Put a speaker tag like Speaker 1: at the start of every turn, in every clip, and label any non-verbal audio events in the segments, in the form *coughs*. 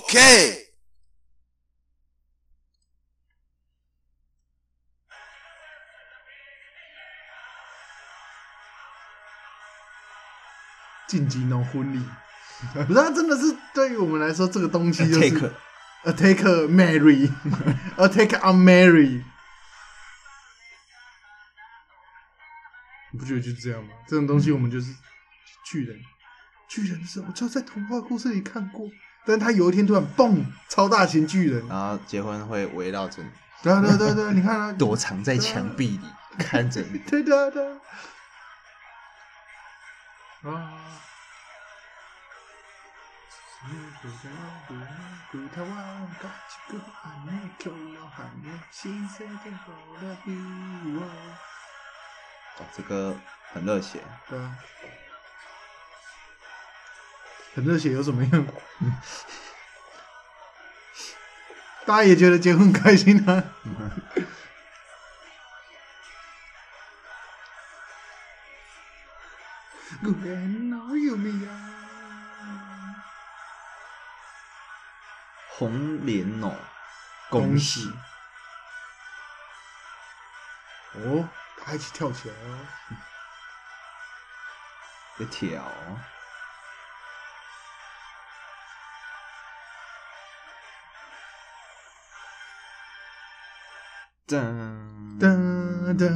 Speaker 1: OK。
Speaker 2: 晋级农婚礼，不是，它真的是对于我们来说，这个东西就是
Speaker 3: take
Speaker 2: a take a Mary, *laughs* a take a Mary。你不觉得就是这样吗？这种东西我们就是巨人，巨人的时候，我知道在童话故事里看过，但是他有一天突然蹦，超大型巨人，
Speaker 3: 然后结婚会围绕着你，
Speaker 2: 对啊对啊对啊对啊，你看啊，
Speaker 3: 躲藏在墙壁里看着你。
Speaker 2: 对的对的。啊！
Speaker 3: 哦这个很热血，
Speaker 2: 对啊，很热血有什么用？大家也觉得结婚开心啊？古人老有名啊！
Speaker 3: 红莲哦，
Speaker 2: 恭
Speaker 3: 恭
Speaker 2: 喜
Speaker 3: 喜！
Speaker 2: 哦，大家一起跳起来哦！
Speaker 3: 一条，哦噔
Speaker 2: 噔噔，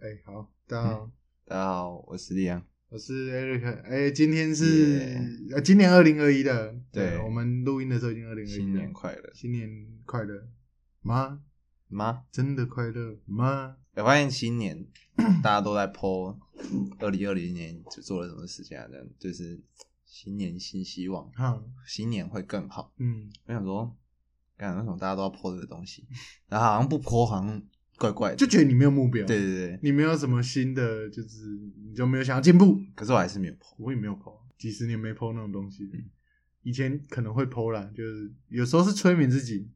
Speaker 2: 哎、好，大家好，
Speaker 3: 大家好，我是李阳。
Speaker 2: 我是 Eric，哎、今天是
Speaker 3: Yeah
Speaker 2: 呃，今年二零二一的，
Speaker 3: 对
Speaker 2: 我们录音的时候已经二零二一，
Speaker 3: 新年快乐
Speaker 2: 新年快乐吗？
Speaker 3: 妈！
Speaker 2: 真的快乐吗？
Speaker 3: 我发现新年
Speaker 2: *clears throat*
Speaker 3: 大家都在 po 二零二零年就做了什么事情啊？这样就是新年新希望，
Speaker 2: 哈，
Speaker 3: 新年会更好。
Speaker 2: 嗯，
Speaker 3: 我想说，干为什么大家都要 po 这个东西？然后好像不 po 好像怪怪的，
Speaker 2: 就觉得你没有目标，
Speaker 3: 对，对对。
Speaker 2: 你没有什么新的，就是你就没有想要进步。
Speaker 3: 可是我还是没有 po。
Speaker 2: 我也没有剖，几十年没剖那种东西了，
Speaker 3: 嗯
Speaker 2: 以前可能会剖啦，就是有时候是催眠自己。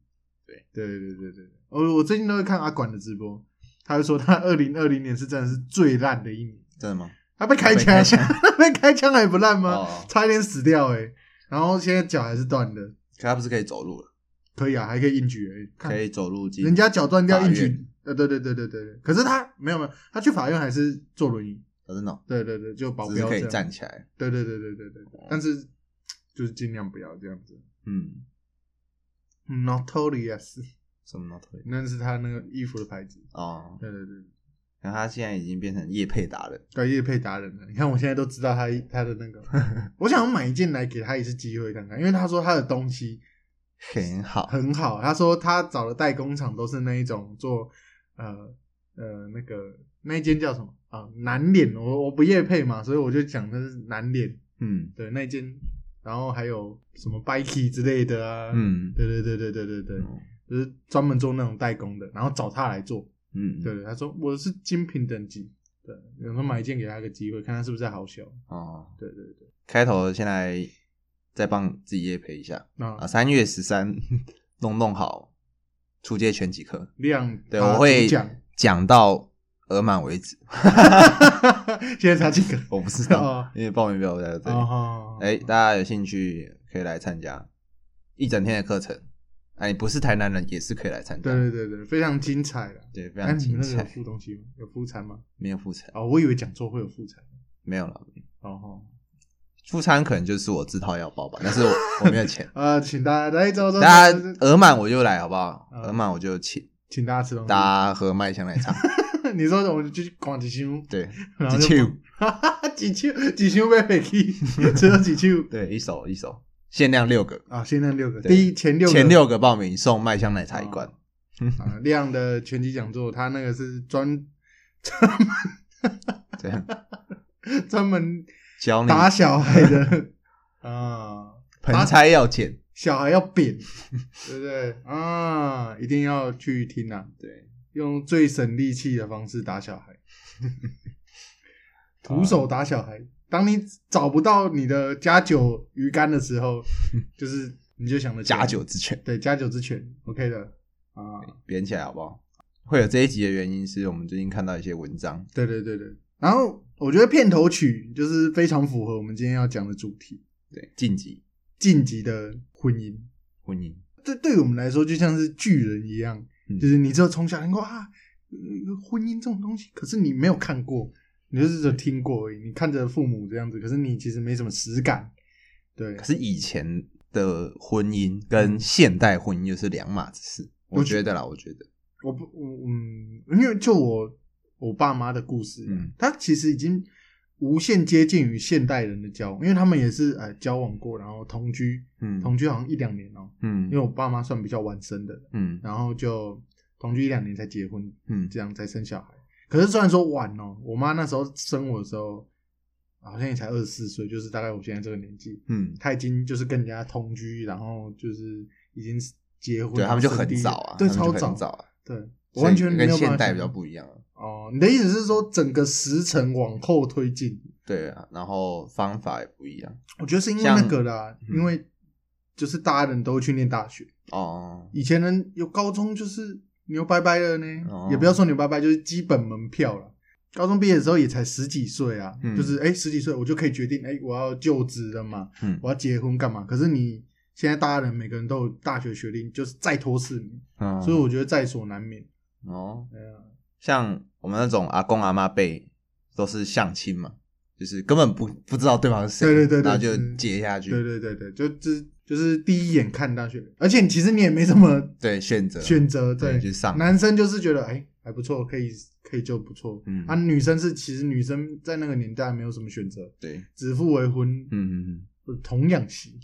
Speaker 3: 对
Speaker 2: 对对对对对，哦我我最近都会看阿管的直播，他就说他二零二零年是真的是最烂的一年，
Speaker 3: 真的吗？
Speaker 2: 他被开
Speaker 3: 被
Speaker 2: 枪
Speaker 3: 开枪，
Speaker 2: 被开枪还不烂吗？
Speaker 3: 哦
Speaker 2: 差一点死掉哎、然后现在脚还是断的，
Speaker 3: 可他不是可以走路了，
Speaker 2: 可以啊，还可以硬举而已。看
Speaker 3: 可以走路进
Speaker 2: 人家脚断掉
Speaker 3: 法
Speaker 2: 硬举
Speaker 3: 院，
Speaker 2: 呃，对对对对对对，可是他没有没有，他去法院还是坐轮椅，
Speaker 3: 哦真的哦，
Speaker 2: 对对对，就保
Speaker 3: 只是
Speaker 2: 镖
Speaker 3: 可
Speaker 2: 这
Speaker 3: 以
Speaker 2: 样
Speaker 3: 站起来。
Speaker 2: 对对对对对对，但是就是尽量不要这样子。
Speaker 3: 嗯，
Speaker 2: Notorious，
Speaker 3: 什么都可以。
Speaker 2: *laughs* 那是他那个衣服的牌子。
Speaker 3: 哦，
Speaker 2: 对对对，
Speaker 3: 然后他现在已经变成夜配达人，
Speaker 2: 对叶配达人了。你看我现在都知道他他的那个，我想买一件来给他一次机会看看，因为他说他的东西
Speaker 3: 很好。
Speaker 2: 很好。他说他找的代工厂都是那一种做呃呃那个那一间叫什么啊南脸，我我不叶配嘛，所以我就讲的是南脸。
Speaker 3: 嗯
Speaker 2: 对那一间，然后还有什么 Bikey 之类的啊，，
Speaker 3: 嗯
Speaker 2: 对对对对对对对，
Speaker 3: 嗯
Speaker 2: 就是专门做那种代工的，然后找他来做。
Speaker 3: 嗯，
Speaker 2: 对，他说我是精品等级，对，有时候买一件给他一个机会，看他是不是在好笑。
Speaker 3: 哦，
Speaker 2: 对对对，
Speaker 3: 开头先来再帮自己夜配一下
Speaker 2: 那
Speaker 3: 啊，三月十三弄弄好出街全几课，
Speaker 2: 亮
Speaker 3: 对
Speaker 2: 他
Speaker 3: 我会
Speaker 2: 主
Speaker 3: *laughs*
Speaker 2: 讲，
Speaker 3: 讲到额满为止，
Speaker 2: 现在差几
Speaker 3: *laughs*
Speaker 2: 个？
Speaker 3: 我不知
Speaker 2: 哦
Speaker 3: 道，因为报名表在这里。
Speaker 2: 哦，
Speaker 3: 哎、大家有兴趣可以来参加一整天的课程。哎、你不是台南人也是可以来参加，
Speaker 2: 对对对对，非常精彩了。
Speaker 3: 对非
Speaker 2: 哎，
Speaker 3: 常
Speaker 2: 你
Speaker 3: 精
Speaker 2: 们那个有
Speaker 3: 彩。
Speaker 2: 附东西吗？有副餐吗？
Speaker 3: 没有副餐，
Speaker 2: 哦，我以为讲座会有副餐。
Speaker 3: 没有了。
Speaker 2: 哦，
Speaker 3: 副餐可能就是我自掏腰包吧，但
Speaker 2: *laughs*
Speaker 3: 是我我没有钱。
Speaker 2: 呃，请大家来走走，
Speaker 3: 大
Speaker 2: 走
Speaker 3: 家
Speaker 2: 走走
Speaker 3: 额满我就来，好不好？
Speaker 2: 嗯
Speaker 3: 额满我就请
Speaker 2: 请大家吃东
Speaker 3: 大家喝麦香奶茶。
Speaker 2: 西。 *laughs* 你说我们就去逛几箱， *laughs*
Speaker 3: 对，
Speaker 2: 然后
Speaker 3: 几
Speaker 2: 就
Speaker 3: 球，
Speaker 2: 哈哈，几手几手买袂 *laughs* 起，只有几手
Speaker 3: 对，一手一手，限量六个，
Speaker 2: 啊！限量六个，
Speaker 3: 对
Speaker 2: 第一前六个
Speaker 3: 前六个报名送麦香奶茶一罐。
Speaker 2: 啊，亮的拳击讲座，他那个是专
Speaker 3: 这样
Speaker 2: 专门
Speaker 3: 教你
Speaker 2: 打小孩的啊，
Speaker 3: 盆栽要剪，
Speaker 2: 小孩要
Speaker 3: *laughs*
Speaker 2: 扁，对不对啊？一定要去听啊，
Speaker 3: 对，
Speaker 2: 用最省力气的方式打小孩，徒手打小孩。当你找不到你的加九鱼竿的
Speaker 3: *laughs*
Speaker 2: 时候，就是你就想着
Speaker 3: 假酒之犬。
Speaker 2: 对，加九之拳，OK 的啊，
Speaker 3: 编起来好不好？会有这一集的原因是我们最近看到一些文章，
Speaker 2: 对对对对。然后我觉得片头曲就是非常符合我们今天要讲的主题，
Speaker 3: 对，晋级
Speaker 2: 晋级的婚姻。
Speaker 3: 婚姻，
Speaker 2: 这对我们来说就像是巨人一样，
Speaker 3: 嗯
Speaker 2: 就是你只有从小听过啊，呃婚姻这种东西，可是你没有看过，你就是只有听过而已。你看着父母这样子，可是你其实没什么实感。对
Speaker 3: 可，是以前的婚姻
Speaker 2: 嗯
Speaker 3: 跟现代婚姻又是两码子事，我觉得啦，我觉得，
Speaker 2: 我不，我嗯，因为就我我爸妈的故事，
Speaker 3: 嗯
Speaker 2: 他其实已经无限接近于现代人的交往，因为他们也是呃交往过，然后同居，
Speaker 3: 嗯
Speaker 2: 同居好像一两年哦、
Speaker 3: 嗯
Speaker 2: 因为我爸妈算比较晚生的，
Speaker 3: 嗯
Speaker 2: 然后就同居一两年才结婚，
Speaker 3: 嗯
Speaker 2: 这样才生小孩。可是虽然说晚哦，我妈那时候生我的时候，好像也才二十四岁，就是大概我现在这个年纪，
Speaker 3: 嗯，
Speaker 2: 她已经就是跟人家同居，然后就是已经结婚，
Speaker 3: 对他们就很
Speaker 2: 生第一
Speaker 3: 早啊，
Speaker 2: 对，
Speaker 3: 他们就
Speaker 2: 超
Speaker 3: 很早啊，
Speaker 2: 对，我
Speaker 3: 所以
Speaker 2: 完全没
Speaker 3: 跟
Speaker 2: 有办
Speaker 3: 现
Speaker 2: 法
Speaker 3: 代
Speaker 2: 想
Speaker 3: 比较
Speaker 2: 象
Speaker 3: 不一样啊。
Speaker 2: 哦。你的意思是说整个时辰往后推进？
Speaker 3: 对啊，然后方法也不一样
Speaker 2: 我觉得是因为
Speaker 3: 像
Speaker 2: 那个啦，
Speaker 3: 嗯
Speaker 2: 因为就是大家人都会去念大学，
Speaker 3: 哦。
Speaker 2: 以前人有高中就是牛掰掰了呢，
Speaker 3: 哦
Speaker 2: 也不要说牛掰掰，就是基本门票了。高中毕业的时候也才十几岁啊，
Speaker 3: 嗯
Speaker 2: 就是哎、诶十几岁我就可以决定哎、诶我要就职了嘛，
Speaker 3: 嗯
Speaker 2: 我要结婚干嘛？可是你现在大家人每个人都有大学学历，就是再拖四年，
Speaker 3: 嗯
Speaker 2: 所以我觉得在所难免。
Speaker 3: 哦，
Speaker 2: 哎呀
Speaker 3: 像我们那种阿公阿妈辈都是相亲嘛，就是根本不不知道对方是谁，
Speaker 2: 对对对对
Speaker 3: 然后就
Speaker 2: 嗯
Speaker 3: 接下去，
Speaker 2: 对对对对，就就是就是第一眼看大学，而且你其实你也没什么
Speaker 3: 对选择
Speaker 2: 选择，对，
Speaker 3: 去上，
Speaker 2: 男生就是觉得哎、还不错，可以可以就不错，
Speaker 3: 嗯
Speaker 2: 啊，女生是其实女生在那个年代没有什么选择，
Speaker 3: 对，
Speaker 2: 指腹为婚，
Speaker 3: 嗯嗯嗯，
Speaker 2: 童养媳，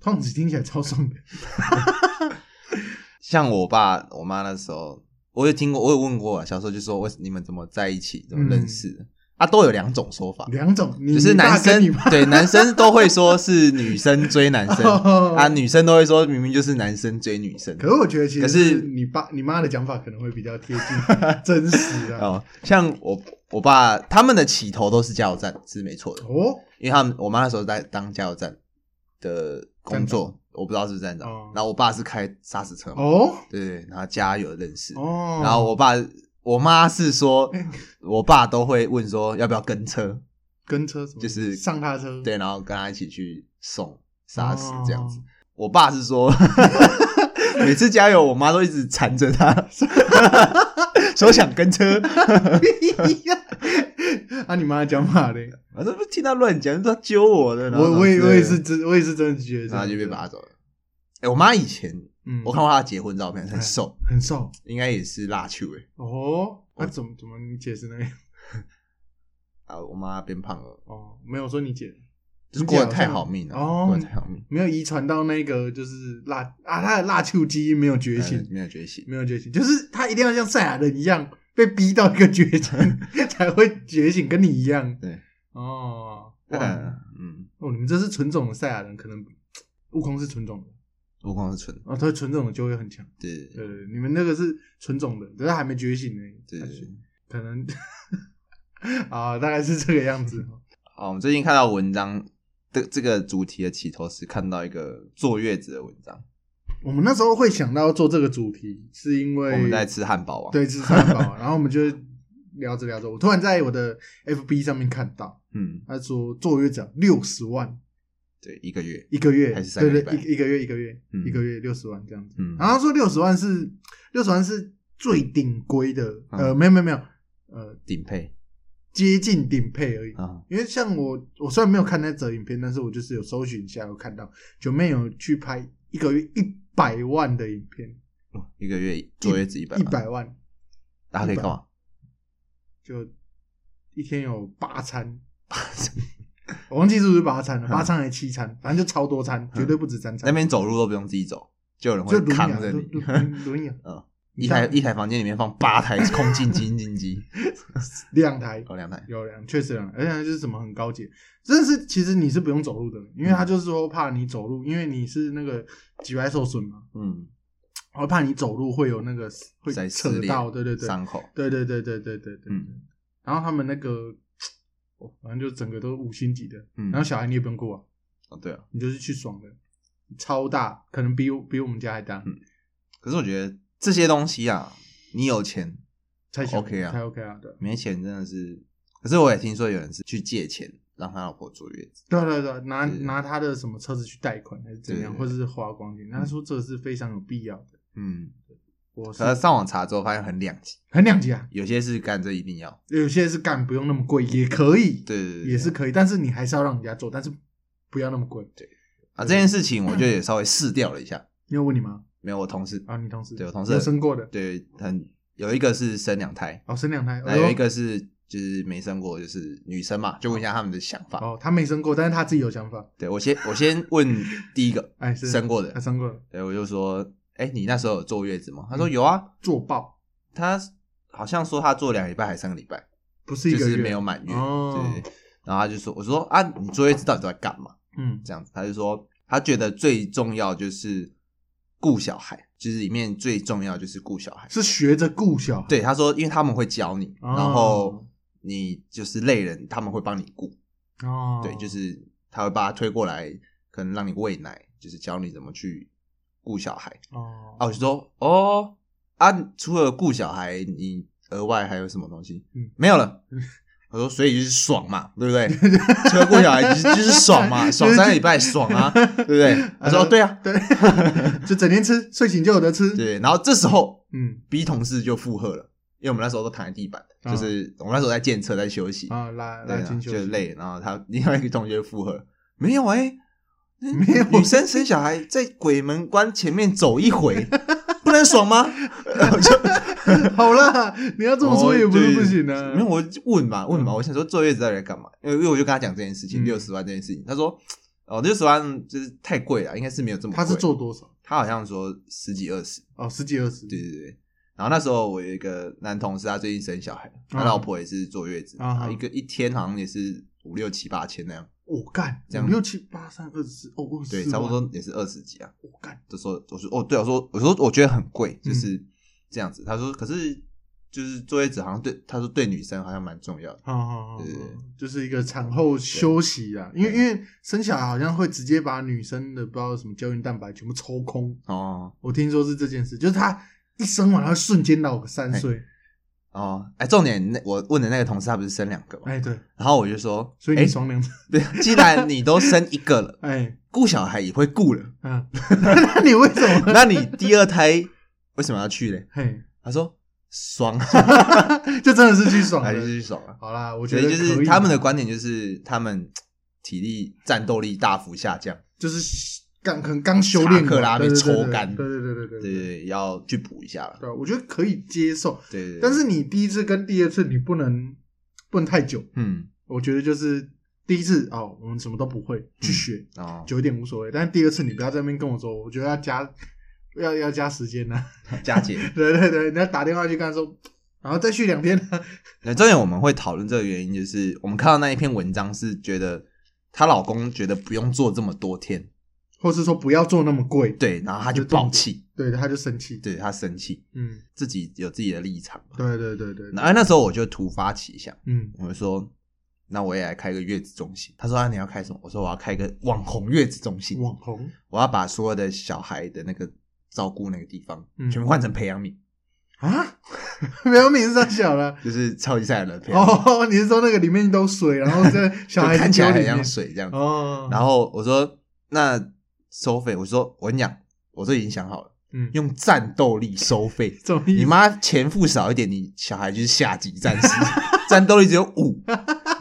Speaker 2: 童养媳听起来超爽的， *laughs*
Speaker 3: 像我爸我妈那时候，我有听过，我有问过啊，小时候就说为你们怎么在一起，怎么认识的、啊？都有两种说法，
Speaker 2: 两种，嗯你 *laughs*
Speaker 3: 就是男生
Speaker 2: 你爸跟
Speaker 3: 对男生都会说是女生追男
Speaker 2: 你 *laughs*
Speaker 3: 生、
Speaker 2: 爸
Speaker 3: 啊，，女生都会说明明就是男生追女生。
Speaker 2: 哦可是我觉得其实
Speaker 3: 可是
Speaker 2: 你爸你妈的讲法可能会比较贴近
Speaker 3: *laughs*
Speaker 2: 真实啊，
Speaker 3: 哦，像我我爸他们的起头都是加油站是没错的，
Speaker 2: 哦，
Speaker 3: 因为他们我妈那时候在当加油站的工作，我不知道是不是站长，
Speaker 2: 哦
Speaker 3: 然后我爸是开砂石车嘛，
Speaker 2: 哦，
Speaker 3: 对对，对然后加油认识，
Speaker 2: 哦，
Speaker 3: 然后我爸我妈是
Speaker 2: *laughs*
Speaker 3: 说，我爸都会问说要不要跟车，
Speaker 2: 跟车什么，
Speaker 3: 就是
Speaker 2: 上他车，
Speaker 3: 对，然后跟他一起去送砂石
Speaker 2: 哦
Speaker 3: 这样子。我爸是
Speaker 2: *laughs*
Speaker 3: 说，每次加油，我妈都一直缠着他， *laughs* 说想跟车。
Speaker 2: *laughs* 啊，你妈的讲法嘞，
Speaker 3: 我啊都不听他乱讲，他揪我的。然后
Speaker 2: 我我也
Speaker 3: 之类的
Speaker 2: 我也是，真我也是真的觉得这
Speaker 3: 然后
Speaker 2: 样子，
Speaker 3: 就被拔走了。哎，我妈以前
Speaker 2: 嗯，哎
Speaker 3: 我看过她的结婚照片，很瘦，
Speaker 2: 很瘦
Speaker 3: 应该也是辣球哎。
Speaker 2: 哦，那、怎么怎么你解释那个？
Speaker 3: 啊，我妈变胖了，
Speaker 2: 哦，没有说你解，
Speaker 3: 就是过得太好命了，
Speaker 2: 哦
Speaker 3: 过得太好命，
Speaker 2: 没有遗传到那个就是辣啊，他的辣球基因没有觉醒，
Speaker 3: 嗯没有觉醒。
Speaker 2: 没有觉醒，就是他一定要像赛亚人一样被逼到一个绝境才会觉醒，跟你一样
Speaker 3: 对，
Speaker 2: 哦。哇，
Speaker 3: 嗯，
Speaker 2: 哦，你们这是纯种的赛亚人，可能悟空是纯种的，
Speaker 3: 悟空是纯，
Speaker 2: 哦，他纯种的就会很强。
Speaker 3: 对
Speaker 2: 对，对对你们那个是纯种的，但是还没觉醒呢，
Speaker 3: 对
Speaker 2: 他
Speaker 3: 对
Speaker 2: 是
Speaker 3: 对。
Speaker 2: 可能 *laughs* 啊，大概是这个样子。
Speaker 3: 哦，我们最近看到文章的这个主题的起头是看到一个坐月子的文章，
Speaker 2: 我们那时候会想到做这个主题，是因为
Speaker 3: 我们在吃汉堡王，，
Speaker 2: 对，吃汉堡，然后我们就聊着聊着，我突然在我的 FB 上面看到，
Speaker 3: 嗯，
Speaker 2: 他说坐月子六十万
Speaker 3: 对，一个月，
Speaker 2: 一个月，
Speaker 3: 还是三个
Speaker 2: 对
Speaker 3: 礼拜
Speaker 2: 对，一一个月一个月、
Speaker 3: 嗯
Speaker 2: 一个月六十万这样子。
Speaker 3: 嗯
Speaker 2: 然后他说六十万是六十万是最顶规的，呃，
Speaker 3: 嗯
Speaker 2: 没有没有没有，呃，
Speaker 3: 顶配
Speaker 2: 接近顶配而已。
Speaker 3: 啊，
Speaker 2: 因为像我，我虽然没有看那则影片，但是我就是有搜寻一下，有看到九妹有去拍一个月一百万的影片，
Speaker 3: 哦一个月坐月子一百，
Speaker 2: 一，百万
Speaker 3: 大家可以干嘛？
Speaker 2: 就一天有八餐， *laughs* 我忘记是不是八餐了，八餐还是七餐，反正就超多餐，绝对不止三
Speaker 3: 嗯那
Speaker 2: 餐。
Speaker 3: 边走路都不用自己走，就有人
Speaker 2: 就
Speaker 3: 会
Speaker 2: 轮椅
Speaker 3: 扛
Speaker 2: 啊，
Speaker 3: 着
Speaker 2: 就
Speaker 3: 你。 *laughs* 嗯
Speaker 2: 就轮轮椅啊，
Speaker 3: 一台一台房间里面放八
Speaker 2: *laughs*
Speaker 3: 台空气净净机，
Speaker 2: 两台
Speaker 3: 哦，两台，
Speaker 2: 有两，确实有两台，而且就是什么很高级，真的是其实你是不用走路的，因为他就是说怕你走路，因为你是那个脊椎受损嘛，
Speaker 3: 嗯，
Speaker 2: 然后怕你走路会有那个会
Speaker 3: 在撕
Speaker 2: 扯
Speaker 3: 裂
Speaker 2: 到，对对对，嗯
Speaker 3: 伤口，
Speaker 2: 对对对对对对对。
Speaker 3: 嗯
Speaker 2: 然后他们那个，哦反正就整个都五星级的，
Speaker 3: 嗯，
Speaker 2: 然后小孩你也不用顾啊，
Speaker 3: 哦对啊，
Speaker 2: 你就是去爽的，超大，可能比我比我们家还大，
Speaker 3: 嗯可是我觉得这些东西啊，你有钱
Speaker 2: 才小
Speaker 3: OK 啊
Speaker 2: 才 OK 啊，对，
Speaker 3: 没钱真的是，可是我也听说有人是去借钱让他老婆坐月子，
Speaker 2: 对啊对啊对啊，拿
Speaker 3: 是
Speaker 2: 拿他的什么车子去贷款还是怎样，
Speaker 3: 对
Speaker 2: 或者是花光钱，他说这是非常有必要的。
Speaker 3: 嗯，
Speaker 2: 我是
Speaker 3: 可是上网查之后发现很两极，
Speaker 2: 很两极啊，
Speaker 3: 有些是干这一定要，
Speaker 2: 有些是干不用那么贵也可以，
Speaker 3: 对对对对，
Speaker 2: 也是可以，但是你还是要让人家做，但是不要那么贵。对，
Speaker 3: 啊，这件事情我就也稍微试掉了一下，
Speaker 2: 因为问你吗？
Speaker 3: 没有我同事，
Speaker 2: 啊，你同事
Speaker 3: 对我同事
Speaker 2: 有生过的，
Speaker 3: 对，很有一个是生两胎，
Speaker 2: 哦，生两胎，
Speaker 3: 那哎有一个是就是没生过，就是女生嘛，就问一下他们的想法。
Speaker 2: 哦，他没生过，但是他自己有想法，
Speaker 3: 对我先我先问第一个
Speaker 2: 哎，是
Speaker 3: 生过的
Speaker 2: 他，生过的，
Speaker 3: 对我就说，哎、你那时候有坐月子吗？
Speaker 2: 嗯
Speaker 3: 他说有啊，
Speaker 2: 做爆
Speaker 3: 他好像说他坐两个礼拜还是三个礼拜，
Speaker 2: 不是
Speaker 3: 就
Speaker 2: 一个
Speaker 3: 是
Speaker 2: 月
Speaker 3: 没有，满月，
Speaker 2: 哦
Speaker 3: 对。然后他就说，我说啊，你坐月子到底都在干嘛？
Speaker 2: 嗯，
Speaker 3: 这样子，他就说他觉得最重要就是顾小孩，就是里面最重要就是顾小孩。
Speaker 2: 是学着顾小孩，
Speaker 3: 对，他说因为他们会教你，
Speaker 2: 哦
Speaker 3: 然后你就是累人，他们会帮你顾。
Speaker 2: 哦，
Speaker 3: 对，就是他会把他推过来，可能让你喂奶，就是教你怎么去顾小孩。
Speaker 2: 哦
Speaker 3: 啊，我就说哦啊，除了顾小孩，你额外还有什么东西？
Speaker 2: 嗯
Speaker 3: 没有了。我说，所以就是爽嘛，对不
Speaker 2: *laughs*
Speaker 3: 对？除了顾小孩，就是就是爽嘛，爽三个礼拜爽啊，对不对？他说，对啊，
Speaker 2: *laughs* 对，就整天吃，睡醒就有得吃，
Speaker 3: 对。然后这时候
Speaker 2: 嗯
Speaker 3: B 同事就附和了，因为我们那时候都躺在地板，
Speaker 2: 啊
Speaker 3: 就是我们那时候在健测，在休息，
Speaker 2: 啊，拉
Speaker 3: 对
Speaker 2: 拉
Speaker 3: 啊，
Speaker 2: 进
Speaker 3: 就
Speaker 2: 修息，
Speaker 3: 累。然后他另外一个同学附和，没有哎、那
Speaker 2: 没有
Speaker 3: 女生生小孩在鬼门关前面走一回，不能爽吗？我就
Speaker 2: *laughs* 好啦，你 *laughs* 要这么说也不是不行
Speaker 3: 哦
Speaker 2: 啊，
Speaker 3: 对没有，我就问嘛，问嘛，我想说坐月子到底在干嘛？因为因为我就跟他讲这件事情，
Speaker 2: 嗯
Speaker 3: 六十万这件事情，他说哦，六十万就是太贵啊了，应该是没有这么贵。
Speaker 2: 他是做多少？
Speaker 3: 他好像说十几二十，
Speaker 2: 哦，十几二十，
Speaker 3: 对对对。然后那时候我有一个男同事，他最近生小孩，他
Speaker 2: 啊
Speaker 3: 老婆也是坐月子，
Speaker 2: 啊
Speaker 3: 然后一个一天好像也是五六七八千那样，
Speaker 2: 我干
Speaker 3: 这样
Speaker 2: 五六七八三二十四，哦，24
Speaker 3: 对，
Speaker 2: 万
Speaker 3: 差不多也是二十几啊。
Speaker 2: 我干，
Speaker 3: 就说我说哦，对啊，我说我说我觉得很贵，
Speaker 2: 嗯
Speaker 3: 就是这样子。他说可是就是坐月子好像对他说对女生好像蛮重要的，
Speaker 2: 好好好
Speaker 3: 对对对，
Speaker 2: 哦就是一个产后休息啊，因为因为生小孩好像会直接把女生的不知道什么胶原蛋白全部抽空，
Speaker 3: 哦
Speaker 2: 我听说是这件事，就是她一生完，她瞬间老个
Speaker 3: 哎
Speaker 2: 三岁，
Speaker 3: 哦，哎，重点那我问的那个同事他不是生两个嘛，
Speaker 2: 哎对，
Speaker 3: 然后我就说，
Speaker 2: 所以
Speaker 3: 哎
Speaker 2: 你，爽两次，
Speaker 3: 对，既然你都生一个了，
Speaker 2: 哎
Speaker 3: 顾小孩也会顾
Speaker 2: *laughs*
Speaker 3: 了，
Speaker 2: 嗯，那你为什么？
Speaker 3: 那你第二胎为什么要去嘞？
Speaker 2: 嘿， *laughs*
Speaker 3: 他说爽，啊
Speaker 2: 就真的是去爽
Speaker 3: 还是
Speaker 2: 了。
Speaker 3: 去爽啊？
Speaker 2: 好啦，我
Speaker 3: 我
Speaker 2: 觉得
Speaker 3: 就是
Speaker 2: 可以啊
Speaker 3: 他们的
Speaker 2: 啦
Speaker 3: 观点就是他们体力战斗力大幅下降，
Speaker 2: 就是刚可能刚修炼
Speaker 3: 查克
Speaker 2: 过
Speaker 3: 拉
Speaker 2: 对
Speaker 3: 被
Speaker 2: 对对对
Speaker 3: 抽干
Speaker 2: 对对对对
Speaker 3: 对
Speaker 2: 对
Speaker 3: 对对，要去补一下了。
Speaker 2: 对，我觉得可以接受，
Speaker 3: 对对对，
Speaker 2: 但是你第一次跟第二次你不能不能太久，
Speaker 3: 嗯
Speaker 2: 我觉得就是第一次哦，我们什么都不会去学，
Speaker 3: 哦，
Speaker 2: 久一点无所谓。但是第二次你不要在那边跟我说，我觉得要加要要加时间呢、啊
Speaker 3: 佳姐，
Speaker 2: *laughs*
Speaker 3: *laughs*
Speaker 2: 对对对，你要打电话去跟他说，然后再续两天啊呢、
Speaker 3: 那重点我们会讨论这个原因，就是我们看到那一篇文章是觉得她老公觉得不用做这么多天，
Speaker 2: 或是说不要做那么贵，
Speaker 3: 对，然后她就爆气，
Speaker 2: 对，他就生气。
Speaker 3: 对她生气，
Speaker 2: 嗯，
Speaker 3: 自己有自己的立场嘛。
Speaker 2: 对对对对，
Speaker 3: 然后那时候我就突发奇想，
Speaker 2: 嗯，
Speaker 3: 我就说。那我也来开个月子中心。他说：“啊，你要开什么？”我说：“我要开个网红月子中心，
Speaker 2: 网红
Speaker 3: 我要把所有的小孩的那个照顾那个地方，
Speaker 2: 嗯
Speaker 3: 全部换成培养皿，
Speaker 2: 啊， *laughs* 没有名字上小
Speaker 3: *laughs*
Speaker 2: 了。
Speaker 3: 就是超级赛亚人的培养皿，
Speaker 2: 哦，你是说那个里面都水，然后这
Speaker 3: *laughs*
Speaker 2: 小孩
Speaker 3: 就
Speaker 2: 子
Speaker 3: 看起来
Speaker 2: 丢
Speaker 3: 很
Speaker 2: 里面
Speaker 3: 像水这样子。
Speaker 2: 哦，
Speaker 3: 然后我说那收费，我说我跟你讲，我都已经想好了，
Speaker 2: 嗯，
Speaker 3: 用战斗力收
Speaker 2: *laughs*
Speaker 3: 费。
Speaker 2: 怎么意
Speaker 3: 你
Speaker 2: 思
Speaker 3: 妈钱付少一点，你小孩就是下级战士， *laughs* 战斗力只有五。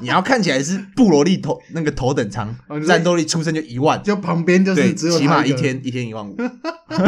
Speaker 3: 你要看起来是布罗利头那个头等舱
Speaker 2: 哦你，说
Speaker 3: 战斗力出生就一万，
Speaker 2: 就旁边就是
Speaker 3: 对，
Speaker 2: 只有
Speaker 3: 起码
Speaker 2: 他一
Speaker 3: 一
Speaker 2: 个
Speaker 3: 天一天一万五。 *laughs*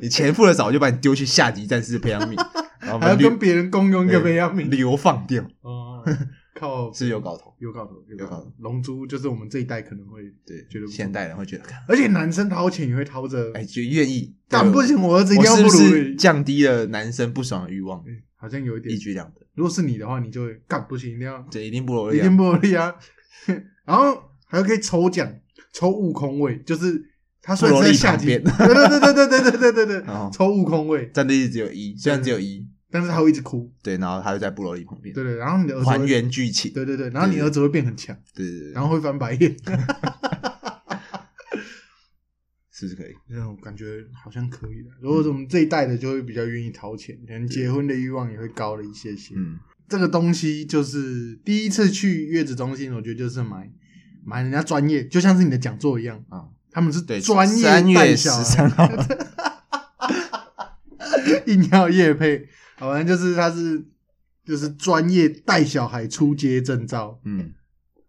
Speaker 3: 你钱付的少，我就把你丢去下级战士培养皿，然后
Speaker 2: 还要
Speaker 3: 把
Speaker 2: 跟别人共用一个培养皿，
Speaker 3: 流放掉，
Speaker 2: 哦，
Speaker 3: *laughs*
Speaker 2: 靠，
Speaker 3: 是有搞头。
Speaker 2: 有搞头，有
Speaker 3: 有搞
Speaker 2: 搞头
Speaker 3: 头。
Speaker 2: 龙珠就是我们这一代可能会，
Speaker 3: 对，
Speaker 2: 觉得不错
Speaker 3: 现代人会觉得，
Speaker 2: 而且男生掏钱也会掏着，
Speaker 3: 哎，就愿意。
Speaker 2: 干不行，我儿子一
Speaker 3: 我
Speaker 2: 定要
Speaker 3: 是
Speaker 2: 不
Speaker 3: 不
Speaker 2: 如
Speaker 3: 是
Speaker 2: 你。
Speaker 3: 降低了男生不爽的欲望？
Speaker 2: 嗯好像有一点
Speaker 3: 一。举两得，
Speaker 2: 如果是你的话，你就会干不行，一定要
Speaker 3: 这一定不容易
Speaker 2: 一
Speaker 3: 啊。
Speaker 2: 定不努力啊。 *laughs* 然后还可以抽奖，抽悟空位，就是他虽然是在下级，对
Speaker 3: 不如立
Speaker 2: 对对对对对对对对
Speaker 3: *laughs* 哦
Speaker 2: 对，抽悟空位，
Speaker 3: 战队只有一，虽然只有一，
Speaker 2: 但是他会一直哭，
Speaker 3: 对，然后他就在布罗利旁边
Speaker 2: 对对。然后你的儿子
Speaker 3: 还
Speaker 2: 会，
Speaker 3: 原剧情，对
Speaker 2: 对对对，然后你儿子会变很强，
Speaker 3: 对对，
Speaker 2: 然后会翻白眼。
Speaker 3: 是不是可以？
Speaker 2: 那种感觉好像可
Speaker 3: 嗯
Speaker 2: 以的。如果是我们这一代的，就会比较愿意掏钱，可能结婚的欲望也会高了一些些。
Speaker 3: 嗯，
Speaker 2: 这个东西就是第一次去月子中心，我觉得就是买买人家专业，就像是你的讲座一样，
Speaker 3: 啊，
Speaker 2: 他们是
Speaker 3: 对，
Speaker 2: 专业
Speaker 3: 三
Speaker 2: 带
Speaker 3: 月十
Speaker 2: 小孩
Speaker 3: 三
Speaker 2: *laughs*
Speaker 3: 号，
Speaker 2: 硬要夜配，好反正就是他是就是专业带小孩出街证照
Speaker 3: 嗯，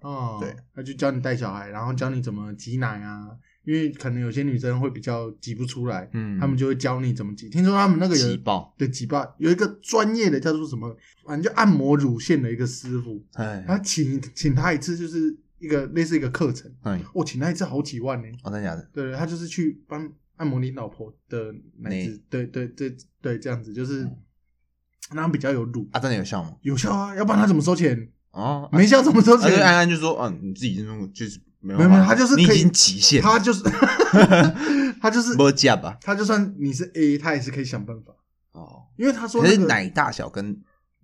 Speaker 2: 哦，
Speaker 3: 对，
Speaker 2: 他就教你带小孩，然后教你怎么挤奶啊，因为可能有些女生会比较挤不出来，
Speaker 3: 嗯
Speaker 2: 他们就会教你怎么挤。听说他们那个
Speaker 3: 挤
Speaker 2: 有
Speaker 3: 爆，
Speaker 2: 对挤爆有一个专业的叫做什么，反正就按摩乳腺的一个师傅，
Speaker 3: 哎，
Speaker 2: 他请请他一次就是一个类似一个课程，
Speaker 3: 哎，
Speaker 2: 我、请他一次好几万呢、
Speaker 3: 哦，真的假的？
Speaker 2: 对对，他就是去帮按摩你老婆的奶子，对对对对，这样子就是
Speaker 3: 嗯
Speaker 2: 让她比较有乳，
Speaker 3: 啊，真的有效吗？
Speaker 2: 有效啊，要不然他怎么收钱？
Speaker 3: 哦，
Speaker 2: 没效怎么收
Speaker 3: 而且安
Speaker 2: 钱？
Speaker 3: 安就说，嗯，你自己弄就是没有
Speaker 2: 没有
Speaker 3: 办
Speaker 2: 没有
Speaker 3: 法，
Speaker 2: 他就是
Speaker 3: 你
Speaker 2: 可以
Speaker 3: 已经极限，*laughs*
Speaker 2: 他就是 *laughs* 他就是
Speaker 3: 没价吧？
Speaker 2: 他就算你是 A，他也是可以想办法，
Speaker 3: 哦，
Speaker 2: 因为他说
Speaker 3: 可
Speaker 2: 那
Speaker 3: 是
Speaker 2: 个
Speaker 3: 奶大小跟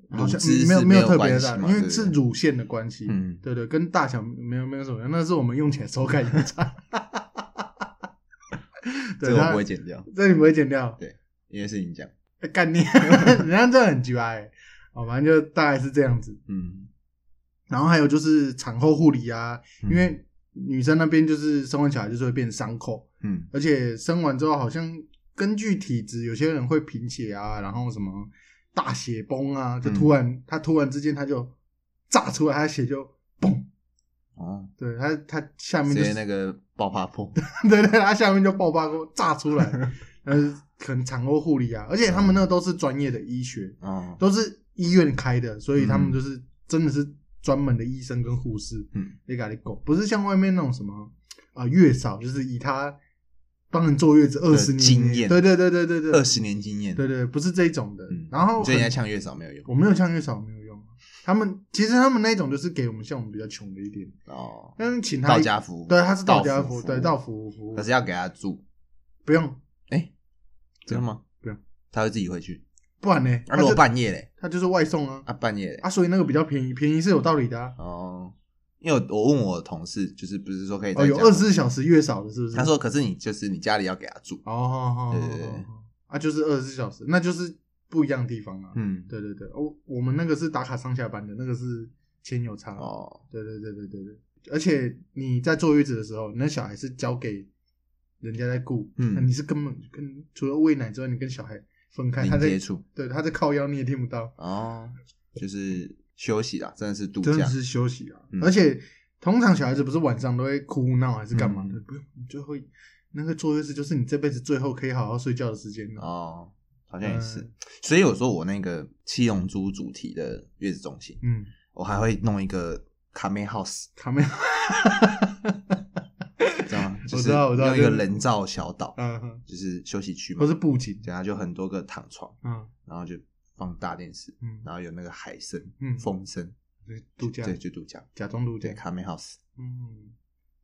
Speaker 3: 乳
Speaker 2: 好像
Speaker 3: 汁
Speaker 2: 没有
Speaker 3: 是
Speaker 2: 没
Speaker 3: 有
Speaker 2: 特别
Speaker 3: 关系
Speaker 2: 大，
Speaker 3: 嘛
Speaker 2: 因为
Speaker 3: 对
Speaker 2: 是
Speaker 3: 不对
Speaker 2: 乳腺的关系，
Speaker 3: 嗯，
Speaker 2: 对对，跟大小没有没有什么，那是我们用起来手感有差。
Speaker 3: *laughs* 这
Speaker 2: 对，
Speaker 3: 个我
Speaker 2: 他
Speaker 3: 不会剪掉，
Speaker 2: 这你不会剪掉，
Speaker 3: 因为是你讲，
Speaker 2: 欸
Speaker 3: *laughs*
Speaker 2: 干你，人家真的很鸡巴欸。哦，反正就大概是这样子。
Speaker 3: 嗯，
Speaker 2: 然后还有就是产后护理啊，
Speaker 3: 嗯
Speaker 2: 因为女生那边就是生完小孩就是会变伤口，
Speaker 3: 嗯
Speaker 2: 而且生完之后好像根据体质，有些人会贫血啊，然后什么大血崩
Speaker 3: 嗯
Speaker 2: 啊，就突然、她突然之间她就炸出来，她血就嘣，
Speaker 3: 哦，
Speaker 2: 对她她下面
Speaker 3: 直
Speaker 2: 就
Speaker 3: 接
Speaker 2: 是
Speaker 3: 那个爆发破，
Speaker 2: *laughs* 对对，他下面就爆发过炸出
Speaker 3: *laughs*
Speaker 2: 来，呃，可能产后护理啊，而且他们那个都是专业的医学，
Speaker 3: 哦，
Speaker 2: 都是医院开的，所以他们
Speaker 3: 嗯
Speaker 2: 就是真的是专门的医生跟护士，
Speaker 3: 嗯，
Speaker 2: 也给你狗，不是像外面那种什么啊、呃月嫂，就是以他帮人坐月子二十年
Speaker 3: 经验
Speaker 2: 对对对对对对，
Speaker 3: *laughs* 二十年经验，
Speaker 2: 对，对对，不是这一种的。
Speaker 3: 嗯，
Speaker 2: 然后
Speaker 3: 你最近在
Speaker 2: 很
Speaker 3: 呛月嫂没有用
Speaker 2: 我没有像月嫂没有用，啊他们其实他们那种就是给我们像我们比较穷的一点，
Speaker 3: 哦，
Speaker 2: 但是请他
Speaker 3: 道家服务，
Speaker 2: 对他是道家
Speaker 3: 服
Speaker 2: 服务，对道服务服务
Speaker 3: 可，是要给他住，
Speaker 2: 不用
Speaker 3: 真的吗？
Speaker 2: 不用，
Speaker 3: 他会自己回去。
Speaker 2: 不然呢？
Speaker 3: 啊，
Speaker 2: 他
Speaker 3: 如果
Speaker 2: 就
Speaker 3: 半夜嘞，
Speaker 2: 他就是外送啊
Speaker 3: 啊半夜嘞，
Speaker 2: 啊，所以那个比较便宜，便宜是有道理的啊。
Speaker 3: 哦，因为我我问我同事，就是不是说可以
Speaker 2: 哦，
Speaker 3: 在
Speaker 2: 有
Speaker 3: 家
Speaker 2: 二十四小时月嫂的，是不是？
Speaker 3: 他说可是你就是你家里要给他住，
Speaker 2: 哦，哦哦
Speaker 3: 对对对
Speaker 2: 哦哦，啊，就是二十四小时，那就是不一样的地方啊。
Speaker 3: 嗯，
Speaker 2: 对对对，我我们那个是打卡上下班的，那个是钱有差。
Speaker 3: 哦，
Speaker 2: 对对对对对对，而且你在坐月子的时候，你那小孩是交给人家在顾，
Speaker 3: 嗯
Speaker 2: 那你是根本跟除了喂奶之外，你跟小孩分开，他
Speaker 3: 零
Speaker 2: 在
Speaker 3: 接触，
Speaker 2: 对他在靠腰你也听不到，
Speaker 3: 哦，就是休息啦，真的是度
Speaker 2: 真的
Speaker 3: 假，
Speaker 2: 是休息啊！
Speaker 3: 嗯
Speaker 2: 而且通常小孩子不是晚上都会哭闹还是干嘛的，
Speaker 3: 嗯
Speaker 2: 不用，你就会那个坐月子就是你这辈子最后可以好好睡觉的时间了。
Speaker 3: 哦，好像也是，
Speaker 2: 嗯
Speaker 3: 所以我说我那个七龙珠主题的月子中心，
Speaker 2: 嗯，
Speaker 3: 我还会弄一个卡妹 house，
Speaker 2: 卡梅，
Speaker 3: 知
Speaker 2: *laughs*
Speaker 3: 道吗？就
Speaker 2: 我
Speaker 3: 是
Speaker 2: 知道我知道
Speaker 3: 用一个
Speaker 2: 就是
Speaker 3: 人造小岛，
Speaker 2: 嗯哼，
Speaker 3: 就是休息区嘛
Speaker 2: 或，是布景，
Speaker 3: 然后就很多个躺床，
Speaker 2: 嗯
Speaker 3: 然后就放大电视，
Speaker 2: 嗯
Speaker 3: 然后有那个海声、
Speaker 2: 嗯，
Speaker 3: 啊风声，
Speaker 2: 度假，
Speaker 3: 对，就度假，
Speaker 2: 假装度假
Speaker 3: 对，，卡妹 house。
Speaker 2: 嗯，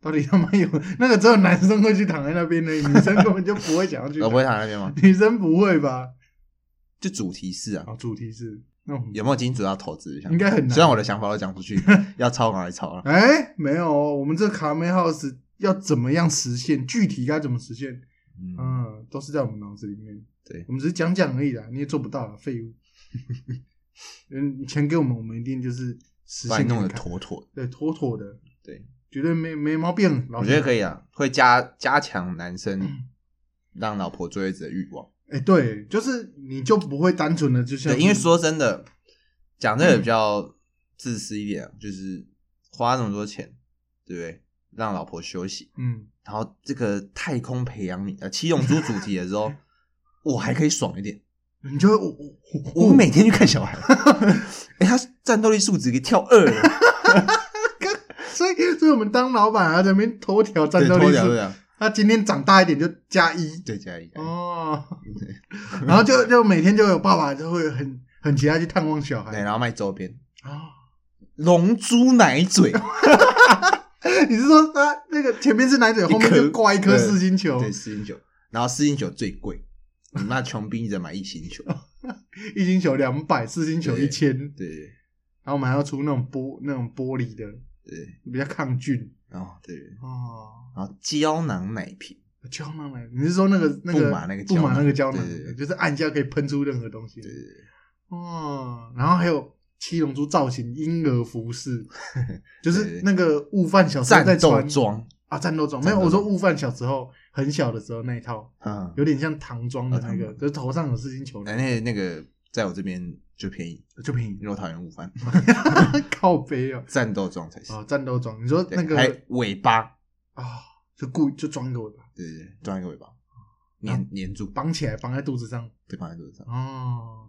Speaker 2: 到底他妈有那个只有男生会去躺在那边的，女生根本就不会想
Speaker 3: *laughs*
Speaker 2: 要去
Speaker 3: 我哦
Speaker 2: 躺，
Speaker 3: 呃不会啊躺那边吗？
Speaker 2: 女生不会吧？
Speaker 3: 就主题是啊
Speaker 2: 啊，，主题是那种
Speaker 3: 有没有金主要投资？
Speaker 2: 应该很难
Speaker 3: 虽然我的想法都讲出
Speaker 2: *laughs*
Speaker 3: 去，要抄赶快抄了。
Speaker 2: 哎，没有哦，我们这卡梅 house 要怎么样实现？具体该怎么实现？
Speaker 3: 嗯，
Speaker 2: 嗯，都是在我们脑子里面。
Speaker 3: 对
Speaker 2: 我们只是讲讲而已啦，你也做不到啦，
Speaker 3: *laughs*
Speaker 2: 废物。嗯，钱给我们，我们一定就是实
Speaker 3: 把你
Speaker 2: 现给
Speaker 3: 弄得
Speaker 2: 看
Speaker 3: 妥妥的。
Speaker 2: 对，妥妥的，
Speaker 3: 对，
Speaker 2: 绝对没没毛病。老
Speaker 3: 我觉得可
Speaker 2: 以。
Speaker 3: 以啊，会加加强男生
Speaker 2: 嗯
Speaker 3: 让老婆追子的欲望。
Speaker 2: 哎，对，就是你就不会单纯的就像
Speaker 3: 对，因为说真的，讲这个
Speaker 2: 嗯
Speaker 3: 比较自私一点啊，就是花那么多钱，对不对？让老婆休息，
Speaker 2: 嗯，
Speaker 3: 然后这个太空培养皿呃七龙珠主题的时候，我还可以爽一点。
Speaker 2: 你就会我我
Speaker 3: *laughs*
Speaker 2: 我
Speaker 3: 我每天去看小
Speaker 2: *laughs*
Speaker 3: 孩，哎、他战斗力数值给跳二了，
Speaker 2: 所以所以我们当老板啊，在那边头条战斗力
Speaker 3: 对脱掉脱
Speaker 2: 是，
Speaker 3: 掉
Speaker 2: 他今天长大一点就加一
Speaker 3: 对加一，
Speaker 2: 哦，然后就就每天就有爸爸就会很很期待去探望小
Speaker 3: 对，
Speaker 2: 孩
Speaker 3: 然后卖周边，
Speaker 2: 啊。
Speaker 3: 龙珠奶嘴，
Speaker 2: *laughs* 你是说他那个前面是奶嘴，后面就挂一颗四星球，
Speaker 3: 对，四星球，然后四星球最贵，你妈穷逼你只能买一星
Speaker 2: *laughs*
Speaker 3: 球，
Speaker 2: 一星球两百，四星球
Speaker 3: 对
Speaker 2: 一千，然
Speaker 3: 对对
Speaker 2: 后我们还要出那种玻那种玻璃的，
Speaker 3: 对，
Speaker 2: 比较抗菌
Speaker 3: 然后对，
Speaker 2: 哦。
Speaker 3: 然后胶囊奶瓶，
Speaker 2: 胶囊来，你是说那个那个
Speaker 3: 布马那个胶
Speaker 2: 布
Speaker 3: 囊
Speaker 2: 马那个胶囊
Speaker 3: 对对，对
Speaker 2: 就是按一下可以喷出任何东西
Speaker 3: 对对对，
Speaker 2: 哦。然后还有七龙珠造型婴儿
Speaker 3: *laughs*
Speaker 2: 服饰，就是
Speaker 3: 对
Speaker 2: 那个悟饭小时候在
Speaker 3: 战斗
Speaker 2: 穿
Speaker 3: 装，
Speaker 2: 啊，战斗装没有，
Speaker 3: 战斗
Speaker 2: 我说
Speaker 3: 装
Speaker 2: 悟饭小时候很小的时候那一套，
Speaker 3: 嗯，
Speaker 2: 有点像唐装的那
Speaker 3: 啊
Speaker 2: 个，
Speaker 3: 唐
Speaker 2: 就是头上有丝巾球
Speaker 3: 那
Speaker 2: 的，
Speaker 3: 那那个在我这边就便宜，
Speaker 2: 就便宜
Speaker 3: *laughs* 因，为我讨厌午饭，
Speaker 2: 靠背
Speaker 3: *laughs*
Speaker 2: 啊，
Speaker 3: 战斗装才行。
Speaker 2: 啊，战斗装，你说
Speaker 3: 对
Speaker 2: 那个
Speaker 3: 还有尾巴，
Speaker 2: 啊，就故意就装个尾巴，
Speaker 3: 对对，对装一个尾巴，
Speaker 2: 啊
Speaker 3: 粘粘住，
Speaker 2: 绑起来绑在肚子上，
Speaker 3: 对，放在肚子上。
Speaker 2: 哦，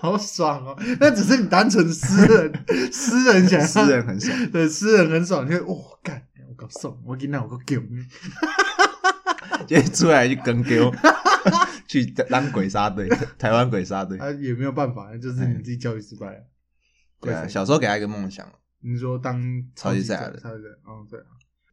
Speaker 2: 好爽哦！那只是你单纯
Speaker 3: *laughs*
Speaker 2: 私人， *laughs* 私人想要，
Speaker 3: 私人很爽，
Speaker 2: 对，私人很爽，你就哦，干，我搞爽，我今天我够囧，
Speaker 3: *laughs* 今天出来就跟丢， *laughs* 去当鬼杀队，台湾鬼杀队。
Speaker 2: 啊，也没有办法，就是
Speaker 3: 哎
Speaker 2: 你自己教育失败了。
Speaker 3: 对啊，
Speaker 2: 鬼杀队
Speaker 3: 小时候给他一个梦想，
Speaker 2: 你说当
Speaker 3: 超级赛亚
Speaker 2: 赛
Speaker 3: 人
Speaker 2: 超级赛亚人，哦，对啊，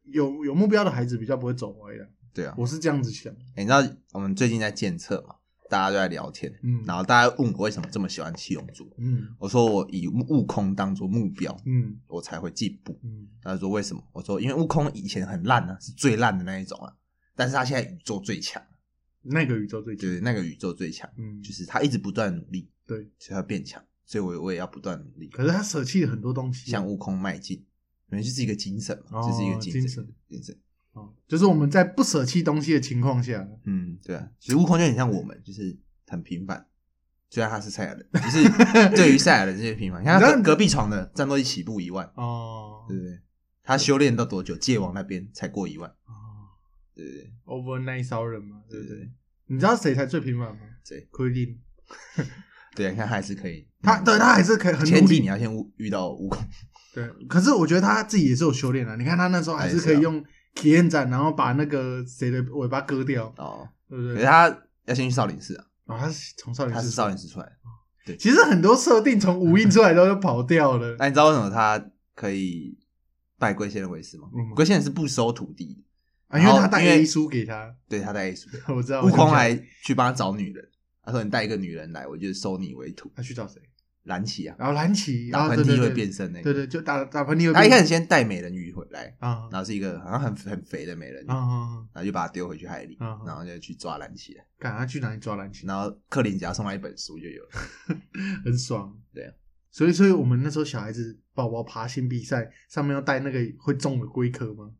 Speaker 2: 有有目标的孩子比较不会走歪的，
Speaker 3: 对啊。
Speaker 2: 我是这样子想，
Speaker 3: 欸你知道我们最近在检测嘛，大家都在聊天，
Speaker 2: 嗯，
Speaker 3: 然后大家问我为什么这么喜欢七龙珠，
Speaker 2: 嗯
Speaker 3: 我说我以悟空当做目标，
Speaker 2: 嗯
Speaker 3: 我才会进步。
Speaker 2: 嗯，
Speaker 3: 他就说为什么？我说因为悟空以前很烂啊，是最烂的那一种啊，但是他现在宇宙最强，
Speaker 2: 那个宇宙最
Speaker 3: 就
Speaker 2: 强，
Speaker 3: 是那个宇宙最强，
Speaker 2: 嗯，
Speaker 3: 就是他一直不断努力，
Speaker 2: 对，
Speaker 3: 所以他变强，所以我我也要不断努力，
Speaker 2: 可是他舍弃了很多东西，啊
Speaker 3: 向悟空迈进，可能就是一个精神嘛，
Speaker 2: 哦
Speaker 3: 这是一个
Speaker 2: 精
Speaker 3: 精
Speaker 2: 神
Speaker 3: 神，精神。
Speaker 2: 哦，就是我们在不舍弃东西的情况下，
Speaker 3: 嗯，对啊，其实悟空就很像我们，就是很平凡。虽然他是赛亚人，只
Speaker 2: *laughs*
Speaker 3: 是对于赛亚人这些平凡，像
Speaker 2: 你知
Speaker 3: 他
Speaker 2: 道
Speaker 3: 隔隔壁床的战斗力起步一万，
Speaker 2: 哦，
Speaker 3: 对不对？他修炼到多久？界王那边才过一万，
Speaker 2: 哦
Speaker 3: 对不对？
Speaker 2: ，overnight 骚人嘛，对不
Speaker 3: 对
Speaker 2: 对
Speaker 3: 对？
Speaker 2: 你知道谁才最平凡吗？
Speaker 3: 谁？嗯
Speaker 2: 奎林，
Speaker 3: 对啊，你看他还是可以，嗯
Speaker 2: 他对他还是可以很
Speaker 3: 前啊
Speaker 2: 努
Speaker 3: 提
Speaker 2: 力，
Speaker 3: 你要先悟遇到
Speaker 2: *laughs*
Speaker 3: 悟空，
Speaker 2: 对。可是我觉得他自己也是有修炼啊的，你看他那时候还是可
Speaker 3: 哎是
Speaker 2: 以
Speaker 3: 啊
Speaker 2: 用体验斩，然后把那个谁的尾巴割掉，
Speaker 3: 哦，
Speaker 2: 对不
Speaker 3: 可
Speaker 2: 对
Speaker 3: 是？他要先去少林寺啊，
Speaker 2: 啊，他是从少林
Speaker 3: 他是
Speaker 2: 寺，
Speaker 3: 少林。寺出来的。
Speaker 2: 其实很多设定从无印出来之后就跑掉了，
Speaker 3: 那你知道为什么他可以拜龟仙人为师吗
Speaker 2: 嗯？
Speaker 3: 龟仙人是不收徒弟的，
Speaker 2: 啊，因为他
Speaker 3: 然后
Speaker 2: 带
Speaker 3: 因为
Speaker 2: A 书给他，
Speaker 3: 对他带 A 书，
Speaker 2: 我知道。
Speaker 3: 悟
Speaker 2: 我想
Speaker 3: 空
Speaker 2: 起来
Speaker 3: 还去帮他找女人，他说你带一个女人来，我就收你为徒。
Speaker 2: 他去找谁？
Speaker 3: 蓝旗啊，
Speaker 2: 然后蓝旗，
Speaker 3: 打
Speaker 2: 啊
Speaker 3: 喷嚏
Speaker 2: 对对
Speaker 3: 会
Speaker 2: 对
Speaker 3: 变身那
Speaker 2: 对
Speaker 3: 个。
Speaker 2: 对，就打打喷嚏会变。
Speaker 3: 他一开始先带美人鱼回来，
Speaker 2: 啊啊
Speaker 3: 然后是一个好像很很肥的美人鱼，
Speaker 2: 啊
Speaker 3: 然
Speaker 2: 啊！
Speaker 3: 后就把他丢回去海里，
Speaker 2: 嗯
Speaker 3: 然后就去抓蓝旗了。
Speaker 2: 赶他去哪里抓蓝旗？
Speaker 3: 然后克林只要送他一本书就有了。
Speaker 2: 很爽。
Speaker 3: 对啊，
Speaker 2: 所以所以我们那时候小孩子宝宝爬行比赛上面要带那个会重的龟壳吗？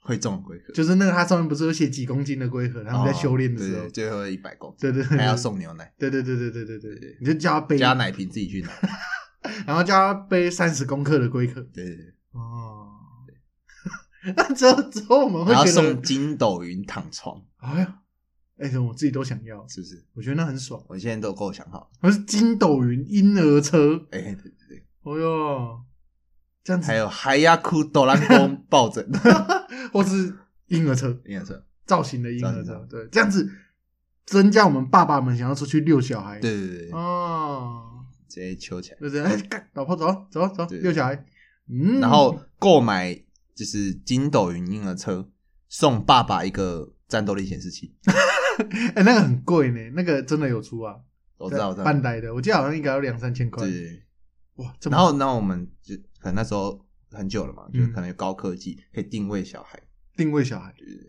Speaker 3: 会中龟壳，
Speaker 2: 就是那个它上面不是有写几公斤的龟壳？他们在修炼的
Speaker 3: 哦
Speaker 2: 时候，
Speaker 3: 对对最后一百公斤，
Speaker 2: 对对对，
Speaker 3: 还要送牛奶，
Speaker 2: 对对对对对对对
Speaker 3: 对对
Speaker 2: 你就叫他背，
Speaker 3: 加奶瓶自己去拿。
Speaker 2: 然后叫他背三十公克的龟壳。
Speaker 3: 对对对，
Speaker 2: 哦， *laughs* 那之后之后我们会
Speaker 3: 还要
Speaker 2: 觉
Speaker 3: 送
Speaker 2: 得，
Speaker 3: 筋斗云躺床，
Speaker 2: 哎呀，哎，我自己都想要，
Speaker 3: 是不是？
Speaker 2: 我觉得那很爽。
Speaker 3: 我现在都够想好。
Speaker 2: 我是筋斗云婴儿车，
Speaker 3: 哎，对对对，
Speaker 2: 哦哟，这样子
Speaker 3: 还，有海牙库斗兰宫抱枕，
Speaker 2: *laughs*
Speaker 3: *laughs*
Speaker 2: 或是婴儿车，
Speaker 3: 应该是
Speaker 2: 造型的婴儿
Speaker 3: 造
Speaker 2: 车
Speaker 3: 型，的
Speaker 2: 对，这样子增加我们爸爸们想要出去遛小孩，，
Speaker 3: 对对
Speaker 2: 嗯
Speaker 3: 对，对
Speaker 2: 哦，
Speaker 3: 直接揪起来。
Speaker 2: 对对，哎，干，老婆走走走，
Speaker 3: 对
Speaker 2: 遛小孩，嗯，
Speaker 3: 然后购买就是筋斗云婴儿车，送爸爸一个战斗力显示器。
Speaker 2: *laughs* 哎，那个很贵呢，那个真的有出啊，
Speaker 3: 我知道，我知道。
Speaker 2: 半代的，我记得好像应该要两三千块
Speaker 3: 对，对对。
Speaker 2: 哇，这么
Speaker 3: 然后，然后我们就可能那时候很久了嘛，就
Speaker 2: 嗯
Speaker 3: 可能有高科技可以定位小孩，
Speaker 2: 定位小孩，
Speaker 3: 对对对，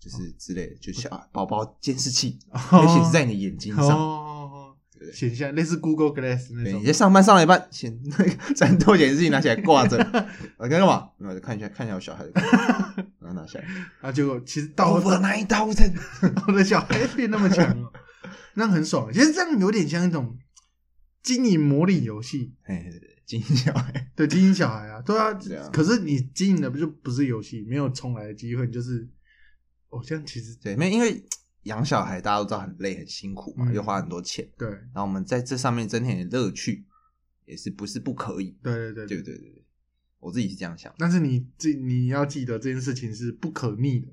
Speaker 3: 就是之类的，就小宝宝监视器可以显示
Speaker 2: 哦
Speaker 3: 在你的眼睛上，
Speaker 2: 哦，
Speaker 3: 对不对？
Speaker 2: 显像类似 Google Glass 那
Speaker 3: 对，
Speaker 2: 种
Speaker 3: 你在，上班上了一半，显那个战斗显示器拿起来挂
Speaker 2: *laughs*
Speaker 3: 着，我干嘛？我就看一下看一下我小孩的感觉，然后拿下来。
Speaker 2: 啊，结果其实到
Speaker 3: 我的那一刀针，
Speaker 2: 我的小孩变那么强哦，那很爽，其实这样有点像一种经营模拟游戏，
Speaker 3: 哎，对对对惊小孩，
Speaker 2: 对，经营小孩啊，对啊，
Speaker 3: 对啊
Speaker 2: 可是你经营的不就不是游戏，没有重来的机会，你就是哦，这样其实
Speaker 3: 对，没有因为养小孩大家都知道很累很辛苦嘛，
Speaker 2: 嗯
Speaker 3: 又花很多钱，
Speaker 2: 对
Speaker 3: 然后我们在这上面增添点乐趣，也是不是不可以？
Speaker 2: 对
Speaker 3: 对
Speaker 2: 对对。
Speaker 3: 对对对，我自己是这样想。
Speaker 2: 但是你记你要记得这件事情是不可逆的，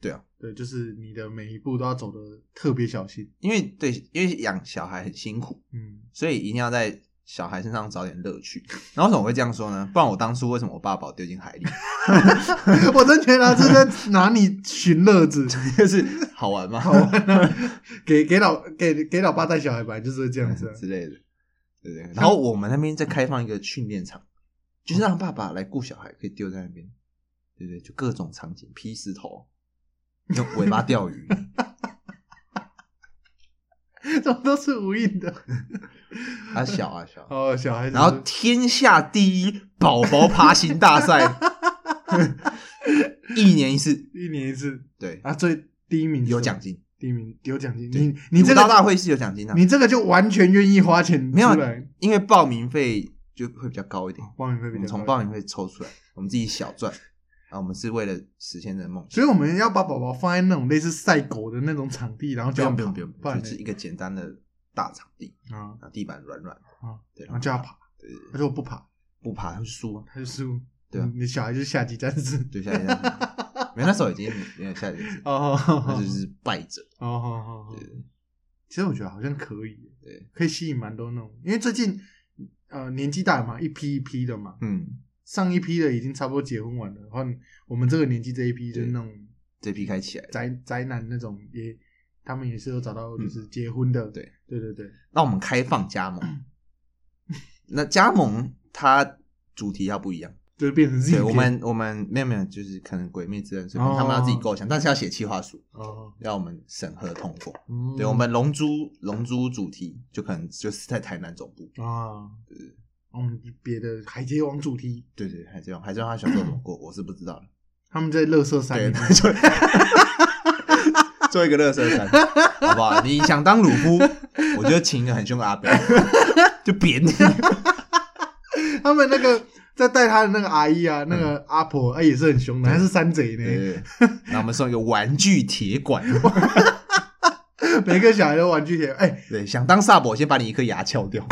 Speaker 3: 对啊，
Speaker 2: 对，就是你的每一步都要走的特别小心，
Speaker 3: 因为对，因为养小孩很辛苦，
Speaker 2: 嗯，
Speaker 3: 所以一定要在小孩身上找点乐趣。 *laughs* 然后为什么我会这样说呢？不然我当初为什么我爸把我丢进海里， *laughs*
Speaker 2: *laughs* 我真觉得他是在拿你寻乐子， *laughs*
Speaker 3: 就是好玩 *laughs* 嘛，
Speaker 2: 好玩啊，给给老给给老爸带小孩吧，就是会这样子啊、
Speaker 3: 嗯之类的，对对。然后我们那边再开放一个训练
Speaker 2: 哦
Speaker 3: 场，就是让爸爸来顾小孩，可以丢在那边，对对，就各种场景，劈石头，用尾巴
Speaker 2: *laughs*
Speaker 3: 钓鱼，
Speaker 2: 怎么都是无印的，
Speaker 3: 啊小啊小，
Speaker 2: 哦，小孩子，
Speaker 3: 然后天下第一宝宝爬行大
Speaker 2: *laughs*
Speaker 3: 赛，一年一次，
Speaker 2: 一年一次
Speaker 3: 对，
Speaker 2: 啊，最第一名是
Speaker 3: 有
Speaker 2: 什么
Speaker 3: 奖，金。
Speaker 2: 第一名有奖金，
Speaker 3: 对
Speaker 2: 你你这
Speaker 3: 武
Speaker 2: 个
Speaker 3: 道大会是有奖金的、
Speaker 2: 你这个就完全愿意花钱
Speaker 3: 没有啊
Speaker 2: 出来，
Speaker 3: 因为报名费就会比较高一点，
Speaker 2: 报名费
Speaker 3: 我
Speaker 2: 哦比
Speaker 3: 们
Speaker 2: 较
Speaker 3: 从
Speaker 2: 高
Speaker 3: 报名费抽出来，我们自己小赚。啊，我们是为了实现这个梦想。
Speaker 2: 所以我们要把宝宝放在那种类似赛狗的那种场地，然后
Speaker 3: 不
Speaker 2: 叫
Speaker 3: 用
Speaker 2: 它
Speaker 3: 不用
Speaker 2: 跑
Speaker 3: 不用，
Speaker 2: 不然呢
Speaker 3: 就是一个简单的大场地，
Speaker 2: 啊，
Speaker 3: 啊，地板软软的，
Speaker 2: 啊
Speaker 3: 对，
Speaker 2: 然后叫他爬，
Speaker 3: 对，
Speaker 2: 他说我不爬，
Speaker 3: 不爬会输啊，
Speaker 2: 他就输，
Speaker 3: 对啊
Speaker 2: 你你小孩就是下级战士，
Speaker 3: 对，下一站是，没有那时候已经没有下一站是，
Speaker 2: *laughs* 哦， *laughs*
Speaker 3: 那
Speaker 2: 哦
Speaker 3: 就是败者，
Speaker 2: 哦哦哦
Speaker 3: 对，
Speaker 2: 其实我觉得好像可以，
Speaker 3: 对，
Speaker 2: 可以吸引蛮多那种，因为最近呃年纪大了嘛，一批一批的嘛，
Speaker 3: 嗯，
Speaker 2: 上一批的已经差不多结婚完了，然后我们这个年纪这一批就是那种
Speaker 3: 这批开起来了，
Speaker 2: 宅宅男那种也，他们也是有找到就是结婚的，
Speaker 3: 嗯对
Speaker 2: 对对对，
Speaker 3: 那我们开放加
Speaker 2: 嗯
Speaker 3: 盟，那加盟它主题要不一样，
Speaker 2: 就是变成自己
Speaker 3: 对我们我们没有没有，就是可能《鬼灭之刃》所以
Speaker 2: 哦
Speaker 3: 他们要自己构想，但是要写企划书，
Speaker 2: 哦，
Speaker 3: 要我们审核通过。
Speaker 2: 嗯
Speaker 3: 对我们龙珠龙珠主题就可能就是在台南总部，
Speaker 2: 啊，嗯，别的海贼王主题，
Speaker 3: 对对，海贼王海贼王他小时候怎么过，我是不知道的。
Speaker 2: 他们在乐色山
Speaker 3: 对，
Speaker 2: 里
Speaker 3: 他
Speaker 2: 面，
Speaker 3: 就 *laughs* 做一个热身衫，好不好？你想当鲁夫，我就请一个很凶的阿彪， *laughs* 就扁你。
Speaker 2: 他们那个在带他的那个阿姨啊，那个阿婆，哎，也是很凶的，她是山贼
Speaker 3: 对
Speaker 2: 呢，
Speaker 3: *laughs* 对，对然后我们送一个玩具铁 *laughs* 管，
Speaker 2: *laughs* 每个小孩都玩具铁，哎，
Speaker 3: 对，想当萨博，先把你一颗牙撬 *laughs* 掉。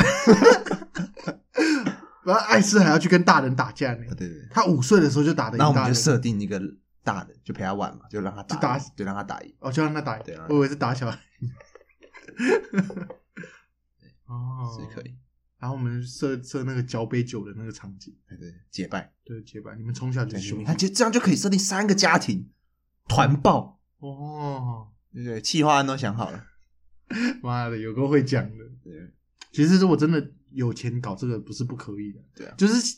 Speaker 2: 然后艾斯还要去跟大人打架呢
Speaker 3: 对，对对，
Speaker 2: 他五岁的时候就打得
Speaker 3: 那我
Speaker 2: 赢
Speaker 3: 们
Speaker 2: 大
Speaker 3: 就
Speaker 2: 人，
Speaker 3: 设定一个大人，就陪他玩嘛，就让他打，
Speaker 2: 就打
Speaker 3: 对，让他打赢。
Speaker 2: 哦，就让他打
Speaker 3: 对啊，
Speaker 2: 我以为是打
Speaker 3: *laughs*
Speaker 2: 小孩， *laughs* 哦，
Speaker 3: 是可以，
Speaker 2: 然后我们设设那个交杯酒的那个场景，
Speaker 3: 对对，结拜，
Speaker 2: 对，结拜，你们从小就
Speaker 3: 对
Speaker 2: 是兄
Speaker 3: 你
Speaker 2: 弟
Speaker 3: 看就这样就可以设定三个家庭团爆，
Speaker 2: 哦，
Speaker 3: 对对，企划案都想好了，
Speaker 2: 妈的，有个会讲的。
Speaker 3: 对
Speaker 2: 其实如果真的有钱搞这个，不是不可以的，
Speaker 3: 对啊，
Speaker 2: 就是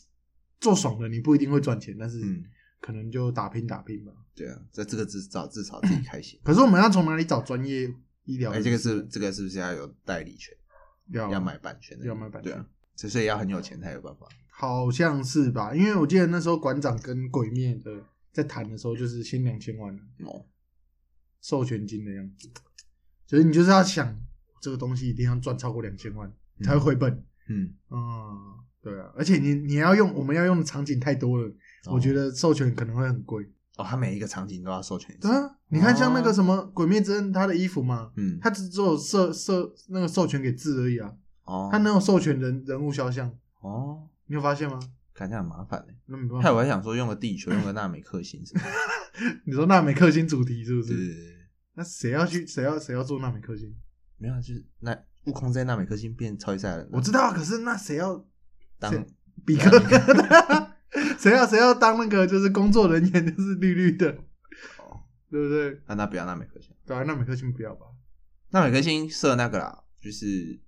Speaker 2: 做爽了，你不一定会赚钱，但是
Speaker 3: 嗯，
Speaker 2: 可能就打拼打拼吧。
Speaker 3: 对啊，这这个至少至少自己开心。
Speaker 2: 可是我们要从哪里找专业医疗
Speaker 3: 哎、
Speaker 2: 人士？
Speaker 3: 这个是这个是不是要有代理权，
Speaker 2: 要
Speaker 3: 要买版权的，
Speaker 2: 哦要买版
Speaker 3: 对
Speaker 2: 权
Speaker 3: 啊，这所以要很有钱才有办法。
Speaker 2: 好像是吧？因为我记得那时候馆长跟鬼灭的在谈的时候，就是先两千万了
Speaker 3: 哦，
Speaker 2: 授权金的样子，所以你就是要想这个东西一定要赚超过两千万
Speaker 3: 嗯
Speaker 2: 才会回本。
Speaker 3: 嗯，
Speaker 2: 嗯，对啊，而且你你要用我们要用的场景太多了，
Speaker 3: 哦
Speaker 2: 我觉得授权可能会很贵。
Speaker 3: 哦，他每一个场景都要授权一次
Speaker 2: 对，啊，你看像那个
Speaker 3: 哦
Speaker 2: 什么《鬼灭之刃》他的衣服嘛，
Speaker 3: 嗯，
Speaker 2: 他只只有授授那个授权给字而已啊，
Speaker 3: 哦，
Speaker 2: 他能有授权人人物肖像，
Speaker 3: 哦，
Speaker 2: 你有发现吗？
Speaker 3: 感觉很麻烦呢。
Speaker 2: 那没办
Speaker 3: 害我
Speaker 2: 法，
Speaker 3: 还想说用个地球，用个纳美克星什么
Speaker 2: *laughs*
Speaker 3: 的，
Speaker 2: 你说纳美克星主题是不
Speaker 3: 对
Speaker 2: 是？
Speaker 3: 对对，对
Speaker 2: 那谁要去谁要谁要做纳美克星？
Speaker 3: 没有啊，就是那悟空在纳美克星变超级赛亚人，
Speaker 2: 我知道啊，可是那谁要
Speaker 3: 当
Speaker 2: 谁比克？谁要谁要当那个就是工作人员，就是绿绿的，
Speaker 3: 哦，
Speaker 2: *laughs* 对不对？
Speaker 3: 那那不要纳美克星，
Speaker 2: 对啊，纳美克星不要吧？
Speaker 3: 纳美克星设那个啦，就是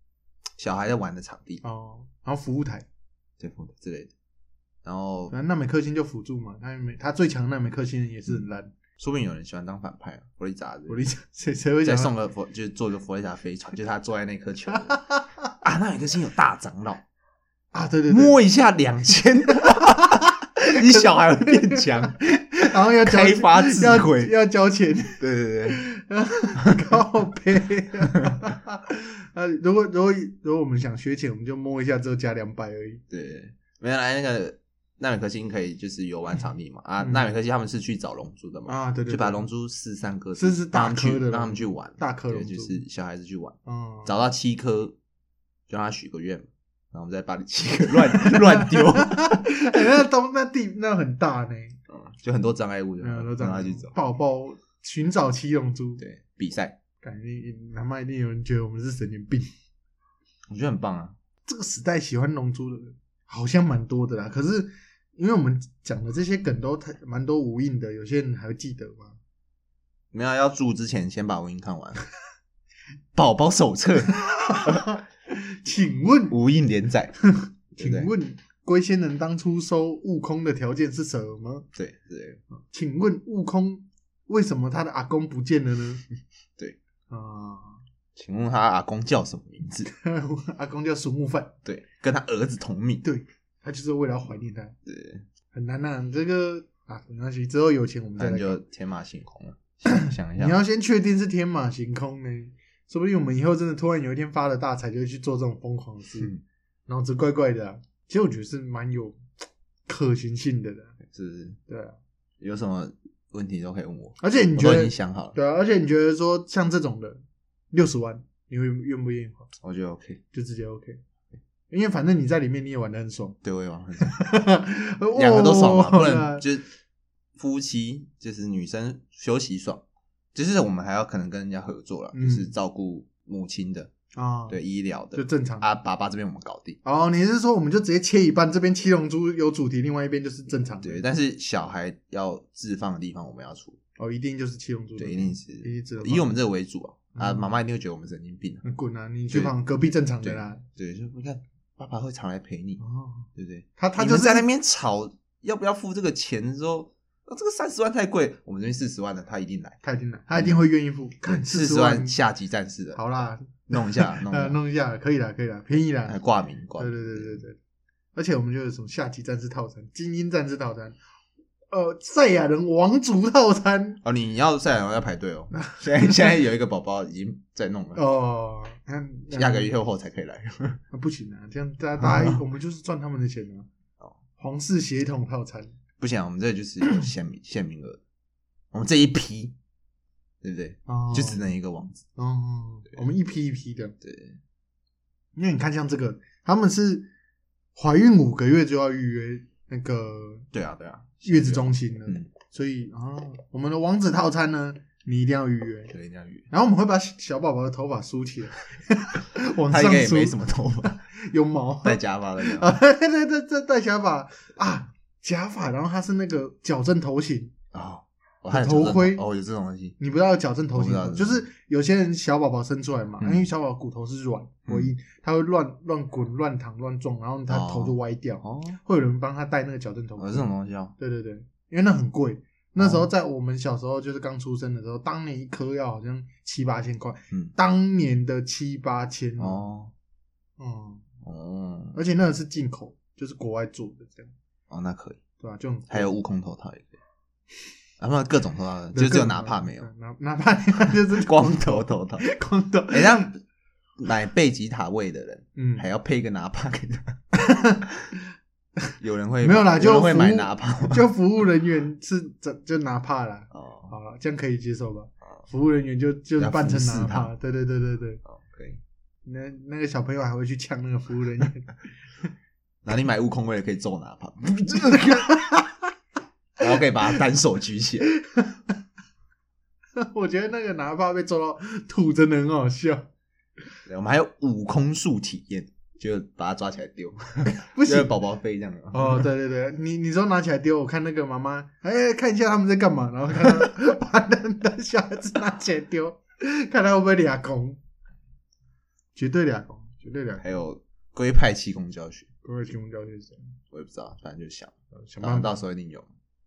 Speaker 3: 小孩在玩的场地，
Speaker 2: 哦，然后服务台，
Speaker 3: 对之类的，然后
Speaker 2: 反正纳美克星就辅助嘛，他没他最强的纳美克星也是很烂，
Speaker 3: 说不定有人喜欢当反派啊，弗利扎之类的
Speaker 2: 我理解谁谁会
Speaker 3: 再
Speaker 2: 想要
Speaker 3: 送个佛，就是做个佛利达飞船，就是他坐在那颗球 *laughs* 啊，那有一个星有大长老，
Speaker 2: 啊？对对对，
Speaker 3: 摸一下两
Speaker 2: *laughs*
Speaker 3: 千，你小孩会变强，
Speaker 2: 然后要交
Speaker 3: 开发智
Speaker 2: 要
Speaker 3: 慧，
Speaker 2: 要交钱，
Speaker 3: 对对对，
Speaker 2: 靠背。啊， *laughs* 如果如果如果我们想学钱，我们就摸一下之后加两百而已。
Speaker 3: 对，没有来那个纳美克星可以就是游玩场地嘛啊，
Speaker 2: 嗯
Speaker 3: 纳美克星他们是去找龙珠的嘛，
Speaker 2: 啊，对对对，
Speaker 3: 就把龙珠四三颗，
Speaker 2: 这是大
Speaker 3: 让他们去
Speaker 2: 颗的龙珠
Speaker 3: 让他们去玩，
Speaker 2: 大颗龙
Speaker 3: 对，
Speaker 2: 珠
Speaker 3: 就是小孩子去玩，
Speaker 2: 嗯，
Speaker 3: 找到七颗就让他许个愿嘛，然后我们再把你七颗
Speaker 2: *laughs*
Speaker 3: 乱乱丢，
Speaker 2: *laughs* 哎那东那地那很大呢，
Speaker 3: 嗯 *laughs* 就很多障碍物就
Speaker 2: 嗯，都这
Speaker 3: 让他
Speaker 2: 样
Speaker 3: 去找，
Speaker 2: 宝宝寻找七龙珠，
Speaker 3: 对，比赛。
Speaker 2: 感觉他妈一定有人觉得我们是神经病。
Speaker 3: 我觉得很棒啊。
Speaker 2: 这个时代喜欢龙珠的人好像蛮多的啦，可是因为我们讲的这些梗都太蛮多无印的，有些人还会记得吗？ *laughs*
Speaker 3: 没有要住之前，先把无印看完。宝宝手册
Speaker 2: 请问，
Speaker 3: 无印连
Speaker 2: *laughs*
Speaker 3: 载，对不对
Speaker 2: 请问龟仙人当初收悟空的条件是什么？
Speaker 3: 对对，
Speaker 2: 请问悟空为什么他的阿公不见了呢？
Speaker 3: *laughs* 对
Speaker 2: 啊、
Speaker 3: 请问他阿公叫什么名字？
Speaker 2: *laughs* 阿公叫鼠木范，
Speaker 3: 对，跟他儿子同名。
Speaker 2: 对他就是为了要怀念他，
Speaker 3: 对，
Speaker 2: 很难呐、这个啊，没关系，之后有钱我们再
Speaker 3: 那
Speaker 2: 来
Speaker 3: 你
Speaker 2: 看。
Speaker 3: 就天马行空了。想想一
Speaker 2: 你
Speaker 3: 下，
Speaker 2: 要先确定是天马行空呢，说不定我们以后真的突然有一天发了大财，就会去做这种疯狂的事，
Speaker 3: 嗯，
Speaker 2: 然后这怪怪的啊、其实我觉得是蛮有可行性的啦
Speaker 3: 是不是
Speaker 2: 对啊。
Speaker 3: 有什么问题都可以问我，
Speaker 2: 而且你
Speaker 3: 我
Speaker 2: 觉
Speaker 3: 都已
Speaker 2: 得
Speaker 3: 经，想好了，
Speaker 2: 对啊，而且你觉得说像这种的六十万，你会愿不愿意花？
Speaker 3: 我觉得 OK，
Speaker 2: 就直接 OK，因为反正你在里面你也玩的很爽，
Speaker 3: 对我也玩很两
Speaker 2: 两
Speaker 3: 个都爽
Speaker 2: 哦
Speaker 3: 嘛，不
Speaker 2: 啊
Speaker 3: 能就是夫妻就是女生休息爽，就是我们还要可能跟人家合作了，
Speaker 2: 嗯
Speaker 3: 就是照顾母亲的，
Speaker 2: 啊，
Speaker 3: 对，医疗
Speaker 2: 就
Speaker 3: 的，
Speaker 2: 正常。
Speaker 3: 啊，爸爸这边我们搞定，
Speaker 2: 哦，你是说我们就直接切一半，这边七龙珠有主题，另外一边就是正常的
Speaker 3: 对，但是小孩要置放的地方我们要出，
Speaker 2: 哦，一定就是七龙珠的，
Speaker 3: 对，一定
Speaker 2: 一
Speaker 3: 是
Speaker 2: 定只能
Speaker 3: 以我们这个为主啊，啊，
Speaker 2: 嗯
Speaker 3: 妈妈一定会觉得我们神经病啊，
Speaker 2: 嗯滚啊！你去旁隔壁正常的啦。
Speaker 3: 对，就你看爸爸会常来陪你，
Speaker 2: 哦，
Speaker 3: 对不对？
Speaker 2: 他他
Speaker 3: 你
Speaker 2: 就
Speaker 3: 们
Speaker 2: 是
Speaker 3: 在那边吵要不要付这个钱的时候，哦、这个三十万太贵，我们这边四十万的他一定来。
Speaker 2: 他一定来，他一定会愿意付。 *laughs* 看
Speaker 3: 四
Speaker 2: 十
Speaker 3: 十万下级战士的，
Speaker 2: 好啦，
Speaker 3: 弄一
Speaker 2: *laughs*
Speaker 3: 下，弄一
Speaker 2: 呃，
Speaker 3: 下，
Speaker 2: 弄一下可以啦，可以啦，便宜
Speaker 3: 哎
Speaker 2: 啦。
Speaker 3: 挂名挂
Speaker 2: 对
Speaker 3: 名。
Speaker 2: 对对对对，而且我们就有什么下级战士套餐、精英战士套餐、呃，赛亚人王族套餐
Speaker 3: 哦，你要赛亚人要排队
Speaker 2: *laughs*
Speaker 3: 哦。现在现在有一个宝宝已经在弄了，
Speaker 2: 哦。看
Speaker 3: 下个月后才可以
Speaker 2: *laughs*
Speaker 3: 来。
Speaker 2: 啊不行啊，这样大家大家我们就是赚他们的钱啊
Speaker 3: 哦。
Speaker 2: 皇室血统套餐，
Speaker 3: 不行啊，我们这就是有限名限名额，我们这一批，对不对？
Speaker 2: 哦
Speaker 3: 就只能一个王子。
Speaker 2: 哦，我们一批一批的。
Speaker 3: 对，
Speaker 2: 因为你看，像这个，他们是怀孕五个月就要预约那个
Speaker 3: 对啊，对啊，
Speaker 2: 月子中心了，
Speaker 3: 嗯
Speaker 2: 所以啊，我们的王子套餐呢，你一定要预约。
Speaker 3: 对，一定要约。
Speaker 2: 然后我们会把小宝宝的头发梳起来， *laughs* 往
Speaker 3: 他
Speaker 2: 上
Speaker 3: 应该也
Speaker 2: 梳，
Speaker 3: 没什么头
Speaker 2: *laughs*
Speaker 3: 发，
Speaker 2: 有毛
Speaker 3: 戴假发的。
Speaker 2: 啊， *laughs* 对对对，这戴假发啊，假发，然后它是那个矫正头型，
Speaker 3: 哦，我还有
Speaker 2: 头盔
Speaker 3: 哦，有这种东西。
Speaker 2: 你不知道矫正头型
Speaker 3: 我
Speaker 2: 吗，
Speaker 3: 不知
Speaker 2: 就
Speaker 3: 道
Speaker 2: 是有些人小宝宝生出来嘛，
Speaker 3: 嗯
Speaker 2: 因为小宝宝骨头是软，
Speaker 3: 嗯
Speaker 2: 我一他会乱乱滚、乱躺、乱撞，然后他头就歪掉。
Speaker 3: 哦，
Speaker 2: 会有人帮他戴那个矫正头
Speaker 3: 有
Speaker 2: 盔。
Speaker 3: 这种哦东西哦。
Speaker 2: 对对对，因为那很贵。那时候在我们小时候，就是刚出生的时候，当年一颗要好像七八千块，
Speaker 3: 嗯
Speaker 2: 当年的七八千，
Speaker 3: 哦，
Speaker 2: 嗯，
Speaker 3: 哦，
Speaker 2: 而且那个是进口，就是国外做的这样，
Speaker 3: 哦，那可以。
Speaker 2: 对吧、就很
Speaker 3: 还有悟空头套也可以，啊然后各种头套，就只有哪怕没有
Speaker 2: 对哪哪怕你 *laughs* 看就是
Speaker 3: 光头头套。 *laughs*
Speaker 2: 光头，
Speaker 3: 哎，让买贝吉塔位的人
Speaker 2: 嗯，
Speaker 3: 还要配一个哪怕给他，
Speaker 2: *laughs*
Speaker 3: 有人会
Speaker 2: 没有啦，
Speaker 3: 有
Speaker 2: 就
Speaker 3: 人会
Speaker 2: 服务
Speaker 3: 买哪怕 *laughs* 吗？
Speaker 2: 就服务人员是就就哪怕啦，
Speaker 3: 哦，
Speaker 2: 好了，这样可以接受吧
Speaker 3: 哦？
Speaker 2: 服务人员就就是
Speaker 3: 要
Speaker 2: 扮成
Speaker 3: 服侍
Speaker 2: 哪
Speaker 3: 他
Speaker 2: 怕，对对对对对，
Speaker 3: 哦可以。
Speaker 2: 那那个小朋友还会去呛那个服务人员，
Speaker 3: *laughs* 然后你买悟空位也可以揍哪
Speaker 2: *laughs*
Speaker 3: 怕， *laughs* 然后可以把他单手举起来。
Speaker 2: 我觉得那个哪怕被抓到吐真的很好笑，
Speaker 3: 对我们还有悟空术体验，就把他抓起来丢，
Speaker 2: 不
Speaker 3: 就是
Speaker 2: 行。
Speaker 3: 宝宝飞这样的。 *laughs*
Speaker 2: 哦，对对对，你你说拿起来丢，我看那个妈妈，哎，看一下他们在干嘛，然后看他 *laughs* 把那那小孩子拿起来丢，看他会不会俩拱，绝对俩拱，绝对俩
Speaker 3: 还有龟派气功教学，
Speaker 2: 不会提供教学生，
Speaker 3: 我也不知道，反正就想，
Speaker 2: 想
Speaker 3: 然后
Speaker 2: 办
Speaker 3: 到
Speaker 2: 法
Speaker 3: 时候一定有。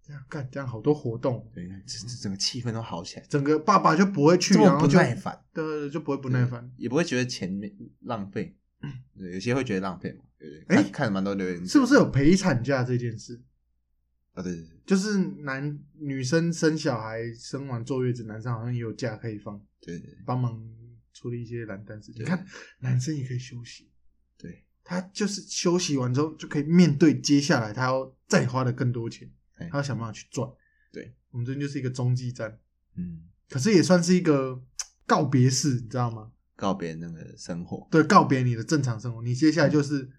Speaker 2: 这样干，这样好多活动，
Speaker 3: 对，整整整个气氛都好起来，
Speaker 2: 整个爸爸就不会去，
Speaker 3: 这
Speaker 2: 然
Speaker 3: 么
Speaker 2: 后
Speaker 3: 不
Speaker 2: 就
Speaker 3: 耐烦，
Speaker 2: 对对对就不会不耐烦。
Speaker 3: 嗯也不会觉得钱没浪费。嗯对，有些会觉得浪费嘛，对不对？
Speaker 2: 哎
Speaker 3: 看看了蛮多留言，
Speaker 2: 是不是有陪产假这件事？
Speaker 3: 啊？对对对
Speaker 2: 就是男女生生小孩生完坐月子，男生好像也有假可以放，
Speaker 3: 对对
Speaker 2: 帮忙处理一些懒蛋事情。
Speaker 3: 对
Speaker 2: 你看，男生也可以休息，
Speaker 3: 对，
Speaker 2: 他就是休息完之后就可以面对接下来他要再花的更多钱
Speaker 3: 哎，
Speaker 2: 他要想办法去赚。
Speaker 3: 对，
Speaker 2: 我们这边就是一个中继站，
Speaker 3: 嗯，
Speaker 2: 可是也算是一个告别式，你知道吗？
Speaker 3: 告别那个生活，
Speaker 2: 对，告别你的正常生活，你接下来就是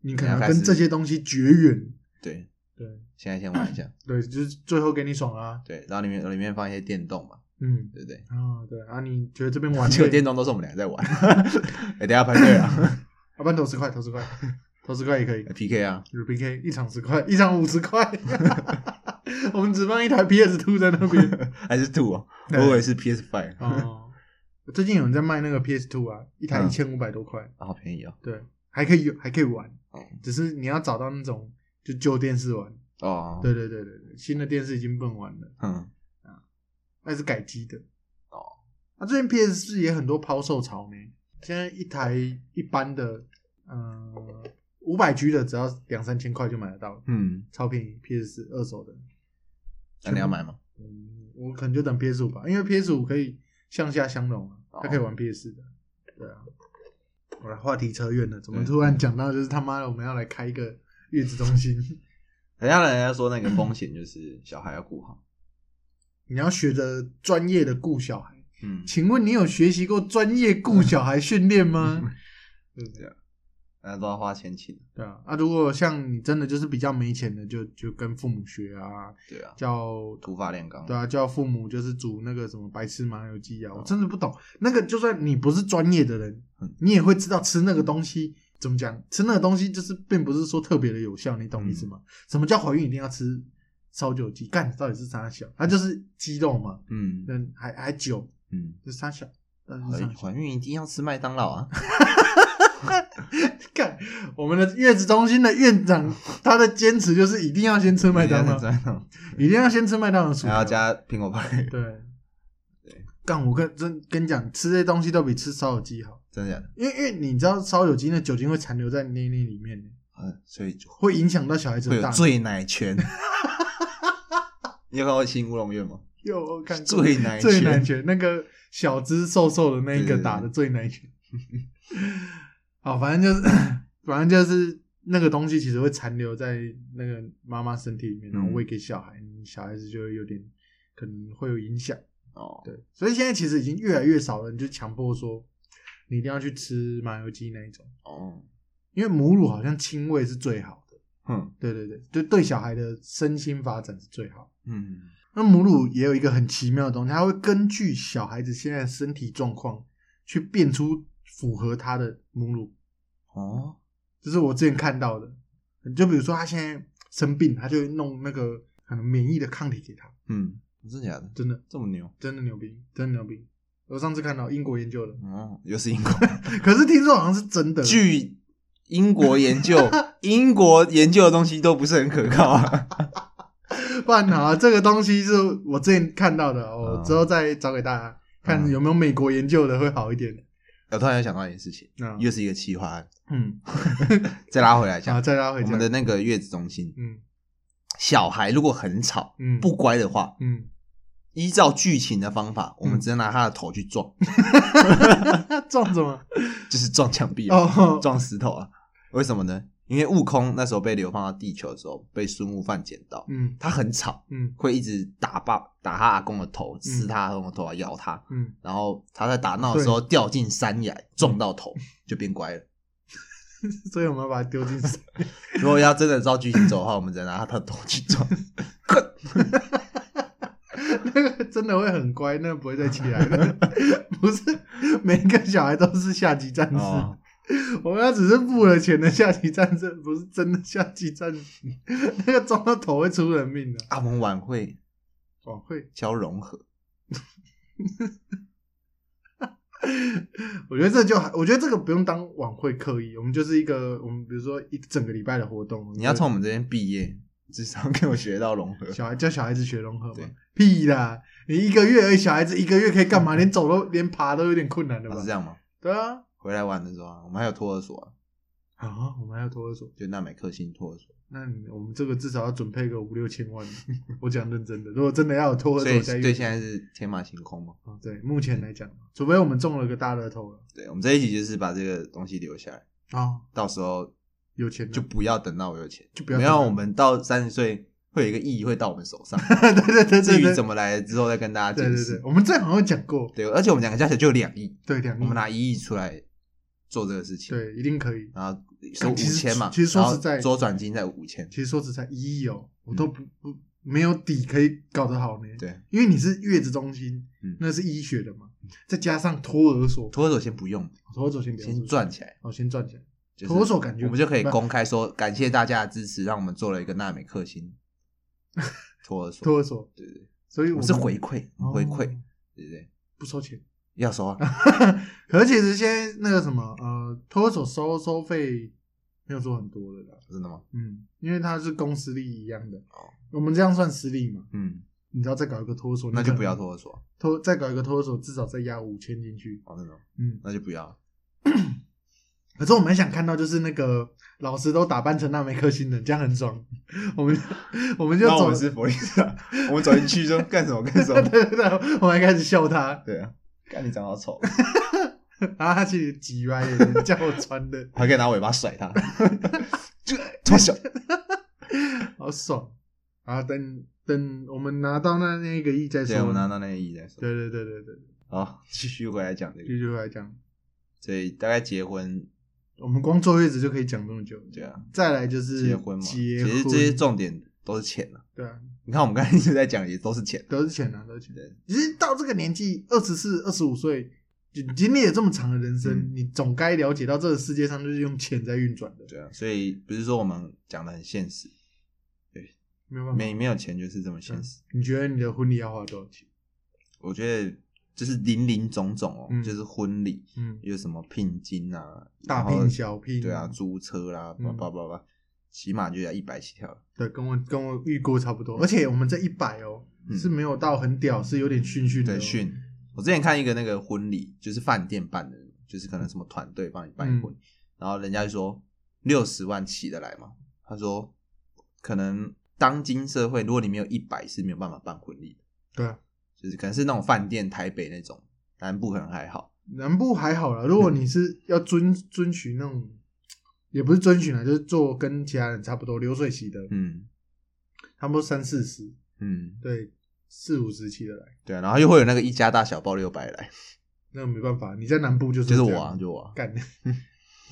Speaker 2: 你可能
Speaker 3: 你要
Speaker 2: 要
Speaker 3: 开始
Speaker 2: 跟这些东西绝缘。
Speaker 3: 对，
Speaker 2: 对
Speaker 3: 现在先玩一下，
Speaker 2: 对，就是最后给你爽啊，
Speaker 3: 对，然后里面里面放一些电动嘛，
Speaker 2: 嗯。
Speaker 3: 对不对？
Speaker 2: 啊、对啊，你觉得这边玩
Speaker 3: *laughs* 结果
Speaker 2: 累
Speaker 3: 电动都是我们俩在玩， *laughs* 哎，等一下排队啊 *laughs*
Speaker 2: 要不然投十块，投十块，投十块也可以。
Speaker 3: ，PK 啊，
Speaker 2: 有 PK 一场十块，一场五十块， *laughs* 我们只放一台 PS Two 在那边。
Speaker 3: 还是 Two 哦，我
Speaker 2: 对
Speaker 3: 以为是 PS Five，
Speaker 2: 哦，最近有人在卖那个 PS Two 啊，一台
Speaker 3: 嗯
Speaker 2: 一千五百多块，
Speaker 3: 好便宜哦，
Speaker 2: 对，还可以有还可以玩
Speaker 3: 哦，
Speaker 2: 只是你要找到那种就旧电视玩。
Speaker 3: 哦，
Speaker 2: 对，对对对对，新的电视已经不能玩了，
Speaker 3: 嗯，
Speaker 2: 那是改机的。
Speaker 3: 哦，
Speaker 2: 啊，最近 PS 四也很多抛售潮呢，现在一台一般的，嗯、呃，五百 G 的只要两三千块就买得到了，
Speaker 3: 嗯，
Speaker 2: 超便宜。PS 四二手的，
Speaker 3: 那你要买吗？
Speaker 2: 嗯，我可能就等 PS 五吧，因为 PS 五可以向下相容啊，
Speaker 3: 哦
Speaker 2: 它可以玩 PS 的。对啊，我来话题扯远了，怎么突然讲到就是他妈的我们要来开一个月子中心？
Speaker 3: 人家人家说那个风险就是小孩要顾好，
Speaker 2: 你要学着专业的顾小孩，
Speaker 3: 嗯，
Speaker 2: 请问你有学习过专业顾小孩训练吗？对不对？
Speaker 3: 那都要花钱请，
Speaker 2: 对啊，啊，如果像你真的就是比较没钱的，就就跟父母学啊，
Speaker 3: 对啊，
Speaker 2: 叫
Speaker 3: 土法炼钢，
Speaker 2: 对啊，叫父母就是煮那个什么白吃麻油鸡啊，我真的不懂。那个就算你不是专业的人
Speaker 3: 嗯，
Speaker 2: 你也会知道吃那个东西怎么讲，吃那个东西就是并不是说特别的有效，你懂意
Speaker 3: 嗯
Speaker 2: 思吗？什么叫怀孕一定要吃烧酒鸡？干到底是啥小？它就是鸡肉嘛，
Speaker 3: 嗯
Speaker 2: 那还还酒，
Speaker 3: 嗯，
Speaker 2: 就是啥小？到底是啥 *laughs*
Speaker 3: 怀
Speaker 2: 小
Speaker 3: 怀孕一定要吃麦当劳啊，
Speaker 2: 看我们的月子中心的院
Speaker 3: *laughs*
Speaker 2: 长，他的坚持就是一定要先吃麦当劳，
Speaker 3: 麦当劳，
Speaker 2: 一定要先吃麦当劳薯
Speaker 3: 还
Speaker 2: 条
Speaker 3: 要。加苹果派， *laughs*
Speaker 2: 对
Speaker 3: 对，
Speaker 2: 干我跟真跟你讲，吃这些东西都比吃烧酒鸡好，
Speaker 3: 真的假的？
Speaker 2: 因为因为你知道烧酒鸡那酒精会残留在内内里面，
Speaker 3: 嗯，所以就
Speaker 2: 会影响到小孩子
Speaker 3: 会
Speaker 2: 的大
Speaker 3: 有
Speaker 2: 脑。
Speaker 3: 醉奶权。你有看过《新乌龙院》吗？
Speaker 2: 有我看过
Speaker 3: 醉奶
Speaker 2: 最难
Speaker 3: 权，
Speaker 2: 拳，那个小只瘦瘦的那一个
Speaker 3: 对
Speaker 2: 打的最难拳。 *laughs* 好，反正就是 *coughs* 反正就是那个东西其实会残留在那个妈妈身体里面，然后
Speaker 3: 嗯
Speaker 2: 喂给小孩，你小孩子就会有点可能会有影响。
Speaker 3: 哦，
Speaker 2: 对，所以现在其实已经越来越少人就强迫说你一定要去吃麻油鸡那一种，
Speaker 3: 哦，
Speaker 2: 因为母乳好像亲喂是最好的。
Speaker 3: 哼，
Speaker 2: 对对对，就对小孩的身心发展是最好的。
Speaker 3: 嗯，
Speaker 2: 那母乳也有一个很奇妙的东西，它会根据小孩子现在的身体状况去变出符合他的母乳，
Speaker 3: 哦，
Speaker 2: 这是我之前看到的。就比如说他现在生病，他就会弄那个可能免疫的抗体给他，
Speaker 3: 嗯，真的假的？
Speaker 2: 真的
Speaker 3: 这么牛？
Speaker 2: 真的牛逼，真的牛逼。我上次看到英国研究的，
Speaker 3: 哦，又是英国。 *laughs*
Speaker 2: 可是听说好像是真的。
Speaker 3: 据英国研
Speaker 2: *laughs*
Speaker 3: 究，英国研究的东西都不是很可靠啊。 *laughs*
Speaker 2: 不然啊，这个东西是我之前看到的，我
Speaker 3: 嗯
Speaker 2: 之后再找给大家看
Speaker 3: 嗯
Speaker 2: 有没有美国研究的会好一点。
Speaker 3: 我突然想到一件事情，
Speaker 2: 嗯
Speaker 3: 又是一个企划案，
Speaker 2: 嗯，
Speaker 3: 再拉回来
Speaker 2: 好，
Speaker 3: 讲。
Speaker 2: 再拉回
Speaker 3: 我
Speaker 2: 家
Speaker 3: 们。的那个月子中心，
Speaker 2: 嗯
Speaker 3: 小孩如果很吵、
Speaker 2: 嗯，
Speaker 3: 不乖的话， *laughs*
Speaker 2: 嗯，
Speaker 3: 依照剧情的方法，我们只能拿他的头去撞， *laughs*
Speaker 2: 撞什么？
Speaker 3: 就是撞墙壁、啊、 *laughs*
Speaker 2: 哦，
Speaker 3: 撞石头啊。为什么呢？因为悟空那时候被流放到地球的时候，被孙悟饭捡到，
Speaker 2: 嗯
Speaker 3: 他很吵，
Speaker 2: 嗯
Speaker 3: 会一直打爸打他阿公的头，撕他阿公的头啊，咬他。
Speaker 2: 嗯，
Speaker 3: 然后他在打闹的时候掉进山崖，撞到
Speaker 2: 嗯
Speaker 3: 头就变乖了。
Speaker 2: 所以我们要把它丢进水。
Speaker 3: 如果要真的照剧情走的话，我们只能拿他的头去
Speaker 2: *laughs*
Speaker 3: 撞。
Speaker 2: 那个真的会很乖，那个不会再起来
Speaker 3: *laughs*
Speaker 2: 了。不是每一个小孩都是下级战士，
Speaker 3: 哦，
Speaker 2: 我们要只是付了钱的下级战士，不是真的下级战士。那个撞到头会出人命的、
Speaker 3: 啊，我们晚会
Speaker 2: 哦，会。
Speaker 3: 教融合，
Speaker 2: 我觉得这就还，我觉得这个不用当晚会刻意，我们就是一个，我们比如说一整个礼拜的活动，
Speaker 3: 你要从我们这边毕业，至少给我学到融
Speaker 2: *laughs*
Speaker 3: 合。
Speaker 2: 小孩教小孩子学融合嘛
Speaker 3: 对？
Speaker 2: 屁啦！你一个月而已，小孩子一个月可以干嘛？连走都连爬都有点困难了
Speaker 3: 啊
Speaker 2: 吧
Speaker 3: 是？这样吗？
Speaker 2: 对啊，
Speaker 3: 回来玩的时候啊，我们还有托儿所啊，
Speaker 2: 啊，我们还要托儿所，
Speaker 3: 就纳美克星托儿所，
Speaker 2: 那你我们这个至少要准备个五六千万。 *laughs* 我讲认真的，如果真的要有托儿
Speaker 3: 所
Speaker 2: 所
Speaker 3: 以
Speaker 2: 在
Speaker 3: 对现在是天马行空嘛。
Speaker 2: 哦对，目前来讲，除非我们中了个大乐透了
Speaker 3: 对，我们这一集就是把这个东西留下来，
Speaker 2: 啊，
Speaker 3: 到时候
Speaker 2: 有钱人
Speaker 3: 就不要等到我有钱，
Speaker 2: 就不要
Speaker 3: 没
Speaker 2: 等
Speaker 3: 有
Speaker 2: 到
Speaker 3: 我们到三十岁会有一个亿会到我们手上。
Speaker 2: *laughs* 对对对
Speaker 3: 至
Speaker 2: 对
Speaker 3: 于
Speaker 2: 对
Speaker 3: 怎么来之后再跟大家
Speaker 2: 对
Speaker 3: 解
Speaker 2: 对
Speaker 3: 释
Speaker 2: 对，。我们这好像讲过，
Speaker 3: 对，而且我们两个加起来就有两亿，
Speaker 2: 对两亿
Speaker 3: 我们拿一亿出来做这个事情，
Speaker 2: 对一定可以。
Speaker 3: 然后收五
Speaker 2: 其实
Speaker 3: 千嘛，
Speaker 2: 其实说
Speaker 3: 然后
Speaker 2: 实在
Speaker 3: 周转金在五千，
Speaker 2: 其实说实在，一亿哦，我都不不没有底可以搞得好呢。
Speaker 3: 嗯对，
Speaker 2: 因为你是月子中心
Speaker 3: 嗯，
Speaker 2: 那是医学的嘛，再加上托儿所，
Speaker 3: 托儿所先不用，
Speaker 2: 托儿所先不要
Speaker 3: 先，赚起来，
Speaker 2: 我先赚钱。
Speaker 3: 就是
Speaker 2: 托儿所感觉
Speaker 3: 我们就可以
Speaker 2: 不
Speaker 3: 公开说感谢大家的支持，让我们做了一个纳美克 *laughs* 星托儿所，
Speaker 2: 托儿所，
Speaker 3: 对对，对
Speaker 2: 所以
Speaker 3: 我
Speaker 2: 我
Speaker 3: 们
Speaker 2: 们
Speaker 3: 是回馈
Speaker 2: 哦
Speaker 3: 回馈，对不对？
Speaker 2: 不收钱。 *laughs*
Speaker 3: 要收啊，
Speaker 2: 可是其实现在那个什么呃，托儿所收收费没有说很多的啦，
Speaker 3: 真的吗？
Speaker 2: 嗯，因为它是公私立一样的
Speaker 3: 哦，
Speaker 2: 我们这样算私立嘛，
Speaker 3: 嗯，
Speaker 2: 你知道再搞一个托儿所，
Speaker 3: 那就不要
Speaker 2: 托
Speaker 3: 托儿所，
Speaker 2: 托，再搞一个托儿所，至少再压五千进去。
Speaker 3: 哦那种，
Speaker 2: 嗯，
Speaker 3: 那就不要。
Speaker 2: 可是我蛮想看到，就是那个老师都打扮成那没颗星人，这样很爽。 *laughs* 我们我们就
Speaker 3: *laughs* 那我
Speaker 2: 走
Speaker 3: 们，是佛利萨，我们走进去就干什么干什 *laughs* 么。
Speaker 2: *laughs* 对对对，我们还开始笑他，
Speaker 3: 对啊，看你长得好丑，
Speaker 2: 然后他去挤歪眼，叫我穿的，
Speaker 3: *laughs* 还可以拿尾巴甩 *laughs* 他，这太小。
Speaker 2: 好爽。啊，等等，我们拿到那那个亿再说。
Speaker 3: 对，我们拿到那个亿再说。
Speaker 2: 对对对对对，
Speaker 3: 好，继续回来讲这
Speaker 2: 继
Speaker 3: 个。
Speaker 2: 续来讲，
Speaker 3: 所以大概结婚，
Speaker 2: 我们光坐月子就可以讲这么久。
Speaker 3: 对啊，
Speaker 2: 再来就是
Speaker 3: 结婚嘛，
Speaker 2: 结
Speaker 3: 其实
Speaker 2: 婚
Speaker 3: 这些重点都是钱啊。
Speaker 2: 对啊，
Speaker 3: 你看我们刚才一直在讲，也都是钱。
Speaker 2: 都是钱啊，都是钱
Speaker 3: 对。
Speaker 2: 其实到这个年纪，二十四、二十五岁，就经历了这么长的人生，
Speaker 3: 嗯
Speaker 2: 你总该了解到这个世界上就是用钱在运转的，
Speaker 3: 对啊，所以不是说我们讲的很现实，
Speaker 2: 没有办法。
Speaker 3: 没没有钱就是这么现实。
Speaker 2: 你觉得你的婚礼要花多少钱？
Speaker 3: 我觉得就是林林总总哦，
Speaker 2: 嗯
Speaker 3: 就是婚礼
Speaker 2: 嗯，
Speaker 3: 有什么聘金啊，
Speaker 2: 大
Speaker 3: 然后
Speaker 2: 聘小聘，
Speaker 3: 对啊，租车啦，叭
Speaker 2: 嗯
Speaker 3: 叭叭叭，起码就要一百起跳了。
Speaker 2: 对，跟我跟我预估差不多。而且我们这一百哦，
Speaker 3: 嗯
Speaker 2: 是没有到很屌，是有点逊逊的、哦
Speaker 3: 对，。训。我之前看一个那个婚礼，就是饭店办的，就是可能什么团队帮你办婚，
Speaker 2: 嗯
Speaker 3: 然后人家就说六十万起得来嘛，他说可能当今社会，如果你没有一百是没有办法办婚礼的，
Speaker 2: 对啊，
Speaker 3: 就是可能是那种饭店台北那种，南部可能还好，
Speaker 2: 南部还好啦，如果你是要遵遵循那种，也不是遵循啦，就是做跟其他人差不多流水席的，
Speaker 3: 嗯
Speaker 2: 差不多三四十，
Speaker 3: 嗯，
Speaker 2: 对，四五十起得来。
Speaker 3: 对啊，然后又会有那个一家大小报六百来，
Speaker 2: 那没办法，你在南部就是
Speaker 3: 就是
Speaker 2: 这
Speaker 3: 我
Speaker 2: 样
Speaker 3: 啊，就我啊，
Speaker 2: 干的。 *laughs*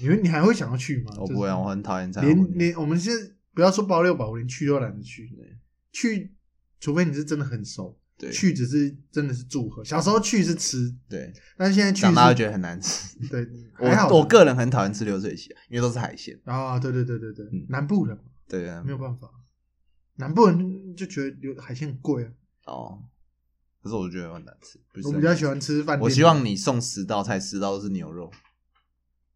Speaker 2: 你们你还会想要去吗？
Speaker 3: 我不会啊，我很讨厌参
Speaker 2: 就是
Speaker 3: 加婚
Speaker 2: 连
Speaker 3: 礼，
Speaker 2: 连我们现在不要说包六保，我连去都懒得去。去，除非你是真的很熟，
Speaker 3: 对
Speaker 2: 去只是真的是祝贺。小时候去是吃，
Speaker 3: 对，
Speaker 2: 但是现在去
Speaker 3: 长大会
Speaker 2: 是
Speaker 3: 觉得很难吃。
Speaker 2: 对，还好吧
Speaker 3: 我我个人很讨厌吃流水席啊，因为都是海鲜，
Speaker 2: 啊，对对对对对
Speaker 3: 嗯，
Speaker 2: 南部人嘛
Speaker 3: 对啊
Speaker 2: 没，有办法，南部人就觉得有海鲜很贵啊。
Speaker 3: 哦，可是我觉得很难吃。不是
Speaker 2: 我
Speaker 3: 很
Speaker 2: 比较喜欢吃饭店，
Speaker 3: 我希望你送十道菜，十道都是牛肉。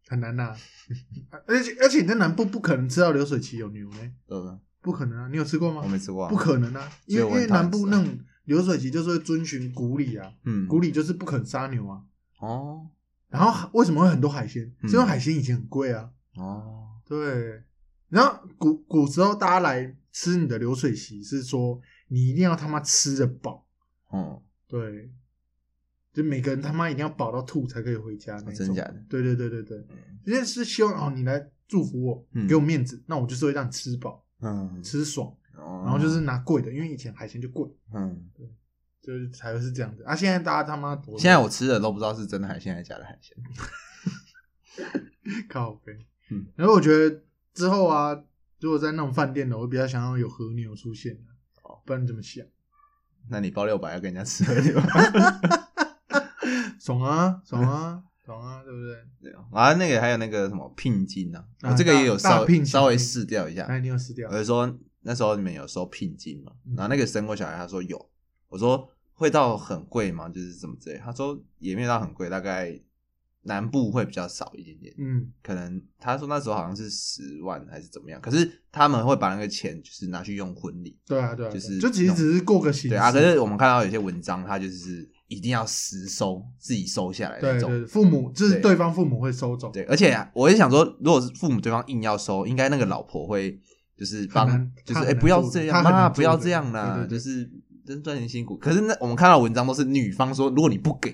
Speaker 2: 很难呐， *laughs* 而且而且你在南部不可能吃到流水席有牛呢，
Speaker 3: 对不对？
Speaker 2: 不可能啊，你有吃过吗
Speaker 3: 我？没吃过、啊。
Speaker 2: 不可能啊，因为
Speaker 3: 所以我
Speaker 2: 因
Speaker 3: 很
Speaker 2: 为南部
Speaker 3: 讨厌吃
Speaker 2: 那种流水席就是会遵循古礼啊，
Speaker 3: 嗯，
Speaker 2: 古礼就是不肯杀牛啊。
Speaker 3: 哦
Speaker 2: 然后为什么会很多海鲜？
Speaker 3: 嗯
Speaker 2: 是因为海鲜以前很贵啊。
Speaker 3: 哦，
Speaker 2: 对，然后古古时候大家来吃你的流水席是说你一定要他妈吃得饱，
Speaker 3: 嗯，
Speaker 2: 对，就每个人他妈一定要饱到吐才可以回家那
Speaker 3: 哦
Speaker 2: 种。
Speaker 3: 真假的？
Speaker 2: 对对对对对，因为是希望哦你来祝福我，
Speaker 3: 嗯
Speaker 2: 给我面子，那我就是会让你吃饱
Speaker 3: 嗯，
Speaker 2: 吃爽，
Speaker 3: 然
Speaker 2: 然后就是拿贵的，因为以前海鲜就贵。
Speaker 3: 嗯，
Speaker 2: 就是才会是这样子啊！现在大家他妈多
Speaker 3: 现在我吃的都不知道是真的海鲜还是假的海鲜。
Speaker 2: 靠背，
Speaker 3: 嗯，
Speaker 2: 然后我觉得之后啊，如果在那种饭店的，我比较想要有和牛出现啊
Speaker 3: 哦
Speaker 2: 不然你怎么想？
Speaker 3: 那你包六百要跟人家吃和牛？
Speaker 2: *laughs* 爽啊，爽啊，爽啊，对不
Speaker 3: 对
Speaker 2: 对？
Speaker 3: 啊，然后那个还有那个什么聘金啊，
Speaker 2: 啊
Speaker 3: 我这个也有稍
Speaker 2: 大大聘金
Speaker 3: 稍微试掉一下。
Speaker 2: 那一定要死掉
Speaker 3: 我。就说那时候你们有收聘金嘛
Speaker 2: 嗯？
Speaker 3: 然后那个生过小孩，他说有。我说会到很贵吗？就是怎么之类。他说也没有到很贵，大概南部会比较少一点点，
Speaker 2: 嗯，
Speaker 3: 可能他说那时候好像是十万还是怎么样。可是他们会把那个钱就是拿去用婚礼，
Speaker 2: 对啊，对啊，对啊
Speaker 3: 就是
Speaker 2: 就其实只是过个形式。
Speaker 3: 对啊。可是我们看到有些文章，他就是一定要实收，自己收下来那
Speaker 2: 对
Speaker 3: 种。
Speaker 2: 对，父母就是
Speaker 3: 对
Speaker 2: 对方父母会收走，
Speaker 3: 对，而且啊我也想说，如果是父母对方硬要收，应该那个老婆会就是帮
Speaker 2: 很难，
Speaker 3: 就
Speaker 2: 他
Speaker 3: 是哎、
Speaker 2: 很难
Speaker 3: 不要
Speaker 2: 做的
Speaker 3: 这样，
Speaker 2: 他很难
Speaker 3: 妈
Speaker 2: 做
Speaker 3: 不要
Speaker 2: 的
Speaker 3: 这样啦
Speaker 2: 对，对对
Speaker 3: 就是真赚钱辛苦。可是那我们看到文章都是女方说，如果你不给，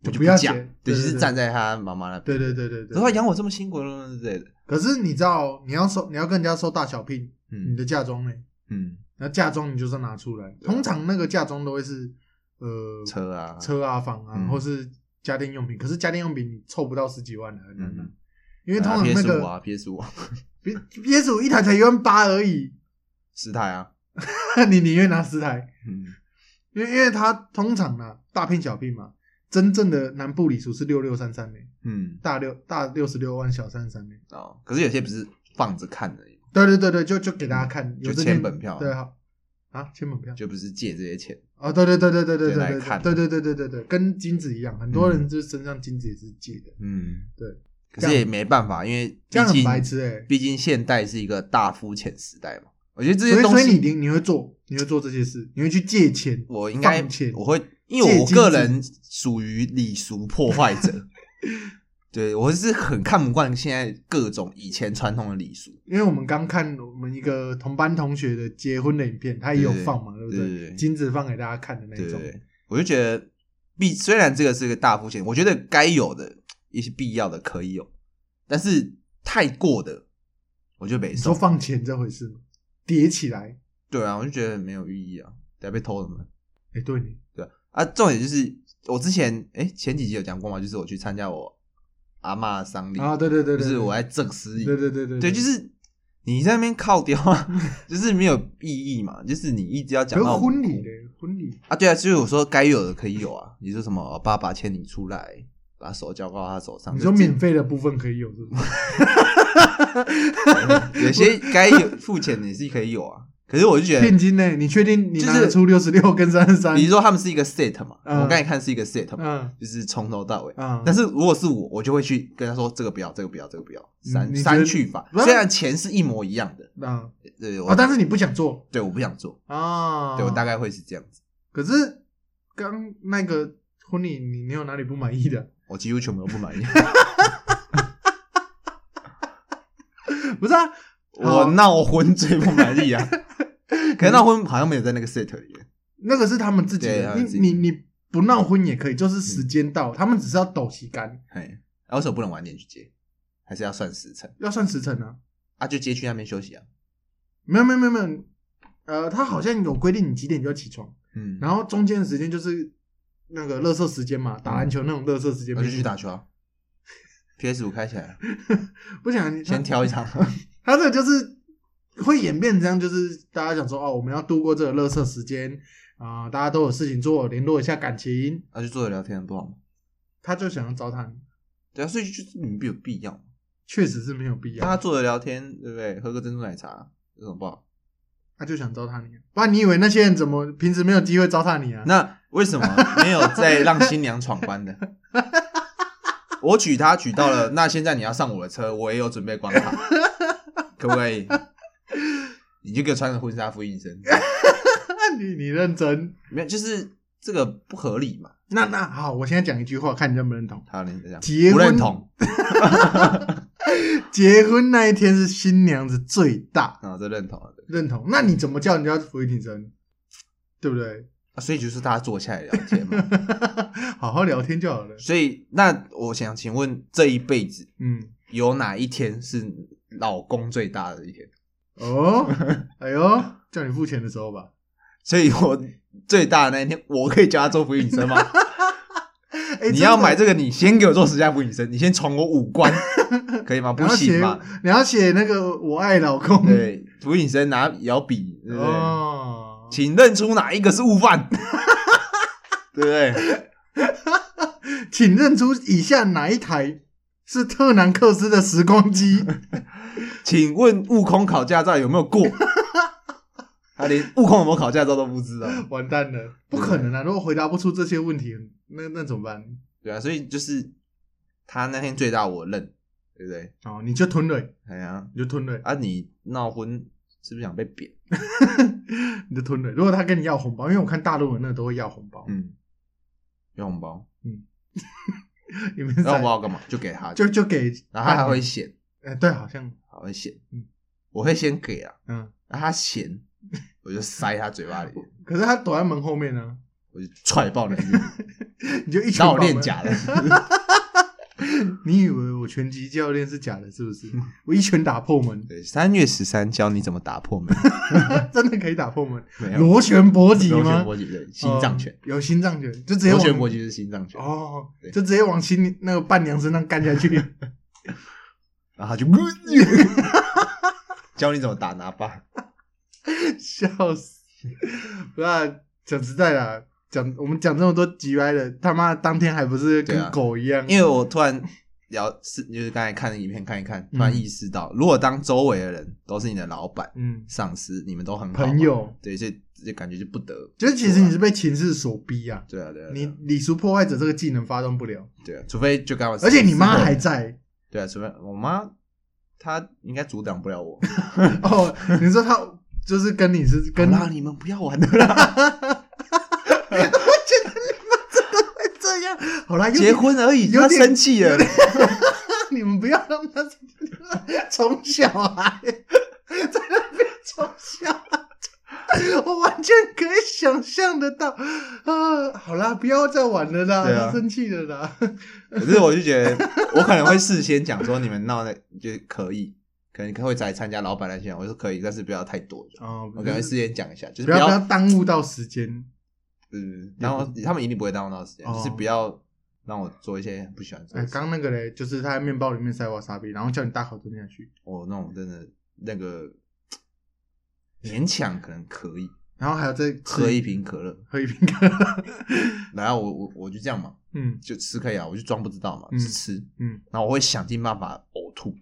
Speaker 3: 我
Speaker 2: 就
Speaker 3: 就
Speaker 2: 不要
Speaker 3: 讲
Speaker 2: 给，对
Speaker 3: 对，就
Speaker 2: 对
Speaker 3: 是
Speaker 2: 对
Speaker 3: 站在他妈妈那边，
Speaker 2: 对对对对对
Speaker 3: 然后
Speaker 2: 对。
Speaker 3: 养我这么辛苦之类的，
Speaker 2: 可是你知道，你要收，你要跟人家收大小聘，你
Speaker 3: 嗯
Speaker 2: 的嫁妆呢？
Speaker 3: 嗯，
Speaker 2: 然后嫁妆你就是要拿出来，
Speaker 3: 对啊
Speaker 2: 通常那个嫁妆都会是呃
Speaker 3: 车啊，
Speaker 2: 车啊、房啊，
Speaker 3: 嗯
Speaker 2: 或是家电用品。可是家电用品你凑不到十几万的，很难的
Speaker 3: 嗯，
Speaker 2: 因为通常那
Speaker 3: PS
Speaker 2: 个
Speaker 3: 五啊，PS 五
Speaker 2: P PS 五一台才一万八而已， *laughs*
Speaker 3: 十台啊，
Speaker 2: 你宁愿拿十台，
Speaker 3: 嗯
Speaker 2: 因为因为它通常呢、大聘小聘嘛，真正的南部礼俗是六六三三呢，
Speaker 3: 嗯
Speaker 2: 大六大六十六万，小三十三呢。
Speaker 3: 哦，可是有些不是放着看的，
Speaker 2: 对对对对，就就给大家看，
Speaker 3: 嗯
Speaker 2: 有
Speaker 3: 就
Speaker 2: 这
Speaker 3: 签
Speaker 2: 件
Speaker 3: 本票
Speaker 2: 对好啊，签本票
Speaker 3: 就不是借这些钱，
Speaker 2: 啊，对对对对对对
Speaker 3: 就来
Speaker 2: 对对
Speaker 3: 看
Speaker 2: 对对对对对对，跟金子一样，很多人就是身上金子也是借的，
Speaker 3: 嗯，
Speaker 2: 对，
Speaker 3: 可是也没办法，因为毕
Speaker 2: 这样很
Speaker 3: 竟
Speaker 2: 白痴哎、欸。
Speaker 3: 毕竟现代是一个大肤浅时代嘛，我觉得这
Speaker 2: 所
Speaker 3: 些
Speaker 2: 以
Speaker 3: 东
Speaker 2: 所
Speaker 3: 西
Speaker 2: 以你一定你会做，你会做这些事，你会去借钱，
Speaker 3: 我应该
Speaker 2: 放钱
Speaker 3: 我会，因为我
Speaker 2: 借金
Speaker 3: 个
Speaker 2: 子
Speaker 3: 人属于礼俗破坏者， *laughs* 对我是很看不惯现在各种以前传统的礼俗。
Speaker 2: 因为我们刚看我们一个同班同学的结婚的影片，他也有放嘛，对不
Speaker 3: 对对对
Speaker 2: 金子放给大家看的那
Speaker 3: 对
Speaker 2: 种，
Speaker 3: 对，我就觉得必虽然这个是个大风险，我觉得该有的一些必要的可以有，但是太过的我就没
Speaker 2: 你
Speaker 3: 受。
Speaker 2: 说放钱这回事吗？叠起来，
Speaker 3: 对啊，我就觉得没有寓意啊，等下被偷了嘛。
Speaker 2: 哎，对你，
Speaker 3: 对啊啊，重点就是我之前哎前几集有讲过嘛，就是我去参加我阿嬷的丧礼，
Speaker 2: 啊，对对对
Speaker 3: 就
Speaker 2: 对，
Speaker 3: 是
Speaker 2: 对
Speaker 3: 我在证司仪，
Speaker 2: 对对对对
Speaker 3: 对，就是你在那边靠雕
Speaker 2: *laughs*
Speaker 3: 啊，就是没有意义嘛，就是你一直要
Speaker 2: 可
Speaker 3: 讲
Speaker 2: 是
Speaker 3: 到
Speaker 2: 婚
Speaker 3: 我
Speaker 2: 礼嘞，婚礼
Speaker 3: 啊，对啊，就是我说该有的可以有啊，你说什么哦爸爸牵你出来，把手交到他手上，
Speaker 2: 你说
Speaker 3: 就这
Speaker 2: 免费的部分可以有，是不是？
Speaker 3: 有些该有付钱的也是可以有啊，可是我就觉
Speaker 2: 现
Speaker 3: 得，
Speaker 2: 金呢？你确定你
Speaker 3: 就是
Speaker 2: 拿得出六十六跟三十三
Speaker 3: 比？如说他们是一个 set 嘛，
Speaker 2: 嗯
Speaker 3: 我刚才看是一个 set 嘛，
Speaker 2: 嗯
Speaker 3: 就是从头到尾。
Speaker 2: 嗯，
Speaker 3: 但是如果是我，我就会去跟他说这个不要，这个不要，这个不要，
Speaker 2: 嗯
Speaker 3: 三
Speaker 2: 你觉
Speaker 3: 三
Speaker 2: 得
Speaker 3: 去法。
Speaker 2: 不是
Speaker 3: 虽然钱是一模一样的，
Speaker 2: 啊
Speaker 3: 对，我
Speaker 2: 啊，但是你不想做
Speaker 3: 对我不想做，
Speaker 2: 啊？
Speaker 3: 对我大概会是这样子，
Speaker 2: 可是刚那个婚礼，你你有哪里不满意的？
Speaker 3: 我几乎全部都不满意。
Speaker 2: 不是啊，
Speaker 3: 我闹婚最不满意
Speaker 2: *laughs*
Speaker 3: 啊，可是闹婚好像没有在那个 set 里面。
Speaker 2: 那个是他们自己
Speaker 3: 对他
Speaker 2: 的，
Speaker 3: 们
Speaker 2: 你
Speaker 3: 自己嗯
Speaker 2: 你你不闹婚也可以，就是时间到，他们只是要抖旗杆，
Speaker 3: 嘿，啊为什么不能晚点去接？还是要算时辰
Speaker 2: 要算时辰啊。
Speaker 3: 啊？就接去那边休息啊。
Speaker 2: 没有没有没有没有，呃，他好像有规定你几点就要起床，
Speaker 3: 嗯，
Speaker 2: 然后中间的时间就是那个乐色时间嘛，打篮球那种乐色时间。
Speaker 3: 我就去打球啊。PS 五开起来，
Speaker 2: 不想
Speaker 3: 先挑
Speaker 2: 调。
Speaker 3: 一
Speaker 2: *laughs*
Speaker 3: 场。啊
Speaker 2: 他这个就是会演变成这样，就是大家想说哦，我们要度过这个乐色时间啊、大家都有事情做，联络一下感情。
Speaker 3: 啊，就坐着聊天不好吗？
Speaker 2: 他就想要糟蹋你，
Speaker 3: 对啊，所以就是你们有必要吗，
Speaker 2: 确实是没有必要
Speaker 3: 大，家坐着聊天，对不对？喝个珍珠奶茶有什么不好？
Speaker 2: 他就想糟蹋你，不然你以为那些人怎么平时没有机会糟蹋你啊？
Speaker 3: 那为
Speaker 2: *laughs*
Speaker 3: 什么没有再让新娘闯关的？ *laughs* 我娶她娶到
Speaker 2: *laughs*
Speaker 3: 了，那现在你要上我的车，我也有准备关卡，可不可以？你就给我穿个婚纱复印
Speaker 2: *laughs*
Speaker 3: 身，
Speaker 2: 那你你认真？
Speaker 3: 没有，就是这个不合理嘛。
Speaker 2: 那那好，我现在讲一句话，看你认不认同。
Speaker 3: 好，你这样
Speaker 2: 结婚
Speaker 3: 不认同
Speaker 2: 结婚那一天是新娘子最大，
Speaker 3: 啊，这认同了，对
Speaker 2: 认同？那你怎么叫人家伏地挺身？对不对？ *laughs*
Speaker 3: 啊所以就是大家坐下来聊天嘛。
Speaker 2: 好好聊天就好了。
Speaker 3: 所以那我想请问，这一辈子
Speaker 2: 嗯，
Speaker 3: 有哪一天是老公最大的一天？
Speaker 2: 哦，哎呦，叫你付钱的时候吧。
Speaker 3: 所以我最大的那一天，我可以叫他做俯卧撑吗？
Speaker 2: *laughs* 哎
Speaker 3: 你要买
Speaker 2: 这
Speaker 3: 这个，你先给我做十下俯卧撑，你 *laughs* 先闯我五关，可以
Speaker 2: *laughs*
Speaker 3: 吗？不行嘛？
Speaker 2: 你要写那个我爱老公，
Speaker 3: 对，俯卧撑拿摇笔，对不对？
Speaker 2: 哦，
Speaker 3: 请认出哪一个是误犯， *laughs* 对不对？
Speaker 2: 请认出以下哪一台是特南克斯的时光机？
Speaker 3: 请问悟空考驾照有没有过？ *laughs* 他连悟空有没有考驾照都不知道，
Speaker 2: 完蛋了，不可能啊！如果回答不出这些问题，那那怎么办？
Speaker 3: 对啊，所以就是他那天最大我认，对不对？
Speaker 2: 哦，你就吞了，
Speaker 3: 哎呀，
Speaker 2: 你就吞了， *laughs*
Speaker 3: 啊，你闹婚是不是想被扁？
Speaker 2: 你就吞了。如果他跟你要红包，因为我看大陆人那都会要红包，
Speaker 3: 嗯，要红包，
Speaker 2: 你们
Speaker 3: 要
Speaker 2: 在
Speaker 3: 红包干嘛？就给他，
Speaker 2: 就就给，
Speaker 3: 然后他还会嫌，
Speaker 2: 哎，对，好像
Speaker 3: 还会嫌，
Speaker 2: 嗯
Speaker 3: 我会先给啊，
Speaker 2: 嗯，
Speaker 3: 然后他嫌， *laughs* 我就塞他嘴巴里，
Speaker 2: 可是他躲在门后面呢，
Speaker 3: 我就踹爆你，
Speaker 2: *laughs*
Speaker 3: 你
Speaker 2: 你就一拳
Speaker 3: 让我
Speaker 2: 把门
Speaker 3: 练
Speaker 2: *laughs*
Speaker 3: 假的，
Speaker 2: 你以为我拳击教练是假的，是不是？我一拳打破门， *laughs*
Speaker 3: 对，三月十三教你怎么打破门，
Speaker 2: 真的可以打破门，
Speaker 3: 没有
Speaker 2: 螺旋搏击
Speaker 3: 螺旋
Speaker 2: 吗？
Speaker 3: 搏击对，心脏拳
Speaker 2: 哦，有心脏拳，就直接
Speaker 3: 螺
Speaker 2: 往
Speaker 3: 旋搏击是心脏拳，
Speaker 2: 哦
Speaker 3: 对，
Speaker 2: 就直接往新那个伴娘身上干下
Speaker 3: *laughs*
Speaker 2: 去。
Speaker 3: 然后他就
Speaker 2: 哦
Speaker 3: *laughs* 教你怎么打拿把，
Speaker 2: *laughs* 笑死！不啊，讲实在的，讲我们讲这么多 G Y 的，他妈当天还不是
Speaker 3: 对啊
Speaker 2: 跟狗一样？
Speaker 3: 因为我突然聊是就是刚才看的影片看一看，突然
Speaker 2: 嗯
Speaker 3: 意识到，如果当周围的人都是你的老板。
Speaker 2: 嗯，
Speaker 3: 上司，你们都很好嘛
Speaker 2: 朋，友，
Speaker 3: 对，所以这感觉就不得，
Speaker 2: 就是其实你是被情势所逼啊，
Speaker 3: 对啊，对啊，
Speaker 2: 你
Speaker 3: 对啊
Speaker 2: 礼俗破坏者这个技能发动不了，
Speaker 3: 对啊，除非就刚好，
Speaker 2: 而且你妈还在
Speaker 3: 对啊，除非我妈她应该阻挡不了我，
Speaker 2: 哦。你说她就是跟你是 *laughs* 跟
Speaker 3: 好啦，你们不要玩的啦，
Speaker 2: 哎这样好啦，有
Speaker 3: 结
Speaker 2: 点
Speaker 3: 婚而已，
Speaker 2: 有
Speaker 3: 他
Speaker 2: 点
Speaker 3: 生气了，
Speaker 2: *laughs* 你们不要让他从小来 *laughs* 在那边从小来，我完全可以想象得到。啊，好啦，不要再玩了啦，
Speaker 3: 对啊
Speaker 2: 他生气了啦。
Speaker 3: 可是我就觉得，我可能会事先讲说你们闹的就可以，可能会来参加老板的现场，我说可以，但是不要太多。
Speaker 2: 哦，
Speaker 3: 我可能会事先讲一下，就是不
Speaker 2: 不要
Speaker 3: 要
Speaker 2: 不要，耽误到时间。
Speaker 3: 嗯，然后他们一定不会耽误到时间，
Speaker 2: 哦
Speaker 3: 就是不要让我做一些不喜欢做
Speaker 2: 哎，
Speaker 3: 的事。
Speaker 2: 刚刚那个嘞，就是他在面包里面塞瓦沙比，然后叫你大口吞下去，
Speaker 3: 我哦那种真的那
Speaker 2: *laughs*
Speaker 3: 个勉强可能可以
Speaker 2: 然后还有再吃
Speaker 3: 喝一瓶可乐，
Speaker 2: 喝一瓶可乐。
Speaker 3: 然后我我我就这样嘛，
Speaker 2: 嗯，
Speaker 3: 就吃可以啊，我就装不知道嘛，
Speaker 2: 嗯
Speaker 3: 只吃，
Speaker 2: 嗯，
Speaker 3: 然后我会想尽办法呕吐，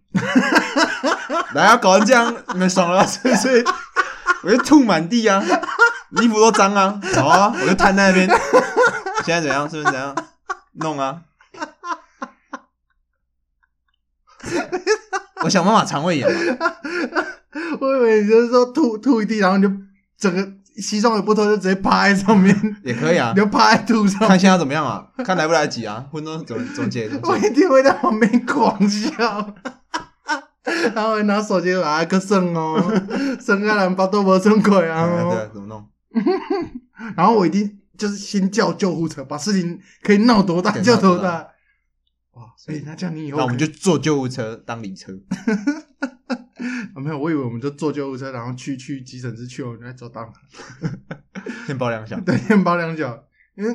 Speaker 3: *laughs* 然后搞成这样，你们爽了吧 *laughs* 是不是？我就吐满地啊，衣服都脏啊，好啊，我就瘫在那边，现在怎样？是不是怎样？弄啊！ *laughs* 我想办法肠胃炎嘛，
Speaker 2: 我以为你就是说吐吐一地，然后你就整个西装也不脱，就直接趴在上面，
Speaker 3: 也可以啊
Speaker 2: 你，就趴在吐上
Speaker 3: *laughs* 看现在怎么样啊？看来不来得及啊？混都怎么怎么解？怎么
Speaker 2: *laughs* 我
Speaker 3: 解？
Speaker 2: 一定会在旁边狂笑， *laughs* 然后会拿手机来个剩哦，剩个人包都无剩过啊、
Speaker 3: 哎对
Speaker 2: 哦
Speaker 3: 啊，怎么弄？
Speaker 2: 然后我一定就是先叫救护车，把事情可以闹多大
Speaker 3: 对
Speaker 2: 就多
Speaker 3: 闹多
Speaker 2: 大
Speaker 3: 大。
Speaker 2: 哇，所以那这样你以后
Speaker 3: 那我们就
Speaker 2: 可
Speaker 3: 坐救护车当礼车，
Speaker 2: 以啊没有，我以为我们就坐救护车，然后去去急诊室去，我们再走到
Speaker 3: *laughs* 先包两小。
Speaker 2: *laughs* 对面包两角，因为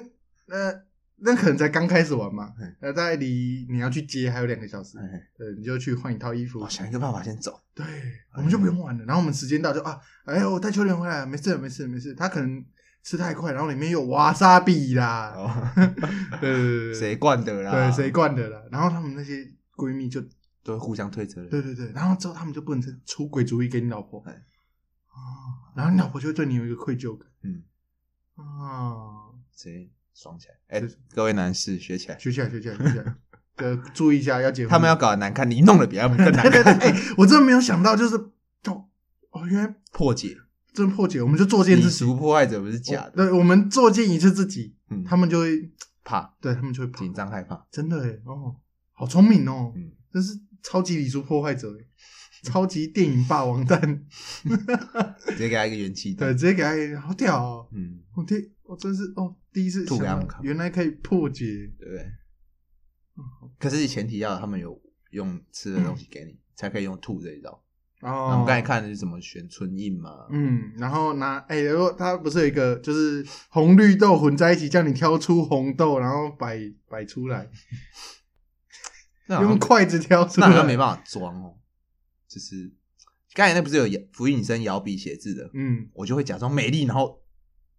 Speaker 2: 呃那可能才刚开始玩嘛
Speaker 3: 嗯，
Speaker 2: 那在离你要去接还有两个小时，
Speaker 3: 哎，
Speaker 2: 对，你就去换一套衣服
Speaker 3: 我，想一个办法先走。
Speaker 2: 对，我们就不用玩了。然后我们时间到就啊，哎，我带秋莲回来了，没事没事没事。他可能吃太快，然后里面有瓦萨比啦， *laughs* 对对对
Speaker 3: 哦 *laughs*
Speaker 2: 对
Speaker 3: 谁啊惯的啦？
Speaker 2: 对谁灌的啦。然后他们那些闺蜜就
Speaker 3: 都会互相推责任。
Speaker 2: 对对对，然后之后他们就不能再出轨主意给你老婆，
Speaker 3: 哎
Speaker 2: 啊，然后你老婆就会对你有一个愧疚感，
Speaker 3: 嗯，
Speaker 2: 啊，
Speaker 3: 谁爽起来？哎
Speaker 2: 就是，
Speaker 3: 各位男士学起来，
Speaker 2: 学起来学起来学起
Speaker 3: *laughs*
Speaker 2: 来，呃，注意一下要结婚，
Speaker 3: 他们要搞得难看，你弄得比他们更难
Speaker 2: *laughs* 对对
Speaker 3: 看，
Speaker 2: 对，哎，我真的没有想到，就是哦哦，原来
Speaker 3: 破解。
Speaker 2: 真破解，我们就作践
Speaker 3: 你
Speaker 2: 自己，哦
Speaker 3: 俗破坏者不是假的，
Speaker 2: 对，我们作践一次自己。
Speaker 3: 嗯，
Speaker 2: 他们就会，
Speaker 3: 怕
Speaker 2: 对他们就会跑
Speaker 3: 紧，张害怕，
Speaker 2: 真的哎，哦，好聪明哦， *laughs*
Speaker 3: 嗯，
Speaker 2: 真是超级礼俗破坏者
Speaker 3: *laughs*
Speaker 2: 耶，超级电影霸王蛋，
Speaker 3: 直接给他一个元气
Speaker 2: 对，
Speaker 3: 弹。
Speaker 2: 直接给他一个好屌哦，
Speaker 3: 嗯，
Speaker 2: 我第我真是哦，第一次
Speaker 3: 吐
Speaker 2: 想
Speaker 3: 给他们
Speaker 2: 到
Speaker 3: 看
Speaker 2: 原来可以破解，
Speaker 3: 对不对？
Speaker 2: 嗯
Speaker 3: 可是前提要他们有用吃的东西给你，才可以用吐这一招。那我
Speaker 2: 哦
Speaker 3: 们，刚才看的是什么选春印嘛，
Speaker 2: 嗯，然后拿哎，如果他不是有一个就是红绿豆混在一起，叫你挑出红豆，然后摆摆出来，
Speaker 3: 那好像
Speaker 2: 用筷子挑出
Speaker 3: 那
Speaker 2: 来，
Speaker 3: 好像没办法装哦，就是刚才那不是有摇辅以生摇笔写字的，
Speaker 2: 嗯，
Speaker 3: 我就会假装没力，然后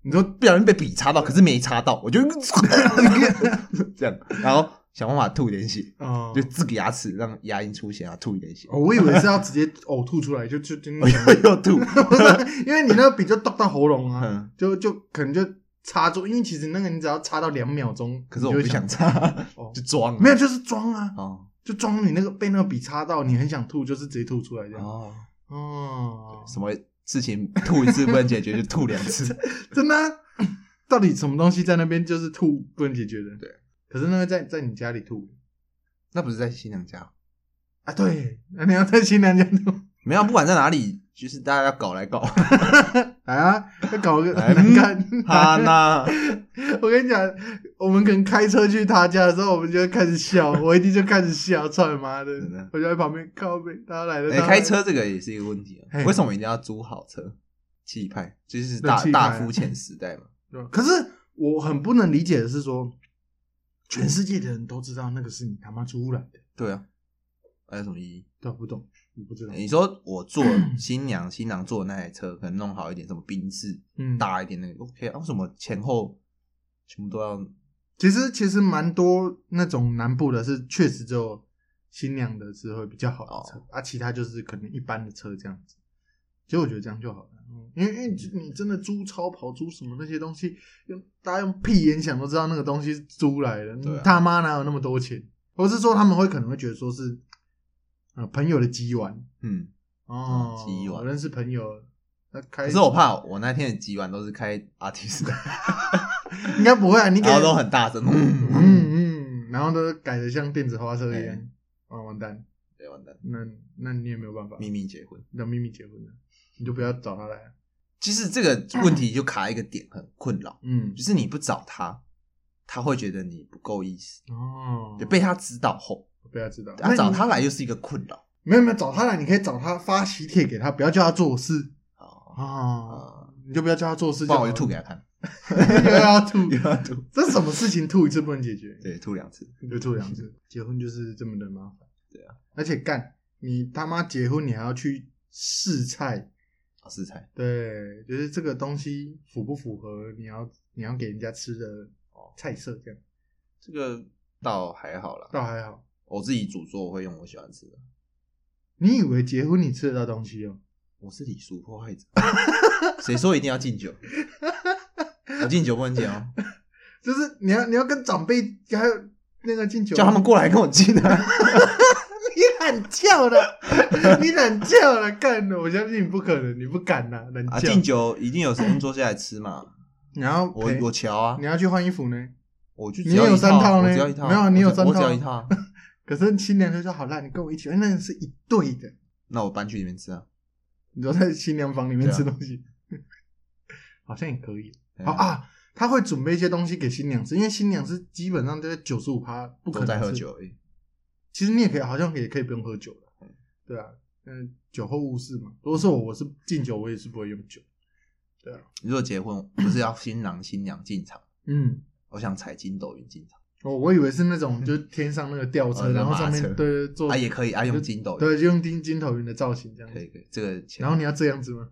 Speaker 2: 你说
Speaker 3: 不小心被笔插到，可是没插到，我就 *laughs* 这样，然后想办法吐一点血，
Speaker 2: 哦
Speaker 3: 就自个牙齿让牙龈出血啊，吐一点血，
Speaker 2: 哦，我以为是要
Speaker 3: *laughs*
Speaker 2: 直接呕吐出来，就就就
Speaker 3: 我又又吐，
Speaker 2: 不是， *laughs* 因为你那个笔就剁到喉咙啊，
Speaker 3: 嗯，
Speaker 2: 就就可能就插住，因为其实那个你只要插到两秒钟，
Speaker 3: 可是我
Speaker 2: 你
Speaker 3: 不
Speaker 2: 就会
Speaker 3: 想插
Speaker 2: 哦，
Speaker 3: 就装啊
Speaker 2: 没有，就是装啊，
Speaker 3: 哦
Speaker 2: 就装你那个被那个笔插到，你很想吐，就是直接吐出来这样。
Speaker 3: 哦，
Speaker 2: 哦，
Speaker 3: 什么事情吐一次不能解决，就吐两次，
Speaker 2: 真的啊、 *coughs* 到底什么东西在那边就是吐不能解决的？
Speaker 3: 对。
Speaker 2: 可是那个在在你家里吐
Speaker 3: *laughs* 那不是在新娘家，
Speaker 2: 啊，对，那你要在新娘家吐，
Speaker 3: 没有，不管在哪里，就是大家要搞来搞， *laughs*
Speaker 2: 来啊，要搞个
Speaker 3: 来
Speaker 2: 难看。
Speaker 3: 哈那。
Speaker 2: *laughs* 我跟你讲，我们可能开车去他家的时候，我们就会开始笑，我一定就开始笑，操你妈的
Speaker 3: 真的！
Speaker 2: 我就在旁边靠背，他来了，
Speaker 3: *laughs* 哎、
Speaker 2: 他来
Speaker 3: 开
Speaker 2: 了
Speaker 3: 车这个也是一个问题啊
Speaker 2: 嘿。
Speaker 3: 为什么一定要租好车？气派就是
Speaker 2: 对
Speaker 3: 大
Speaker 2: 气派啊
Speaker 3: 大肤浅时代嘛。
Speaker 2: 对吧可是我很不能理解的是说，全世界的人都知道那个是你他妈租来的，
Speaker 3: *laughs* 对啊，还有什么意义？哎
Speaker 2: 对吧，不懂，你不知道，
Speaker 3: 你说我坐新娘 *coughs* 新郎坐的那台车，可能弄好一点，什么宾士
Speaker 2: 嗯，
Speaker 3: 大一点那个 OK 啊？为什么前后全部都要？
Speaker 2: 其实其实蛮多那种南部的是确实只有新娘的是会比较好的
Speaker 3: 哦
Speaker 2: 车、啊，其他就是可能一般的车这样子。其实我觉得这样就好了，嗯因为因为你真的租超跑、租什么那些东西，用大家用屁眼想都知道那个东西是租来的，
Speaker 3: 对啊
Speaker 2: 他妈哪有那么多钱？我是说他们会可能会觉得说是，呃，朋友的鸡玩
Speaker 3: 嗯，
Speaker 2: 哦，
Speaker 3: 嗯鸡丸
Speaker 2: 我认识朋友，他
Speaker 3: 可
Speaker 2: 开
Speaker 3: 是我怕我那天的几晚都是开 *laughs* artist，的
Speaker 2: 应该不会啊，你给
Speaker 3: 然后都很大声，嗯 *laughs* 嗯，
Speaker 2: 嗯嗯，然后都改的像电子花车一样
Speaker 3: 哎，
Speaker 2: 啊完蛋，
Speaker 3: 对，完蛋，
Speaker 2: 那那你也没有办法，
Speaker 3: 秘密结婚。
Speaker 2: 让秘密结婚了，你就不要找他来啊，
Speaker 3: 其实这个问题就卡一个点，很困扰，
Speaker 2: 嗯
Speaker 3: 就是你不找他，他会觉得你不够意思，
Speaker 2: 哦，
Speaker 3: 就被他知道后，
Speaker 2: 不要知道，
Speaker 3: 他找他
Speaker 2: 来，
Speaker 3: 来又是一个困扰。
Speaker 2: 没有没有找他来，你可以找他发喜帖给他，不要叫他做事
Speaker 3: 哦，
Speaker 2: 啊，
Speaker 3: 呃
Speaker 2: 你就不要叫他做事，
Speaker 3: 不然我就吐给他
Speaker 2: *laughs*
Speaker 3: 看，
Speaker 2: 他，又要
Speaker 3: *laughs*
Speaker 2: 吐，
Speaker 3: 又要吐，
Speaker 2: 这什么事情吐一次不能解决，
Speaker 3: 对，吐两次，
Speaker 2: 你就吐
Speaker 3: *laughs*
Speaker 2: 两次，结婚就是这么的麻烦，
Speaker 3: 对啊，
Speaker 2: 而且干你他妈结婚你还要去试菜。
Speaker 3: 老师才
Speaker 2: 对，就是这个东西符不符合你要你要给人家吃的哦菜色，这样
Speaker 3: 这个倒还好啦，
Speaker 2: 倒还好。
Speaker 3: 我自己煮做我会用我喜欢吃的，
Speaker 2: 你以为结婚你吃得到东西哦？
Speaker 3: 我是礼俗破坏
Speaker 2: *laughs*
Speaker 3: 者，谁说一定要敬酒？我敬酒不能敬哦，
Speaker 2: 就是你要你要跟长辈还有那个 *laughs* 敬酒，
Speaker 3: 叫他们过来跟我敬
Speaker 2: *laughs*
Speaker 3: 啊，
Speaker 2: 你懒叫了，你懒叫了，干了！我相信你不可能，你不敢呐、懒
Speaker 3: 啊
Speaker 2: 叫。
Speaker 3: 敬酒一定有时间坐下来吃嘛，
Speaker 2: 然后
Speaker 3: 我我瞧啊
Speaker 2: 你，要去换衣服呢，
Speaker 3: 我就只
Speaker 2: 你
Speaker 3: 要
Speaker 2: 有
Speaker 3: 一
Speaker 2: 三
Speaker 3: 套
Speaker 2: 套
Speaker 3: 啊，我
Speaker 2: 呢
Speaker 3: 只要一套啊，
Speaker 2: 没有你有
Speaker 3: 我只
Speaker 2: 三
Speaker 3: 我只
Speaker 2: 套啊
Speaker 3: 要一套
Speaker 2: *laughs*
Speaker 3: 啊，
Speaker 2: 可是新娘就说好啦，你跟我一起，那个是一对的，
Speaker 3: 那我搬去里面吃啊，
Speaker 2: 你说在新娘房里面
Speaker 3: 对啊
Speaker 2: 吃东西， *laughs* 好像也可以。
Speaker 3: 对
Speaker 2: 好，啊，他会准备一些东西给新娘吃，因为新娘是基本上就是九十五趴不可
Speaker 3: 都
Speaker 2: 能
Speaker 3: 在喝
Speaker 2: 是。
Speaker 3: 酒而已，
Speaker 2: 其实你也可以，好像也可以不用喝酒了，对啊，嗯，酒后误事嘛。如果是
Speaker 3: 嗯
Speaker 2: 我，我是敬酒，我也是不会用酒。
Speaker 3: 你如果结婚不是要新郎新娘进场，
Speaker 2: 嗯，
Speaker 3: 我想踩筋斗云进场
Speaker 2: 我我以为是那种就是天上那个吊车，
Speaker 3: 哦
Speaker 2: 然后
Speaker 3: 马
Speaker 2: 上面
Speaker 3: 车
Speaker 2: 对对做
Speaker 3: 啊，也可以啊，用筋斗云，
Speaker 2: 对，就用金金头云的造型这样
Speaker 3: 可
Speaker 2: 子。
Speaker 3: 以可以，这个钱
Speaker 2: 然后你要这样子吗？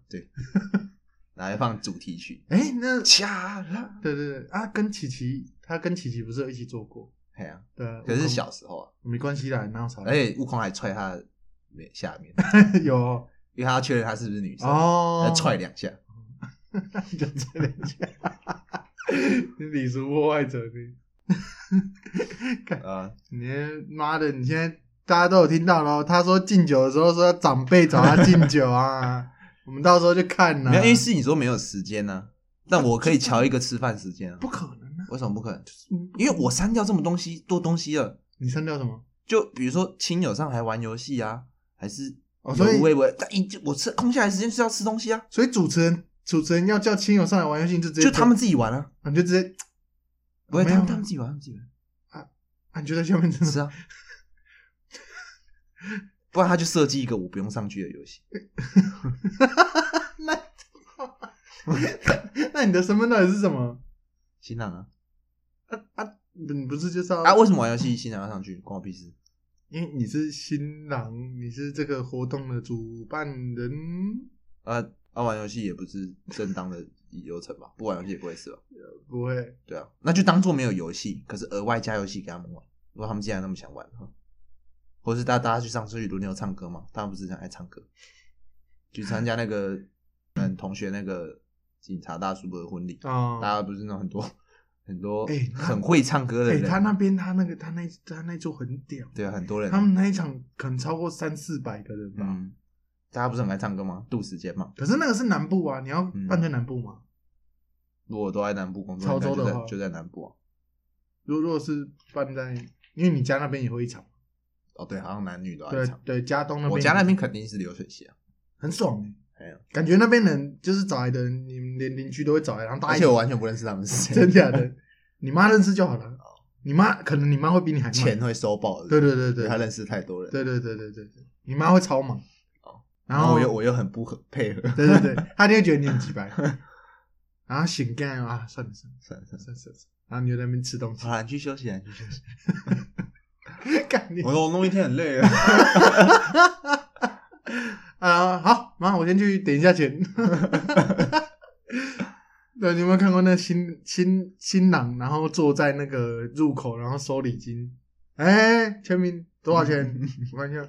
Speaker 3: 拿来放主题曲，
Speaker 2: 哎，那
Speaker 3: 恰啦，
Speaker 2: 对对对啊，跟琪琪，他跟琪琪不是有一起做过？
Speaker 3: 哎呀，
Speaker 2: 对啊，
Speaker 3: 可
Speaker 2: 悟
Speaker 3: 是
Speaker 2: 空
Speaker 3: 小哎时候啊，
Speaker 2: 没关系啦，哪有啥？
Speaker 3: 而且悟空还踹他的脸下面，
Speaker 2: *laughs* 有哦
Speaker 3: 因为他要确认他是不是女生，
Speaker 2: 哦
Speaker 3: 再，踹两
Speaker 2: *laughs*
Speaker 3: 下，
Speaker 2: 就这两下，礼俗破坏者你，
Speaker 3: 啊，
Speaker 2: 你妈的，你现在大家都有听到咯，他说敬酒的时候说要长辈找他敬酒
Speaker 3: *laughs*
Speaker 2: 啊，我们到时候就看呐、
Speaker 3: 没有，因为是你说没有时间呢，但我可以瞧一个吃饭时间啊
Speaker 2: 不，可能啊！
Speaker 3: 为什么不可能？
Speaker 2: 嗯
Speaker 3: 因为我删掉这么东西多东西了，
Speaker 2: 你删掉什么？
Speaker 3: 就比如说亲友上还玩游戏啊，还是
Speaker 2: 哦，所以
Speaker 3: 我我但一我吃空下来时间是要吃东西啊，
Speaker 2: 所以主持人主持人要叫亲友上来玩游戏，你就直接
Speaker 3: 就他们自己玩啊，
Speaker 2: 啊，你就直接
Speaker 3: 不会
Speaker 2: 没
Speaker 3: 他
Speaker 2: 有
Speaker 3: 们他们自己玩，他们自己玩
Speaker 2: 啊，你就在下面真
Speaker 3: 吃
Speaker 2: 的
Speaker 3: 啊， *laughs* 不然他就设计一个我不用上去的游戏，
Speaker 2: 那 *laughs* 那你的身份到底是什么？
Speaker 3: 新郎啊
Speaker 2: 啊啊，你不是就是要
Speaker 3: 啊，为什么玩游戏新郎要上去，关我屁事。
Speaker 2: 因为你是新郎，你是这个活动的主办人，
Speaker 3: 啊啊，玩游戏也不是正当的流程吧？不玩游戏也不会死吧？
Speaker 2: 不会
Speaker 3: 对啊，那就当做没有游戏，可是额外加游戏给他们玩。如果他们既然那么想玩的话，或者是大大家去上出去轮流唱歌嘛，他们不是很爱唱歌，去参加那个嗯同学那个警察大叔的婚礼，
Speaker 2: 啊
Speaker 3: 大。家不是那种很多很多
Speaker 2: 哎那
Speaker 3: 很会唱歌的
Speaker 2: 哎、
Speaker 3: 人，
Speaker 2: 他那边他那个他那他那桌很屌，
Speaker 3: 对啊，很多人
Speaker 2: 他们嗯那一场可能超过三四百个人吧。
Speaker 3: 嗯，大家不是很爱唱歌吗？度时间嘛，
Speaker 2: 可是那个是南部啊，你要
Speaker 3: 嗯
Speaker 2: 办在南部嘛？
Speaker 3: 如果都在南部工作，
Speaker 2: 潮
Speaker 3: 应该
Speaker 2: 州
Speaker 3: 就
Speaker 2: 的
Speaker 3: 在
Speaker 2: 话
Speaker 3: 就在南部啊、
Speaker 2: 如、如果是办在，因为你家那边也会一场，
Speaker 3: 哦，对，好像男女都爱
Speaker 2: 对
Speaker 3: 唱。
Speaker 2: 对，家东那边
Speaker 3: 我家那边肯定是流水线、啊，
Speaker 2: 很爽、欸，
Speaker 3: 哎呀，
Speaker 2: 感觉那边人就是找来的人，你们连邻居都会找来，然后大家
Speaker 3: 而
Speaker 2: 一
Speaker 3: 且
Speaker 2: 起
Speaker 3: 我完全不认识他们是谁，
Speaker 2: *laughs* 真假的，你妈认识就好
Speaker 3: 哦
Speaker 2: 了。你妈可能你妈会比你还慢
Speaker 3: 钱会收爆的，
Speaker 2: 嗯对对对对
Speaker 3: 他认识太多人，
Speaker 2: 对对对对对对，你妈会超忙。
Speaker 3: 哦
Speaker 2: 然
Speaker 3: 然后
Speaker 2: 后
Speaker 3: 我又我又很不合配
Speaker 2: *laughs*
Speaker 3: 合，
Speaker 2: 对对对，她就会觉得你很鸡
Speaker 3: *laughs*
Speaker 2: 掰，然后醒干啊，算了算了
Speaker 3: 算了算了，
Speaker 2: 算了算了，然后你就在那边吃东西 *laughs*
Speaker 3: 好，啦，你去休息啊，你去休息。
Speaker 2: 干你
Speaker 3: *laughs* 我说我弄一天很累啊，
Speaker 2: 啊！好，妈，我先去点一下钱。 *laughs* 对，你有没有看过那新新新郎，然后坐在那个入口，然后收礼金？哎、签名多少
Speaker 3: *laughs*
Speaker 2: 钱？我看一下。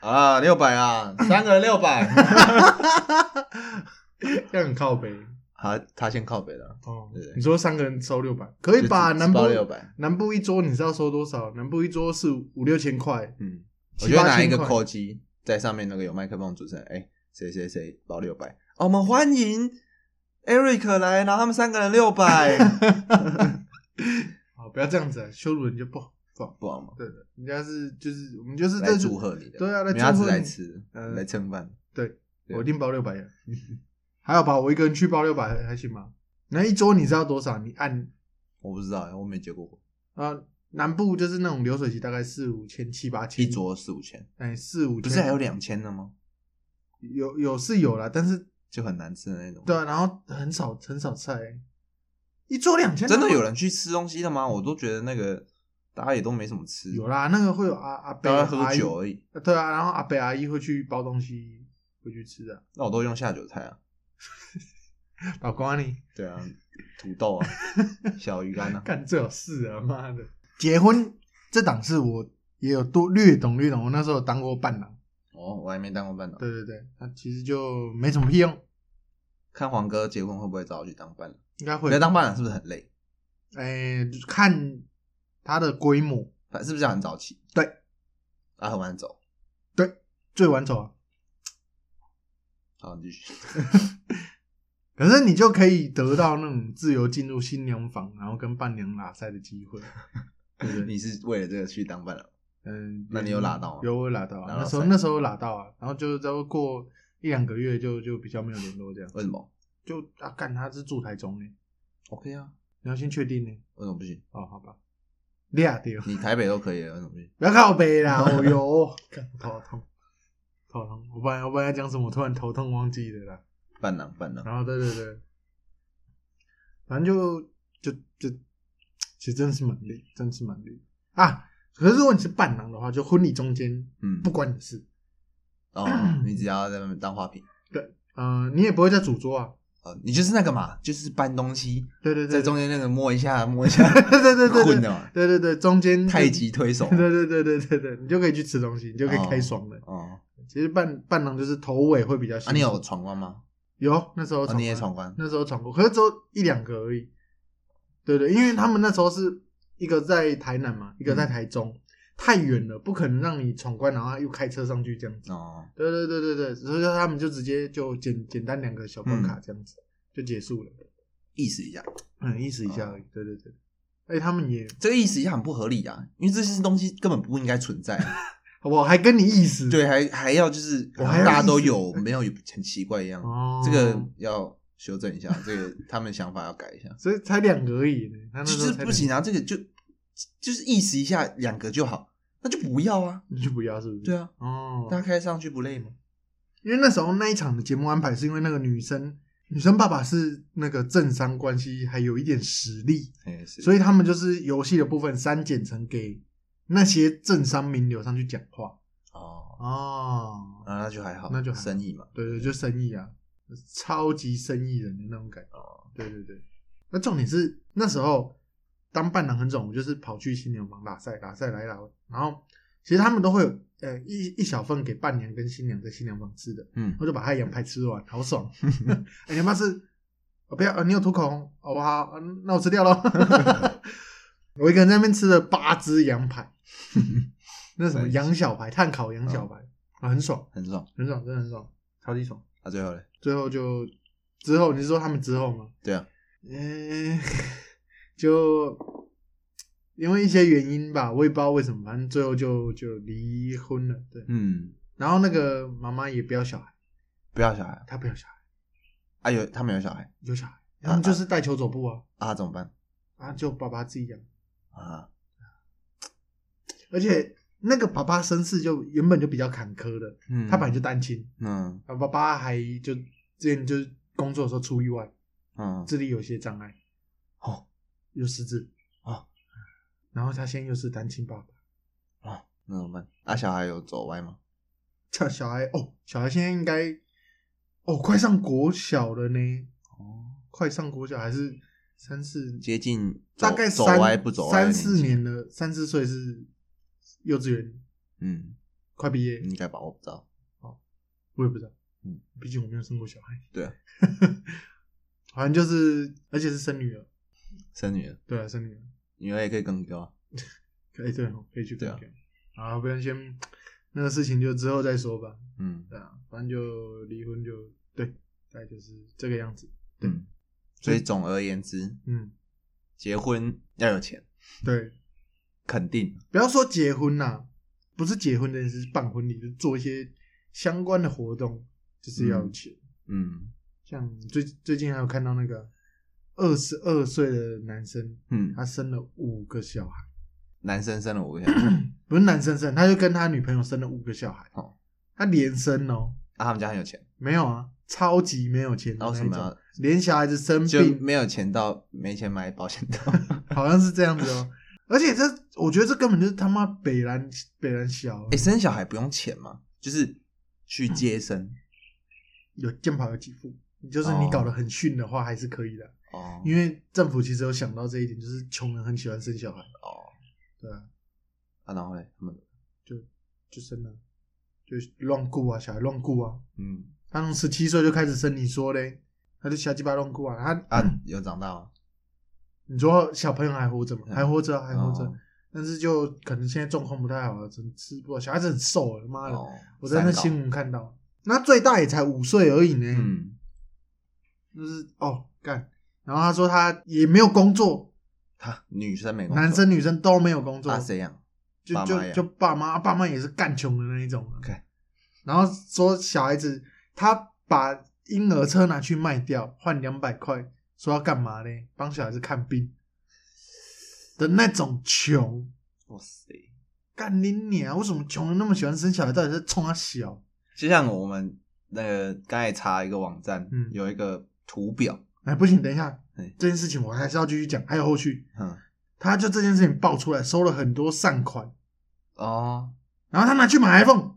Speaker 3: 啊六百啊，三个人六百。
Speaker 2: *laughs* 这样很靠北
Speaker 3: 好，他先靠北了，
Speaker 2: 哦
Speaker 3: 对。
Speaker 2: 你说三个人收六百，可以吧？南部
Speaker 3: 包六百，
Speaker 2: 南部一桌你是要收多少？南部一桌是五六千块，
Speaker 3: 嗯，
Speaker 2: 七
Speaker 3: 我觉得
Speaker 2: 八
Speaker 3: 拿
Speaker 2: 千
Speaker 3: 一个
Speaker 2: 块
Speaker 3: 扣机在上面那个有麦克风的主持人，哎，谁谁谁包六百、哦，我们欢迎 Eric 来，然后他们三个人六
Speaker 2: *laughs*
Speaker 3: 百，
Speaker 2: 好，不要这样子啊，羞辱人就不好，不好。
Speaker 3: 不好吗？
Speaker 2: 对的，人家是就是我们就是
Speaker 3: 来
Speaker 2: 这
Speaker 3: 祝
Speaker 2: 组合，
Speaker 3: 贺你的，
Speaker 2: 对啊来
Speaker 3: 没有他
Speaker 2: 祝
Speaker 3: 只
Speaker 2: 贺
Speaker 3: 来
Speaker 2: 你
Speaker 3: 吃，
Speaker 2: 嗯
Speaker 3: 来蹭饭。
Speaker 2: 对，
Speaker 3: 对
Speaker 2: 我一定包六百元， *laughs* 还好吧，我一个人去包六百还还行吧。那一桌你知道多少？你按
Speaker 3: 我不知道欸，我没结过婚，
Speaker 2: 啊，南部就是那种流水席，大概四五千、七八千
Speaker 3: 一，桌四五千，
Speaker 2: 哎，四五
Speaker 3: 不
Speaker 2: 千，
Speaker 3: 是还有两千的吗？
Speaker 2: 有有是有啦，但是
Speaker 3: 就很难吃的那种。
Speaker 2: 对、啊，然后很少很少菜、一桌两千，啊
Speaker 3: 真的有人去吃东西的吗？我都觉得那个大家也都没什么吃，
Speaker 2: 有啦，那个会有阿阿伯
Speaker 3: 大家喝
Speaker 2: 阿姨
Speaker 3: 酒而已。
Speaker 2: 啊对啊，然后阿伯阿姨会去包东西，会去吃的、
Speaker 3: 那我都用下酒菜啊，
Speaker 2: 老公啊你，
Speaker 3: 对啊，土豆啊，小鱼干啊，
Speaker 2: *laughs* 干最好事啊，妈的！结婚这档事我也有多略懂略懂，我那时候有当过伴郎，
Speaker 3: 哦，我还没当过伴郎。
Speaker 2: 对对对，那其实就没什么屁用，
Speaker 3: 看黄哥结婚会不会找我去当伴郎？
Speaker 2: 应该会
Speaker 3: 你在，当伴郎是不是很累？
Speaker 2: 哎、就是看它的规模，
Speaker 3: 反是不是要很早起？
Speaker 2: 对，
Speaker 3: 啊，很晚走。
Speaker 2: 最晚走啊，
Speaker 3: 好，你继续。
Speaker 2: 可是你就可以得到那种自由进入新娘房，然后跟伴娘拉塞的机会。 *laughs* 对不对
Speaker 3: 你是为了这个去当伴郎？
Speaker 2: 嗯，
Speaker 3: *laughs* 那你有拉到吗
Speaker 2: 有我有拉到啊，
Speaker 3: 拉到
Speaker 2: 那时候
Speaker 3: 塞
Speaker 2: 那时候有拉到啊，然后就都过一两个月就就比较没有联络这样。
Speaker 3: 为什么
Speaker 2: 就啊，干他是住台中呢，
Speaker 3: ？OK 啊，
Speaker 2: 你要先确定呢。
Speaker 3: 为什么不行？
Speaker 2: 哦，好吧，俩丢，
Speaker 3: 你台北都可以了，为什么不行？
Speaker 2: 不要靠背 *laughs* 啦，哦哟，干头痛，头痛。我本来我本来要讲什么，突然头痛忘记了啦。
Speaker 3: 伴郎，伴郎，
Speaker 2: 然后对对对，反正就就就，其实真是蛮累，真是蛮累啊。可是如果你是伴郎的话，就婚礼中间
Speaker 3: 嗯，
Speaker 2: 不关你的事，
Speaker 3: 哦，你只要在外面当花瓶，
Speaker 2: 呃，你也不会在主桌啊。
Speaker 3: 哦，你就是那个嘛，就是搬东西，
Speaker 2: 对对
Speaker 3: 在
Speaker 2: 对，
Speaker 3: 中间那个摸一下， *laughs* 摸一下，
Speaker 2: *laughs* 对对对对
Speaker 3: 混
Speaker 2: 对
Speaker 3: 的嘛，
Speaker 2: 对对对，中间就
Speaker 3: 太，极推手，
Speaker 2: *laughs* 对对对对对对，你就可以去吃东西，你就可以开爽了。
Speaker 3: 哦，
Speaker 2: 其实伴伴郎就是头尾会比较辛苦。
Speaker 3: 啊，你有闯关吗？
Speaker 2: 有那时候
Speaker 3: 哦，
Speaker 2: 闯
Speaker 3: 你也
Speaker 2: 关
Speaker 3: 闯关，
Speaker 2: 那时候闯过，可是只有一两个而已。对对，因为他们那时候是一个在台南嘛，一个
Speaker 3: 嗯
Speaker 2: 在台中，太远了，不可能让你闯关，然后又开车上去这样子。
Speaker 3: 哦，
Speaker 2: 对对对对对，所以说他们就直接就简简单两个小关
Speaker 3: 嗯
Speaker 2: 卡这样子、就结束了，
Speaker 3: 意思一下，
Speaker 2: 嗯，意思一下而已。对对对，哎，他们也，
Speaker 3: 这个意思一下很不合理啊，因为这些东西根本不应该存
Speaker 2: *laughs*
Speaker 3: 在啊，
Speaker 2: 我还跟你意思，
Speaker 3: 对，还还要就是
Speaker 2: 我还要
Speaker 3: 大家都
Speaker 2: 意思
Speaker 3: 有，没有很奇怪一样，
Speaker 2: 哦，
Speaker 3: 这个要修正一
Speaker 2: *laughs*
Speaker 3: 下，这个他们想法要改一下。
Speaker 2: 所以才两个而已呢，他那时
Speaker 3: 就
Speaker 2: 候
Speaker 3: 是
Speaker 2: 才
Speaker 3: 不行啊，这个就就是意思一下两个就好，那就不要啊。
Speaker 2: 两个，你就不要是不是？
Speaker 3: 对啊，
Speaker 2: 哦，
Speaker 3: 大家开上去不累吗？
Speaker 2: 因为那时候那一场的节目安排是因为那个女生，女生爸爸是那个政商关系还有一点实力，
Speaker 3: 哎，是
Speaker 2: 所以他们就是游戏的部分删减成给那些政商名流上去讲话
Speaker 3: 哦，
Speaker 2: 哦，
Speaker 3: 啊那就还好，
Speaker 2: 那就还好
Speaker 3: 生意嘛。
Speaker 2: 对对，就生意啊，超级生意人的那种感觉，对对对。那重点是那时候当伴郎很肿，我就是跑去新娘房打赛，打赛来打，然后其实他们都会有呃一一小份给伴娘跟新娘在新娘房吃的。
Speaker 3: 嗯，
Speaker 2: 我就把他羊排吃完，好爽！哎、你要不要吃？我不要，呃你有吐口红，哦，我好，嗯那我吃掉喽。我一个人在那边吃了八只羊排，那什么
Speaker 3: 对
Speaker 2: 羊小排、碳烤羊小排，啊，很爽，
Speaker 3: 很爽。
Speaker 2: 很爽，真的很爽，超级爽。
Speaker 3: 啊，最后嘞，
Speaker 2: 最后就之后，你是说他们之后吗？
Speaker 3: 对啊，
Speaker 2: 嗯、就因为一些原因吧，我也不知道为什么，反正最后就就离婚了。对，
Speaker 3: 嗯，
Speaker 2: 然后那个妈妈也不要小孩，
Speaker 3: 不要小孩
Speaker 2: 她不要小孩。
Speaker 3: 啊，有他们有小孩
Speaker 2: 有小孩，他们就是带球走步啊，
Speaker 3: 啊，怎么办
Speaker 2: 啊，就爸爸自己养，
Speaker 3: 啊？
Speaker 2: 而且那个爸爸身世就原本就比较坎坷的，
Speaker 3: 嗯，
Speaker 2: 他本来就单亲，
Speaker 3: 嗯
Speaker 2: 啊，爸爸还就之前就是工作的时候出意外，
Speaker 3: 嗯
Speaker 2: 智力有些障碍，
Speaker 3: 哦，
Speaker 2: 又失智嗯
Speaker 3: 哦，
Speaker 2: 然后他现在又是单亲爸爸，
Speaker 3: 啊，那怎么办？啊，小孩有走歪吗？
Speaker 2: 这小孩哦，小孩现在应该哦，快上国小了呢，
Speaker 3: 哦，
Speaker 2: 快上国小还是三四，
Speaker 3: 接近走
Speaker 2: 大概
Speaker 3: 走
Speaker 2: 三
Speaker 3: 歪不走歪的
Speaker 2: 三
Speaker 3: 纪
Speaker 2: 四年，了，三四岁是幼稚园
Speaker 3: 嗯，
Speaker 2: 快毕业，
Speaker 3: 应该吧，我不知道。
Speaker 2: 我也不知道，
Speaker 3: 嗯，
Speaker 2: 毕竟我没有生过小孩。
Speaker 3: 对啊，
Speaker 2: *laughs* 反正就是，而且是生女儿，
Speaker 3: 生女儿，
Speaker 2: 对啊，生女儿，
Speaker 3: 女儿也可以跟哥啊。
Speaker 2: 哎、对哦，可以去
Speaker 3: 对啊
Speaker 2: 看看。啊，不然先那个事情就之后再说吧。
Speaker 3: 嗯，
Speaker 2: 对啊，反正就离婚就对，大概就是这个样子。对
Speaker 3: 嗯，所以总而言之，
Speaker 2: 嗯，
Speaker 3: 结婚要有钱，
Speaker 2: 对，
Speaker 3: 肯定。
Speaker 2: 不要说结婚啦、不是结婚的事，是办婚礼，就做一些相关的活动，就是要有钱。
Speaker 3: 嗯
Speaker 2: 像最最近还有看到那个二十二岁的男生，
Speaker 3: 嗯，
Speaker 2: 他生了五个小孩，
Speaker 3: 男生生了五个小
Speaker 2: *clears throat*
Speaker 3: 孩，
Speaker 2: 不是男生生，他就跟他女朋友生了五个小孩，
Speaker 3: 哦
Speaker 2: 他连生哦，
Speaker 3: 啊那他们家很有钱，
Speaker 2: 没有啊，超级没嗯有钱的
Speaker 3: 那为哦
Speaker 2: 那
Speaker 3: 什
Speaker 2: 一
Speaker 3: 么
Speaker 2: 种，
Speaker 3: 要
Speaker 2: 连小孩子生
Speaker 3: 就
Speaker 2: 病，
Speaker 3: 没有钱到没钱买保险
Speaker 2: *laughs*
Speaker 3: 套？
Speaker 2: 好像是这样子哦。而且这，我觉得这根本就是他妈北兰北兰小
Speaker 3: 哎、，生小孩不用钱吗？就是去接
Speaker 2: 嗯
Speaker 3: 生、
Speaker 2: 有健保有给付，就是你搞得很逊的话，还是可以的。
Speaker 3: 哦，
Speaker 2: 因为政府其实有想到这一点，就是穷人很喜欢生小孩，
Speaker 3: 哦，
Speaker 2: 对啊，
Speaker 3: 啊，然后嘞，他们
Speaker 2: 就生了，就乱顾啊，小孩乱顾啊。
Speaker 3: 嗯
Speaker 2: 他从十七岁就开始生，你说嘞？他就瞎鸡巴乱顾啊。他
Speaker 3: 啊，有长大吗？
Speaker 2: 你说小朋友还活着吗？
Speaker 3: 嗯
Speaker 2: 还活着啊，还活着
Speaker 3: 哦。
Speaker 2: 但是就可能现在状况不太好了，真吃不饱。小孩子很瘦，他妈的，
Speaker 3: 哦，
Speaker 2: 我在那
Speaker 3: 三高
Speaker 2: 新闻看到，那最大也才五岁而已呢。
Speaker 3: 嗯，
Speaker 2: 就是哦干，然后他说他也没有工作，
Speaker 3: 他女生没工作，
Speaker 2: 男生女生都没有工作
Speaker 3: 那，谁养？
Speaker 2: 就
Speaker 3: 爸妈
Speaker 2: 就
Speaker 3: 呀
Speaker 2: 就爸妈，爸妈也是干穷的那一种啊。
Speaker 3: OK
Speaker 2: 然后说小孩子他把婴儿车拿去卖掉，换两百块，说要干嘛呢？帮小孩子看病的那种穷，
Speaker 3: 哇塞！
Speaker 2: 干你娘！为什么穷人那么喜欢生小孩？到底是冲他小？
Speaker 3: 就像我们那个刚才查一个网站，
Speaker 2: 嗯
Speaker 3: 有一个图表，
Speaker 2: 哎，不行，等一下
Speaker 3: 哎，
Speaker 2: 这件事情我还是要继续讲，还有后续。
Speaker 3: 嗯，
Speaker 2: 他就这件事情爆出来，收了很多善款，
Speaker 3: 哦，
Speaker 2: 然后他拿去
Speaker 3: *laughs*
Speaker 2: 买 iPhone，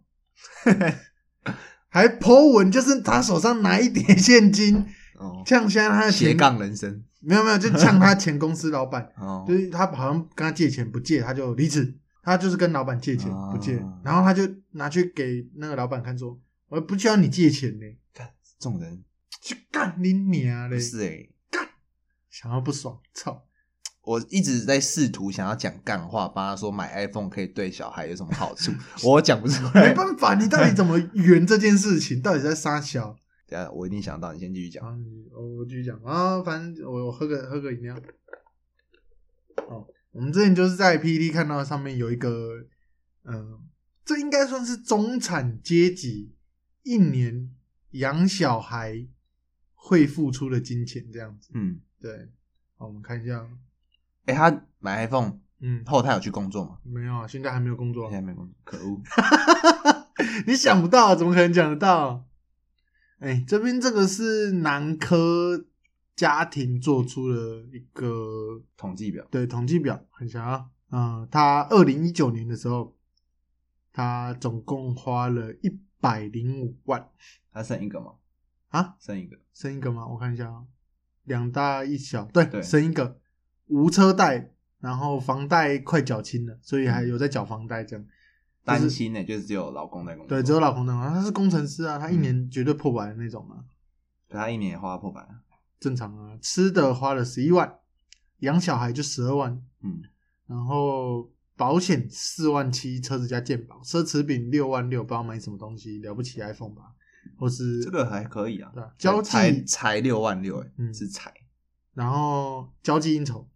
Speaker 2: 还 Po 文，就是他手上拿一叠现金，
Speaker 3: 哦，
Speaker 2: 呛现在他的
Speaker 3: 斜
Speaker 2: 前
Speaker 3: 杠人生，，
Speaker 2: 没有没有，就呛他前公司老板
Speaker 3: *laughs* 哦，
Speaker 2: 就是他好像跟他借钱不借，他就离职，他就是跟老板借钱
Speaker 3: 啊
Speaker 2: 不借，然后他就拿去给那个老板看说，我不需要你借钱呢，
Speaker 3: 这种人
Speaker 2: 去干你娘嘞
Speaker 3: 不，是诶、
Speaker 2: 想要不爽，操，
Speaker 3: 我一直在试图想要讲干话，帮他说买 iPhone 可以对小孩有什么好
Speaker 2: *laughs*
Speaker 3: 处，我讲不出
Speaker 2: 没
Speaker 3: 来。
Speaker 2: 办法，你到底怎么圆这件事情？到底在撒小？
Speaker 3: 等一下我一定想到，你先继续
Speaker 2: 然
Speaker 3: 讲。
Speaker 2: 后你哦我我继续讲啊，反正我我喝个喝个饮料。哦，我们之前就是在 PPT 看到上面有一个，嗯、这应该算是中产阶级一年养小孩会付出的金钱这样子。
Speaker 3: 嗯，
Speaker 2: 对，好，我们看一下，
Speaker 3: 诶、他买 iPhone
Speaker 2: 嗯，
Speaker 3: 后，他有去工作吗？
Speaker 2: 没有啊，现在还没有工作
Speaker 3: 现，在没工作，可恶。
Speaker 2: *laughs* 你想不到，怎么可能讲得到？哎，这边这个是南科家庭做出了一个
Speaker 3: 统计表，
Speaker 2: 对统计表很想要。嗯，他二零一九年的时候，他总共花了一百零五万
Speaker 3: 他生一个吗？
Speaker 2: 啊，
Speaker 3: 生一个，
Speaker 2: 生一个吗？我看一下啊，两大一小，对，
Speaker 3: 对
Speaker 2: 生一个，无车贷，然后房贷快缴清了，所以还有在缴房贷这样。就是
Speaker 3: 担心呢、就是只有老公在工作。
Speaker 2: 对，只有老公能玩，他是工程师啊，他一年绝对破百的那种啊，
Speaker 3: 可他一年也花破百了。
Speaker 2: 正常啊。吃的花了十一万，养小孩就十二万，
Speaker 3: 嗯，
Speaker 2: 然后保险四万七，车子加健保，奢侈品六万六，不知道买什么东西，了不起 iPhone 吧，或是
Speaker 3: 这个还可以啊
Speaker 2: 对啊，交
Speaker 3: 才
Speaker 2: 际
Speaker 3: 才六万六，哎、
Speaker 2: 嗯
Speaker 3: 是才，
Speaker 2: 然后交际应酬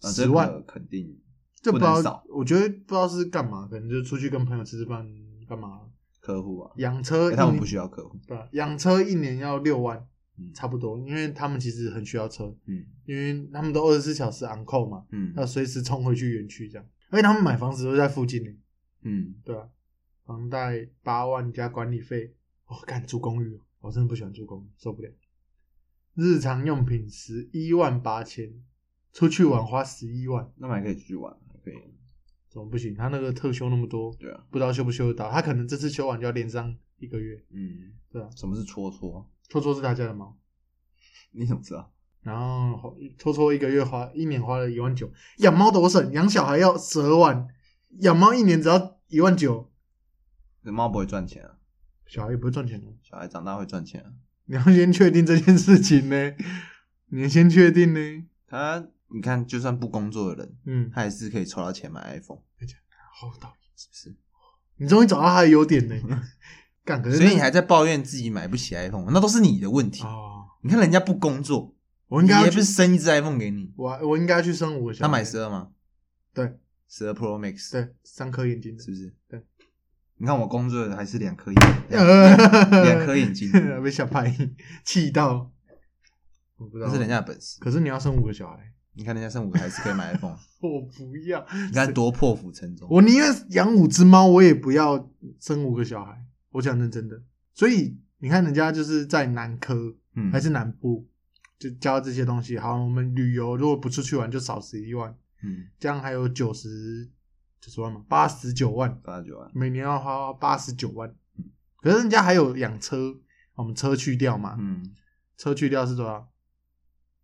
Speaker 3: 啊
Speaker 2: 十万，
Speaker 3: 这个肯定
Speaker 2: 这
Speaker 3: 不
Speaker 2: 不知
Speaker 3: 能
Speaker 2: 道
Speaker 3: 少，
Speaker 2: 我觉得不知道是干嘛，可能就出去跟朋友吃吃饭干嘛，
Speaker 3: 客户啊、
Speaker 2: 养车
Speaker 3: 欸
Speaker 2: 一
Speaker 3: 他们不
Speaker 2: 年
Speaker 3: 需要客户，
Speaker 2: 对啊养车一年要六万
Speaker 3: 嗯，
Speaker 2: 差不多，因为他们其实很需要车，
Speaker 3: 嗯
Speaker 2: 因为他们都二十四小时 on call 嘛，
Speaker 3: 嗯
Speaker 2: 要随时冲回去园区这样，而且他们买房子都在附近呢。
Speaker 3: 嗯，
Speaker 2: 对啊，房贷八万加管理费，我、哦、干住公寓哦，我真的不喜欢住公寓，受不了。日常用品十一万八千，出去玩花十一万，
Speaker 3: 那么还可以继续玩，还可以，
Speaker 2: 怎么不行？他那个特休那么多，
Speaker 3: 对啊，
Speaker 2: 不知道休不休得到，他可能这次休完就要连上一个月。
Speaker 3: 嗯，
Speaker 2: 对啊，
Speaker 3: 什么是戳戳？
Speaker 2: 戳戳是他家的猫，
Speaker 3: 你怎么知道？
Speaker 2: 然后花戳戳一个月花一年花了一万九，养猫多省，养小孩要十二万，养猫一年只要一万九，
Speaker 3: 这猫不会赚钱啊，
Speaker 2: 小孩也不会赚钱的。
Speaker 3: 小孩长大会赚钱啊。
Speaker 2: 你要先确定这件事情呢，你要先确定呢。
Speaker 3: 他你看，就算不工作的人，
Speaker 2: 嗯，
Speaker 3: 他也是可以抽到钱买 iPhone，
Speaker 2: 好有道理，
Speaker 3: 是不是？
Speaker 2: 你终于找到他的优
Speaker 3: *laughs*
Speaker 2: 点呢、干，可是
Speaker 3: 所以你
Speaker 2: 那
Speaker 3: 还在抱怨自己买不起 iPhone，那都是你的问题。
Speaker 2: 哦，
Speaker 3: 你看人家不工作，
Speaker 2: 我应该
Speaker 3: 你
Speaker 2: 要
Speaker 3: 也
Speaker 2: 去
Speaker 3: 不，是生一只 iPhone 给你，
Speaker 2: 我我应该去生五个小
Speaker 3: 他
Speaker 2: 孩。
Speaker 3: 买十二吗？
Speaker 2: 对，
Speaker 3: 十二 Pro Max，，
Speaker 2: 对三颗眼睛的
Speaker 3: 是，不是？
Speaker 2: 对，
Speaker 3: 你看我工作的还是两颗
Speaker 2: *laughs*
Speaker 3: 眼， *laughs* 两
Speaker 2: 两
Speaker 3: 颗眼睛，
Speaker 2: *laughs* 被小白气到，我不知道
Speaker 3: 那是。人家的本事。
Speaker 2: 可是你要生五个小孩，
Speaker 3: 你看人家生五个还是可以买
Speaker 2: *laughs*
Speaker 3: iPhone，
Speaker 2: 我不要，
Speaker 3: 你看多破釜沉舟。
Speaker 2: 我宁愿养五只猫，我也不要生五个小孩。我讲认真的，所以你看人家就是在南科
Speaker 3: 嗯
Speaker 2: 还是南部，就教这些东西。好，我们旅游如果不出去玩，就少十一万，
Speaker 3: 嗯，
Speaker 2: 这样还有九十九十万嘛，八十九万，
Speaker 3: 八九啊，
Speaker 2: 每年要花八十九万
Speaker 3: 嗯。
Speaker 2: 可是人家还有养车，我们车去掉嘛，
Speaker 3: 嗯，
Speaker 2: 车去掉是多少？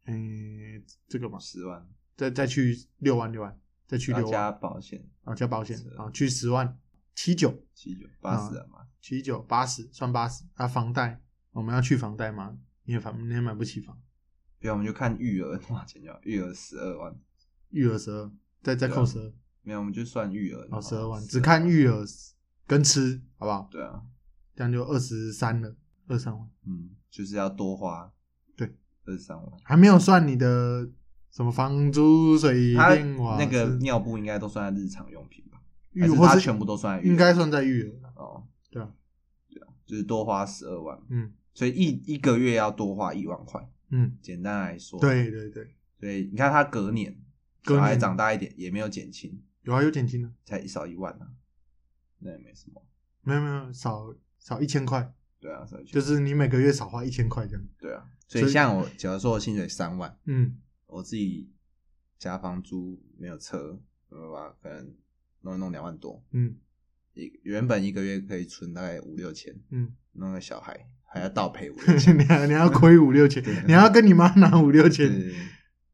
Speaker 2: 嗯，这个嘛，
Speaker 3: 十万，
Speaker 2: 再再去六万六万，再去
Speaker 3: 然
Speaker 2: 六
Speaker 3: 后
Speaker 2: 万，
Speaker 3: 加保险
Speaker 2: 然后加保险哦
Speaker 3: 是，
Speaker 2: 然后去十万，七九
Speaker 3: 七九八十啊嘛，
Speaker 2: 七九八十算八十啊，房贷我们要去房贷吗？你也房你也买不起房，
Speaker 3: 对啊，我们就看育儿多少钱就好，育儿十二万，
Speaker 2: 育儿十二，再
Speaker 3: 啊
Speaker 2: 再扣十二，
Speaker 3: 没有我们就算育儿，
Speaker 2: 哦十二万，只看育儿跟吃好不好？
Speaker 3: 对啊，
Speaker 2: 这样就二十三了，二三万
Speaker 3: 嗯，就是要多花
Speaker 2: 对
Speaker 3: 二十三万，
Speaker 2: 还没有算你的什么房租、水
Speaker 3: 他
Speaker 2: 电瓦
Speaker 3: 那个
Speaker 2: 是
Speaker 3: 尿布应该都算在日常用品吧，
Speaker 2: 育
Speaker 3: 还是
Speaker 2: 或
Speaker 3: 他
Speaker 2: 是
Speaker 3: 全部都算在育儿
Speaker 2: 应该算在育儿啦，
Speaker 3: 哦，
Speaker 2: 对啊，
Speaker 3: 对啊，就是多花十二万，
Speaker 2: 嗯
Speaker 3: 所以一一个月要多花一万块，
Speaker 2: 嗯，
Speaker 3: 简单来说，，
Speaker 2: 对对对，
Speaker 3: 所以你看他隔年
Speaker 2: 隔年
Speaker 3: 小孩长大一点也没有减轻，
Speaker 2: 有啊有减轻啊，
Speaker 3: 才少一万啊，那也没什么，
Speaker 2: 没有没有少少一千块，
Speaker 3: 对啊，所以
Speaker 2: 就是是你每个月少花一千块这样，
Speaker 3: 对啊，所
Speaker 2: 所
Speaker 3: 以
Speaker 2: 以
Speaker 3: 像我假如说我薪水三万。
Speaker 2: 嗯
Speaker 3: 我自己加房租没有车，没有吧？可能弄一弄两万多，
Speaker 2: 嗯 *laughs*
Speaker 3: 一原本一个月可以存大概五六千，
Speaker 2: 嗯，
Speaker 3: 弄个小孩还要倒赔五六 *laughs* 千，
Speaker 2: 你还你还要亏五六千
Speaker 3: 对，
Speaker 2: 你还要跟你妈拿五六
Speaker 3: 对
Speaker 2: 千，
Speaker 3: 对对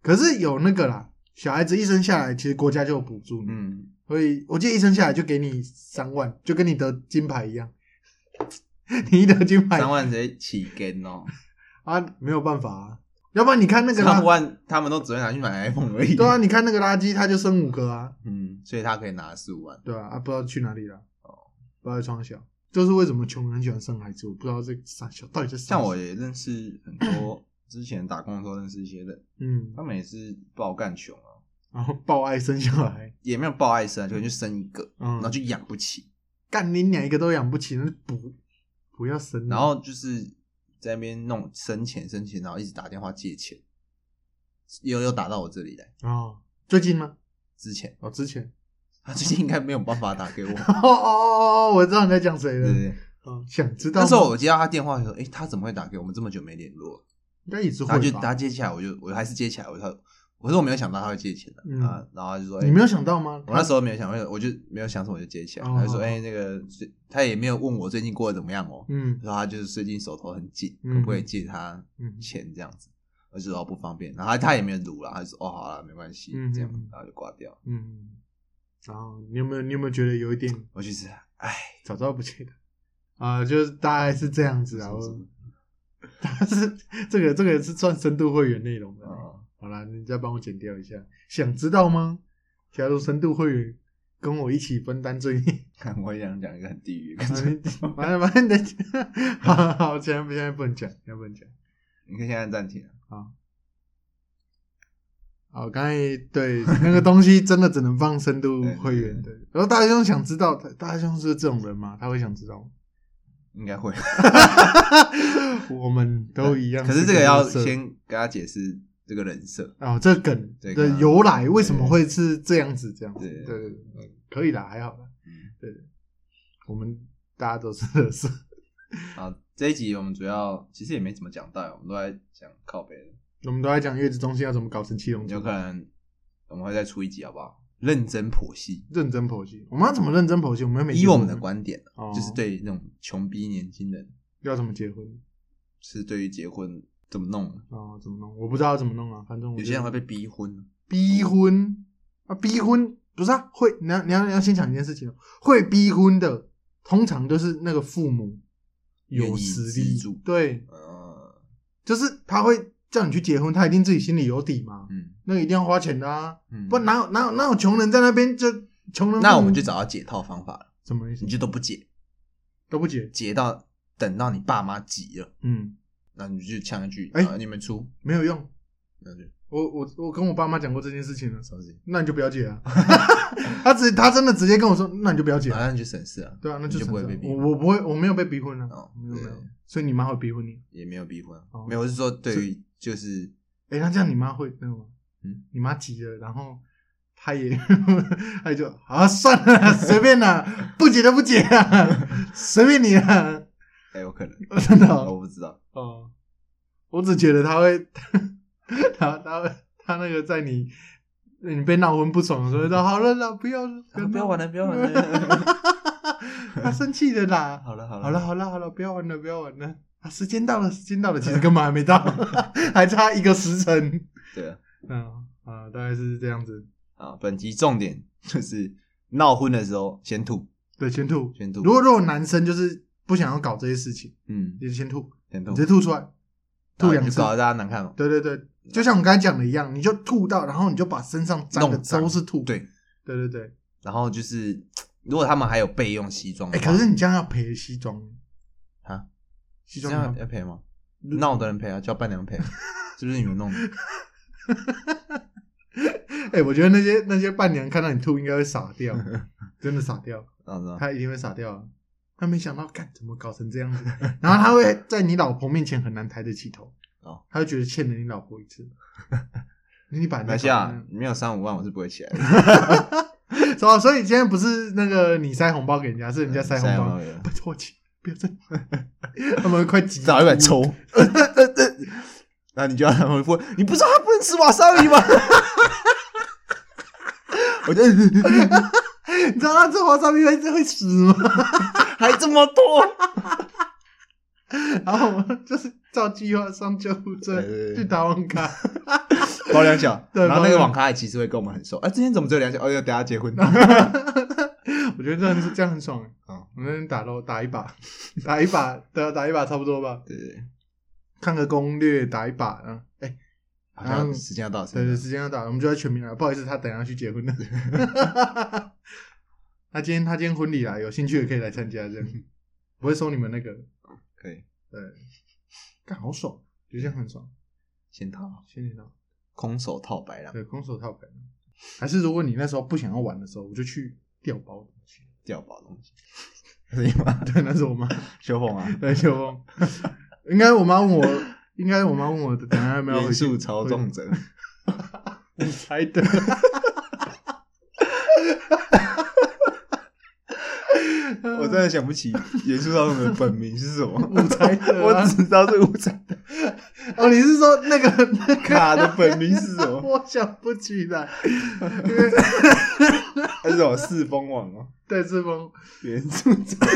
Speaker 2: 可是有那个啦，小孩子一生下来其实国家就有补助，嗯，
Speaker 3: 嗯，
Speaker 2: 所以我记得一生下来就给你三万，就跟你得金牌一样， *laughs* 你一得金牌
Speaker 3: 三万直接起根哦，
Speaker 2: *laughs* 啊没有办法啊，要不然你看那个
Speaker 3: 三
Speaker 2: 垃，
Speaker 3: 万他们都只会拿去买 iPhone 而已，
Speaker 2: 对啊，你看那个垃圾他就生五个啊，
Speaker 3: 嗯，所以他可以拿四五万，
Speaker 2: 对啊，啊不知道去哪里了，
Speaker 3: 哦
Speaker 2: 不知道在创小，就是为什么穷人喜欢生孩子，我不知道这个三小到底在
Speaker 3: 像
Speaker 2: 三
Speaker 3: 我
Speaker 2: 小，
Speaker 3: 也认识很
Speaker 2: *laughs*
Speaker 3: 多之前打工的时候认识一些人，
Speaker 2: 嗯
Speaker 3: 他，们也是爆干穷啊，
Speaker 2: 然后抱爱生小孩，
Speaker 3: 也没有爆爱生啊，就可能就生一个，
Speaker 2: 嗯
Speaker 3: 然，后就养不起，
Speaker 2: 干你俩一个都养不起，那不不要生啊，
Speaker 3: 然后就是在那边弄生钱生钱，然后一直打电话借钱，又又打到我这里来。
Speaker 2: 哦，最近吗？
Speaker 3: 之前
Speaker 2: 哦，之前，
Speaker 3: 他最近应该没有办法打
Speaker 2: *laughs*
Speaker 3: 给我，
Speaker 2: 哦哦哦哦，我知道你在讲谁
Speaker 3: 对
Speaker 2: 了，
Speaker 3: 对对。
Speaker 2: 嗯，想知道吗
Speaker 3: 那时候我接到他电话的时候，诶，他怎么会打给我们这么久没联络？
Speaker 2: 应该也是
Speaker 3: 他
Speaker 2: 会
Speaker 3: 就
Speaker 2: 吧
Speaker 3: 他？接起来，我就我还是接起来，我说我说我没有想到他会借钱的、
Speaker 2: 嗯
Speaker 3: 啊，然后他就说，诶
Speaker 2: 你没有想到吗？
Speaker 3: 我那时候没有想，我就没有想什么，我就接起来。
Speaker 2: 哦
Speaker 3: 他就说：“
Speaker 2: 哦
Speaker 3: 哎、那个最他也没有问我最近过得怎么样哦。
Speaker 2: 嗯
Speaker 3: 然后他就是最近手头很紧，
Speaker 2: 嗯
Speaker 3: 可不可以借他
Speaker 2: 嗯
Speaker 3: 钱这样子？我就说哦不方便，然后他他也没有堵了，他就说哦好了，没关系，
Speaker 2: 嗯
Speaker 3: 这样
Speaker 2: 嗯，
Speaker 3: 然后就挂掉。
Speaker 2: 嗯，然后你有没有你有没有觉得有一点
Speaker 3: 我就是哎，
Speaker 2: 早知道不记得 *laughs* 啊、就是大概是这样子啊。
Speaker 3: 是不
Speaker 2: 我
Speaker 3: 是
Speaker 2: 但是 *laughs* 这个这个是算深度会员内容的。
Speaker 3: 哦
Speaker 2: 好啦，你再帮我剪掉一下。想知道吗？加入深度会员，跟我一起分担罪孽。
Speaker 3: *laughs* 看哦我也想讲一个很地狱的，
Speaker 2: 啊你完了完了，你的 *laughs* 好好好，现在不现在不能讲，现在不能讲。
Speaker 3: 你可以现在暂停啊。
Speaker 2: 好，哦刚才对那个东西真的只能放深度会员对，然后大师兄想知道，大大师兄是这种人吗？他会想知道吗？ *laughs*
Speaker 3: 应该会，
Speaker 2: 我们都一样。
Speaker 3: 可是这个要
Speaker 2: 色
Speaker 3: 先跟他解释这个人设，
Speaker 2: 哦，这梗
Speaker 3: 这
Speaker 2: 的
Speaker 3: 个
Speaker 2: 由来为什么会是这样子？这样子，
Speaker 3: 对
Speaker 2: 对对对，嗯可以啦，还好啦。
Speaker 3: 嗯
Speaker 2: 对，我们大家都是乐色，
Speaker 3: 好，这一集我们主要其实也没怎么讲到，我们都在讲靠背的。
Speaker 2: 我们都在讲月子中心要怎么搞成七龙珠
Speaker 3: 有，可能我们会再出一集，好不好？认真剖析，
Speaker 2: 认真剖析。我们要怎么认真剖析？我们每
Speaker 3: 以我们的观点，啊
Speaker 2: 哦
Speaker 3: 就是对那种穷逼年轻人，
Speaker 2: 要怎么结婚
Speaker 3: 是对于结婚怎么弄，
Speaker 2: 哦，怎么弄？我不知道怎么弄啊，反正
Speaker 3: 有
Speaker 2: 我觉
Speaker 3: 些
Speaker 2: 得
Speaker 3: 人会被逼婚，
Speaker 2: 逼婚啊，逼婚不是啊，会你要你要你要先讲一件事情哦，会逼婚的通常就是那个父母
Speaker 3: 愿
Speaker 2: 有
Speaker 3: 意
Speaker 2: 实
Speaker 3: 资
Speaker 2: 力
Speaker 3: 助，
Speaker 2: 对，
Speaker 3: 呃，
Speaker 2: 就是他会叫你去结婚，他一定自己心里有底嘛，
Speaker 3: 嗯
Speaker 2: 那个一定要花钱的啊，
Speaker 3: 嗯，
Speaker 2: 不然哪有哪有哪有穷人在那边就穷人父母？
Speaker 3: 那我们就找到解套方法了，
Speaker 2: 什么意思
Speaker 3: 你？就都不结，
Speaker 2: 都不解，
Speaker 3: 结到等到你爸妈急了，
Speaker 2: 嗯，
Speaker 3: 那你就呛一句，
Speaker 2: 哎
Speaker 3: 啊，你们出，
Speaker 2: 没有用。
Speaker 3: 那就
Speaker 2: 我我我跟我爸妈讲过这件事情了，
Speaker 3: 什么事情？
Speaker 2: 那你就不要
Speaker 3: *laughs*
Speaker 2: 解啊。 *laughs* 他直他真的直接跟我说，那你就不要解
Speaker 3: 啊，。那你就省事啊，
Speaker 2: 对啊，那
Speaker 3: 你就
Speaker 2: 成
Speaker 3: 不会
Speaker 2: 这
Speaker 3: 被
Speaker 2: 样
Speaker 3: 逼
Speaker 2: 我我不会，我没有被逼婚啊
Speaker 3: 哦，
Speaker 2: 没有没有
Speaker 3: 对，
Speaker 2: 所以你妈会逼婚你。
Speaker 3: 也没有逼婚啊
Speaker 2: 哦，
Speaker 3: 没有，我是说对于就是
Speaker 2: 哎，那这样你妈会那个吗？
Speaker 3: 嗯，
Speaker 2: 你妈急了，然后她也 *laughs* 她就啊算了，随便啦，不解就不解啊，随便你啊，
Speaker 3: 哎，有可能，
Speaker 2: *laughs* 真的哦
Speaker 3: 我不知道，
Speaker 2: 哦，我只觉得他会，他他会他那个在你你被闹昏不爽的时候，说好了啦，不要了
Speaker 3: 啊不要玩了，不要玩，
Speaker 2: 闹 *laughs*
Speaker 3: 了，
Speaker 2: 他生气的啦，
Speaker 3: 好了好了
Speaker 2: 好了好了好了，不要玩了不要玩了，啊，时间到了时间到了，其实根本还
Speaker 3: *laughs*
Speaker 2: 没到，还差一个时辰，
Speaker 3: 对啊，
Speaker 2: 嗯啊，大概是这样子，
Speaker 3: 啊，本集重点就是闹婚的时候先吐，
Speaker 2: 对，先吐，
Speaker 3: 先吐，
Speaker 2: 如果如果男生就是不想要搞这些事情，
Speaker 3: 嗯，
Speaker 2: 就先吐，
Speaker 3: 先
Speaker 2: 你
Speaker 3: 吐
Speaker 2: 直，接吐出来，吐两
Speaker 3: 然后就
Speaker 2: 次
Speaker 3: 搞，得大家难看嘛，
Speaker 2: 对对对，就像我刚才讲的一样，你就吐到，然后你就把身上沾的
Speaker 3: 弄脏
Speaker 2: 都是吐。
Speaker 3: 对，
Speaker 2: 对对对，
Speaker 3: 然后就是如果他们还有备用西装的
Speaker 2: 哎、
Speaker 3: 话，
Speaker 2: 可是你这样要赔西装
Speaker 3: 啊，
Speaker 2: 西
Speaker 3: 这
Speaker 2: 装嗯
Speaker 3: 样
Speaker 2: 要
Speaker 3: 要赔吗？闹的人赔啊，叫伴娘
Speaker 2: *laughs*
Speaker 3: 赔啊，是不是你们弄的？
Speaker 2: 哎、我觉得那些那些伴娘看到你吐应该会傻掉，
Speaker 3: *laughs*
Speaker 2: 真的傻掉，
Speaker 3: 啊，知道
Speaker 2: 她一定会傻掉啊。她没想到，干怎么搞成这样子？然后她会在你老婆面前很难抬得起头，
Speaker 3: 哦，
Speaker 2: 她会觉得欠了你老婆一次。你把人
Speaker 3: 马来西
Speaker 2: 家搞成
Speaker 3: 亚没有啊三五万我是不会起来的，
Speaker 2: 那样，所以所以今天不是那个你塞红包给人家，是 *laughs*
Speaker 3: 嗯
Speaker 2: 人家塞红包，
Speaker 3: 的
Speaker 2: 拜托请不要再， *laughs* 他们会快急
Speaker 3: 找一碗
Speaker 2: *laughs*
Speaker 3: 抽， *laughs* 呃呃呃那你就要他们说，你不知道他不能吃瓦萨比吗？ *laughs* 我就
Speaker 2: 你知道他吃华沙米会会死吗？
Speaker 3: *laughs* 还这么多，
Speaker 2: 然后我们就是照计划上救护车
Speaker 3: 对对对
Speaker 2: 去打网咖，
Speaker 3: 包两小，
Speaker 2: 对
Speaker 3: 然后那个
Speaker 2: 包两小
Speaker 3: 网咖也其实会跟我们很熟，啊，之前怎么只有两小？哦，要等下结婚，
Speaker 2: *laughs* 我觉得这样是这样很爽哎。
Speaker 3: 哦
Speaker 2: 我们那天打喽，打一把， *laughs* 打一把，打打一把差不多吧，
Speaker 3: 对对对，
Speaker 2: 看个攻略，打一把，嗯，哎、
Speaker 3: 好像时间要到了，
Speaker 2: 对对，
Speaker 3: 是不是
Speaker 2: 时间要打，我们就要全民了。不好意思，他等一下去结婚了。 *laughs* 他今天他今天婚礼啦，有兴趣的可以来参加，这样不会收你们那个，
Speaker 3: 可以
Speaker 2: 干好爽，觉得这样很爽。
Speaker 3: 先套
Speaker 2: 谢谢你了。
Speaker 3: 空手套白狼
Speaker 2: 对，空手套白狼。还是如果你那时候不想要玩的时候，我就去调包东西。
Speaker 3: 掉包东西， *laughs* 可以吗？
Speaker 2: *laughs* 对，那是我妈。 *laughs*
Speaker 3: 修凤啊，
Speaker 2: 对，秋风。应该我妈问我，应该我妈问我，等下要不要回
Speaker 3: 元
Speaker 2: 去？
Speaker 3: 素操纵者，
Speaker 2: 你猜 *laughs* 的。
Speaker 3: 我真的想不起元素操纵者的本名是什么，
Speaker 2: *laughs* 我猜的啊、
Speaker 3: 我只知道是五彩
Speaker 2: 哦，你是说那个那个？
Speaker 3: 卡的本名是什 *laughs* 么？
Speaker 2: 我想不起
Speaker 3: *laughs*
Speaker 2: 来，因为
Speaker 3: 还是什么四风网哦？
Speaker 2: 戴
Speaker 3: *laughs*
Speaker 2: 志峰
Speaker 3: 元素操，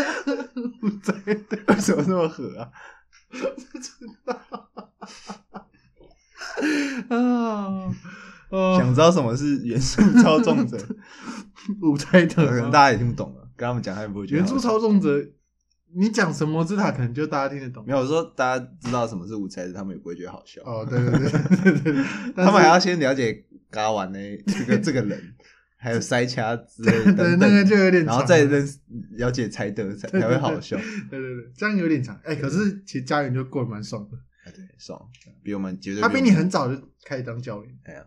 Speaker 3: *laughs*
Speaker 2: 不在的，
Speaker 3: 为什么那么狠啊？
Speaker 2: 啊，哦，
Speaker 3: 想知道什么是元素操纵
Speaker 2: *laughs*
Speaker 3: 者？
Speaker 2: 我猜
Speaker 3: 可能
Speaker 2: 的
Speaker 3: 大
Speaker 2: 啊。
Speaker 3: 家也听不懂了，跟他们讲他也不会觉得
Speaker 2: 原
Speaker 3: 好笑。
Speaker 2: 著操纵者，你讲什么之塔，可能就大家听得懂
Speaker 3: 没。有我说大家知道什么是五彩子，他们也不会觉得好笑。
Speaker 2: 哦，对对对对
Speaker 3: *laughs*
Speaker 2: 对对，但
Speaker 3: 他
Speaker 2: 是
Speaker 3: 们还要先了解嘎完呢这个这个
Speaker 2: *laughs*
Speaker 3: 人，还有塞掐之类的
Speaker 2: 对
Speaker 3: 等
Speaker 2: 那
Speaker 3: 等
Speaker 2: 个就有点长，
Speaker 3: 然后再认识了解才德才
Speaker 2: 对对
Speaker 3: 才会好笑，
Speaker 2: 对对对，这样有点长。哎，可是其实家人就过得蛮爽的，
Speaker 3: 哎对，爽，比我们绝对
Speaker 2: 他
Speaker 3: 我
Speaker 2: 比
Speaker 3: 们
Speaker 2: 你很早就开始当教练，
Speaker 3: 哎呀，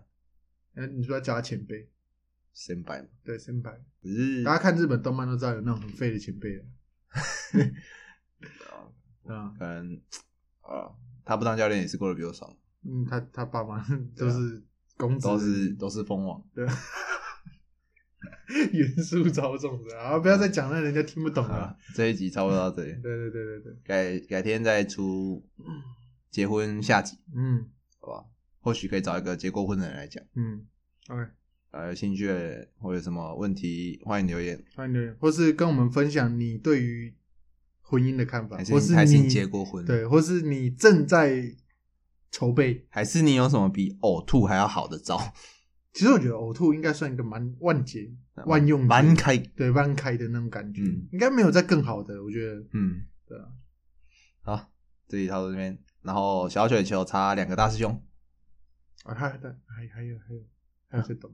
Speaker 2: 嗯，你说要叫他前辈，
Speaker 3: 先白嘛，
Speaker 2: 对，先白。
Speaker 3: 可是
Speaker 2: 大家看日本动漫都知道有那种很废的前
Speaker 3: *laughs*
Speaker 2: 辈了，啊，
Speaker 3: 可能啊，他不当教练也是过得比我爽，
Speaker 2: 嗯，他他爸妈 *laughs* 都是公子，
Speaker 3: 啊都
Speaker 2: *laughs*
Speaker 3: 是都是蜂王，
Speaker 2: 元素操纵的啊，不要再讲了，人家听不懂
Speaker 3: 啊
Speaker 2: 了。，
Speaker 3: 这一集差不多到这
Speaker 2: 对
Speaker 3: 里，
Speaker 2: 对对对对，
Speaker 3: 改改天再出结婚下集，
Speaker 2: 嗯
Speaker 3: 好吧？或许可以找一个结过婚的人来讲，
Speaker 2: 嗯，OK，
Speaker 3: 呃，有兴趣的或有什么问题，欢迎留言，
Speaker 2: 欢迎留言，或是跟我们分享你对于婚姻的看法，
Speaker 3: 还
Speaker 2: 啊或
Speaker 3: 是
Speaker 2: 是
Speaker 3: 你还是你
Speaker 2: 你
Speaker 3: 结过婚，，
Speaker 2: 对，或是你正在筹备
Speaker 3: 还是你有什么比呕吐还要好的招，
Speaker 2: 其实我觉得呕吐应该算一个蛮万劫 *laughs* 万用之
Speaker 3: 蛮开，
Speaker 2: 对万开的那种感觉，
Speaker 3: 嗯
Speaker 2: 应该没有再更好的。我觉得
Speaker 3: 嗯，
Speaker 2: 对啊，
Speaker 3: 好，这集到这边，然后小雪球差两个大师兄，
Speaker 2: 啊，还还还还有还有还有这懂，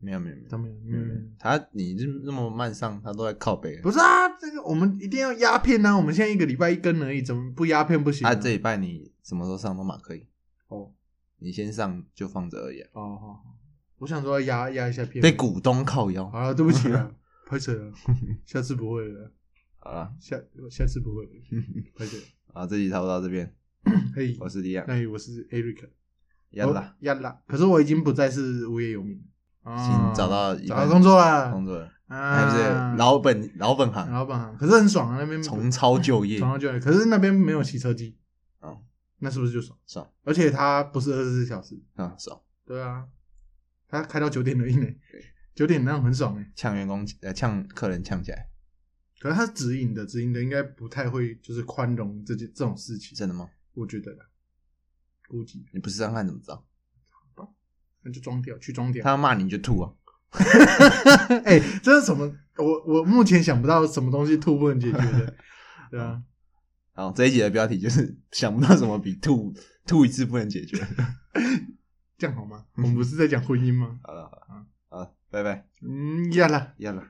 Speaker 3: 没有没有没有
Speaker 2: 他没有，
Speaker 3: 没
Speaker 2: 没
Speaker 3: 有
Speaker 2: 有
Speaker 3: 没
Speaker 2: 没
Speaker 3: 有
Speaker 2: 有，
Speaker 3: 他你这那么慢上，他都在靠北啊。
Speaker 2: 嗯不是啊，这个我们一定要压片啊！我们现在一个礼拜一根而已，怎么不压片不行、
Speaker 3: 啊，这礼拜你什么时候上都嘛可以，
Speaker 2: 哦
Speaker 3: 你先上就放着而已啊、
Speaker 2: 哦哦，我想说要压压一下片，
Speaker 3: 被股东靠腰。
Speaker 2: 好了，对不
Speaker 3: *laughs*
Speaker 2: 起了，拍手了，下次不会了，
Speaker 3: 好了，
Speaker 2: 下下次不会了，
Speaker 3: *laughs*
Speaker 2: 拍手。
Speaker 3: 啊，这集差不多到这边，
Speaker 2: 嘿，
Speaker 3: 我是李阳，
Speaker 2: 嘿，我是 Eric，
Speaker 3: 要啦，
Speaker 2: 亚啦，可是我已经不再是无业游民了，
Speaker 3: 已
Speaker 2: 啊
Speaker 3: 经找到一
Speaker 2: 找
Speaker 3: 份
Speaker 2: 到工作了，
Speaker 3: 工作了，
Speaker 2: 啊，
Speaker 3: 还不是老本老本行，
Speaker 2: 老板啊，可是很爽啊，那边
Speaker 3: 重操旧
Speaker 2: *laughs*
Speaker 3: 业，
Speaker 2: 床上就有，可是那边没有洗车机，
Speaker 3: 哦，
Speaker 2: 那是不是就爽？
Speaker 3: 爽
Speaker 2: 而且它不是二十四小时，
Speaker 3: 啊，爽，
Speaker 2: 对啊，它开到九点而已呢，九点那样很爽哎、
Speaker 3: 呛员工呃呛客人呛起来，
Speaker 2: 可是它是直营的，直营的应该不太会就是宽容这件这种事情，
Speaker 3: 真的吗？
Speaker 2: 我觉得啦，估计
Speaker 3: 你不是张翰怎么知道？
Speaker 2: 那就装掉，去装掉
Speaker 3: 他。要骂你就吐啊，
Speaker 2: *laughs* 哎、这是什么？我我目前想不到什么东西吐不能解
Speaker 3: *laughs*
Speaker 2: 决的，对
Speaker 3: 哦
Speaker 2: 啊，
Speaker 3: 好，这一集的标题就是 *laughs* 想不到什么比吐吐一次不能解决。
Speaker 2: 这样好吗？我们不是在讲婚姻吗？
Speaker 3: 好了好了，好，拜拜，
Speaker 2: 嗯，呀啦。
Speaker 3: 要了。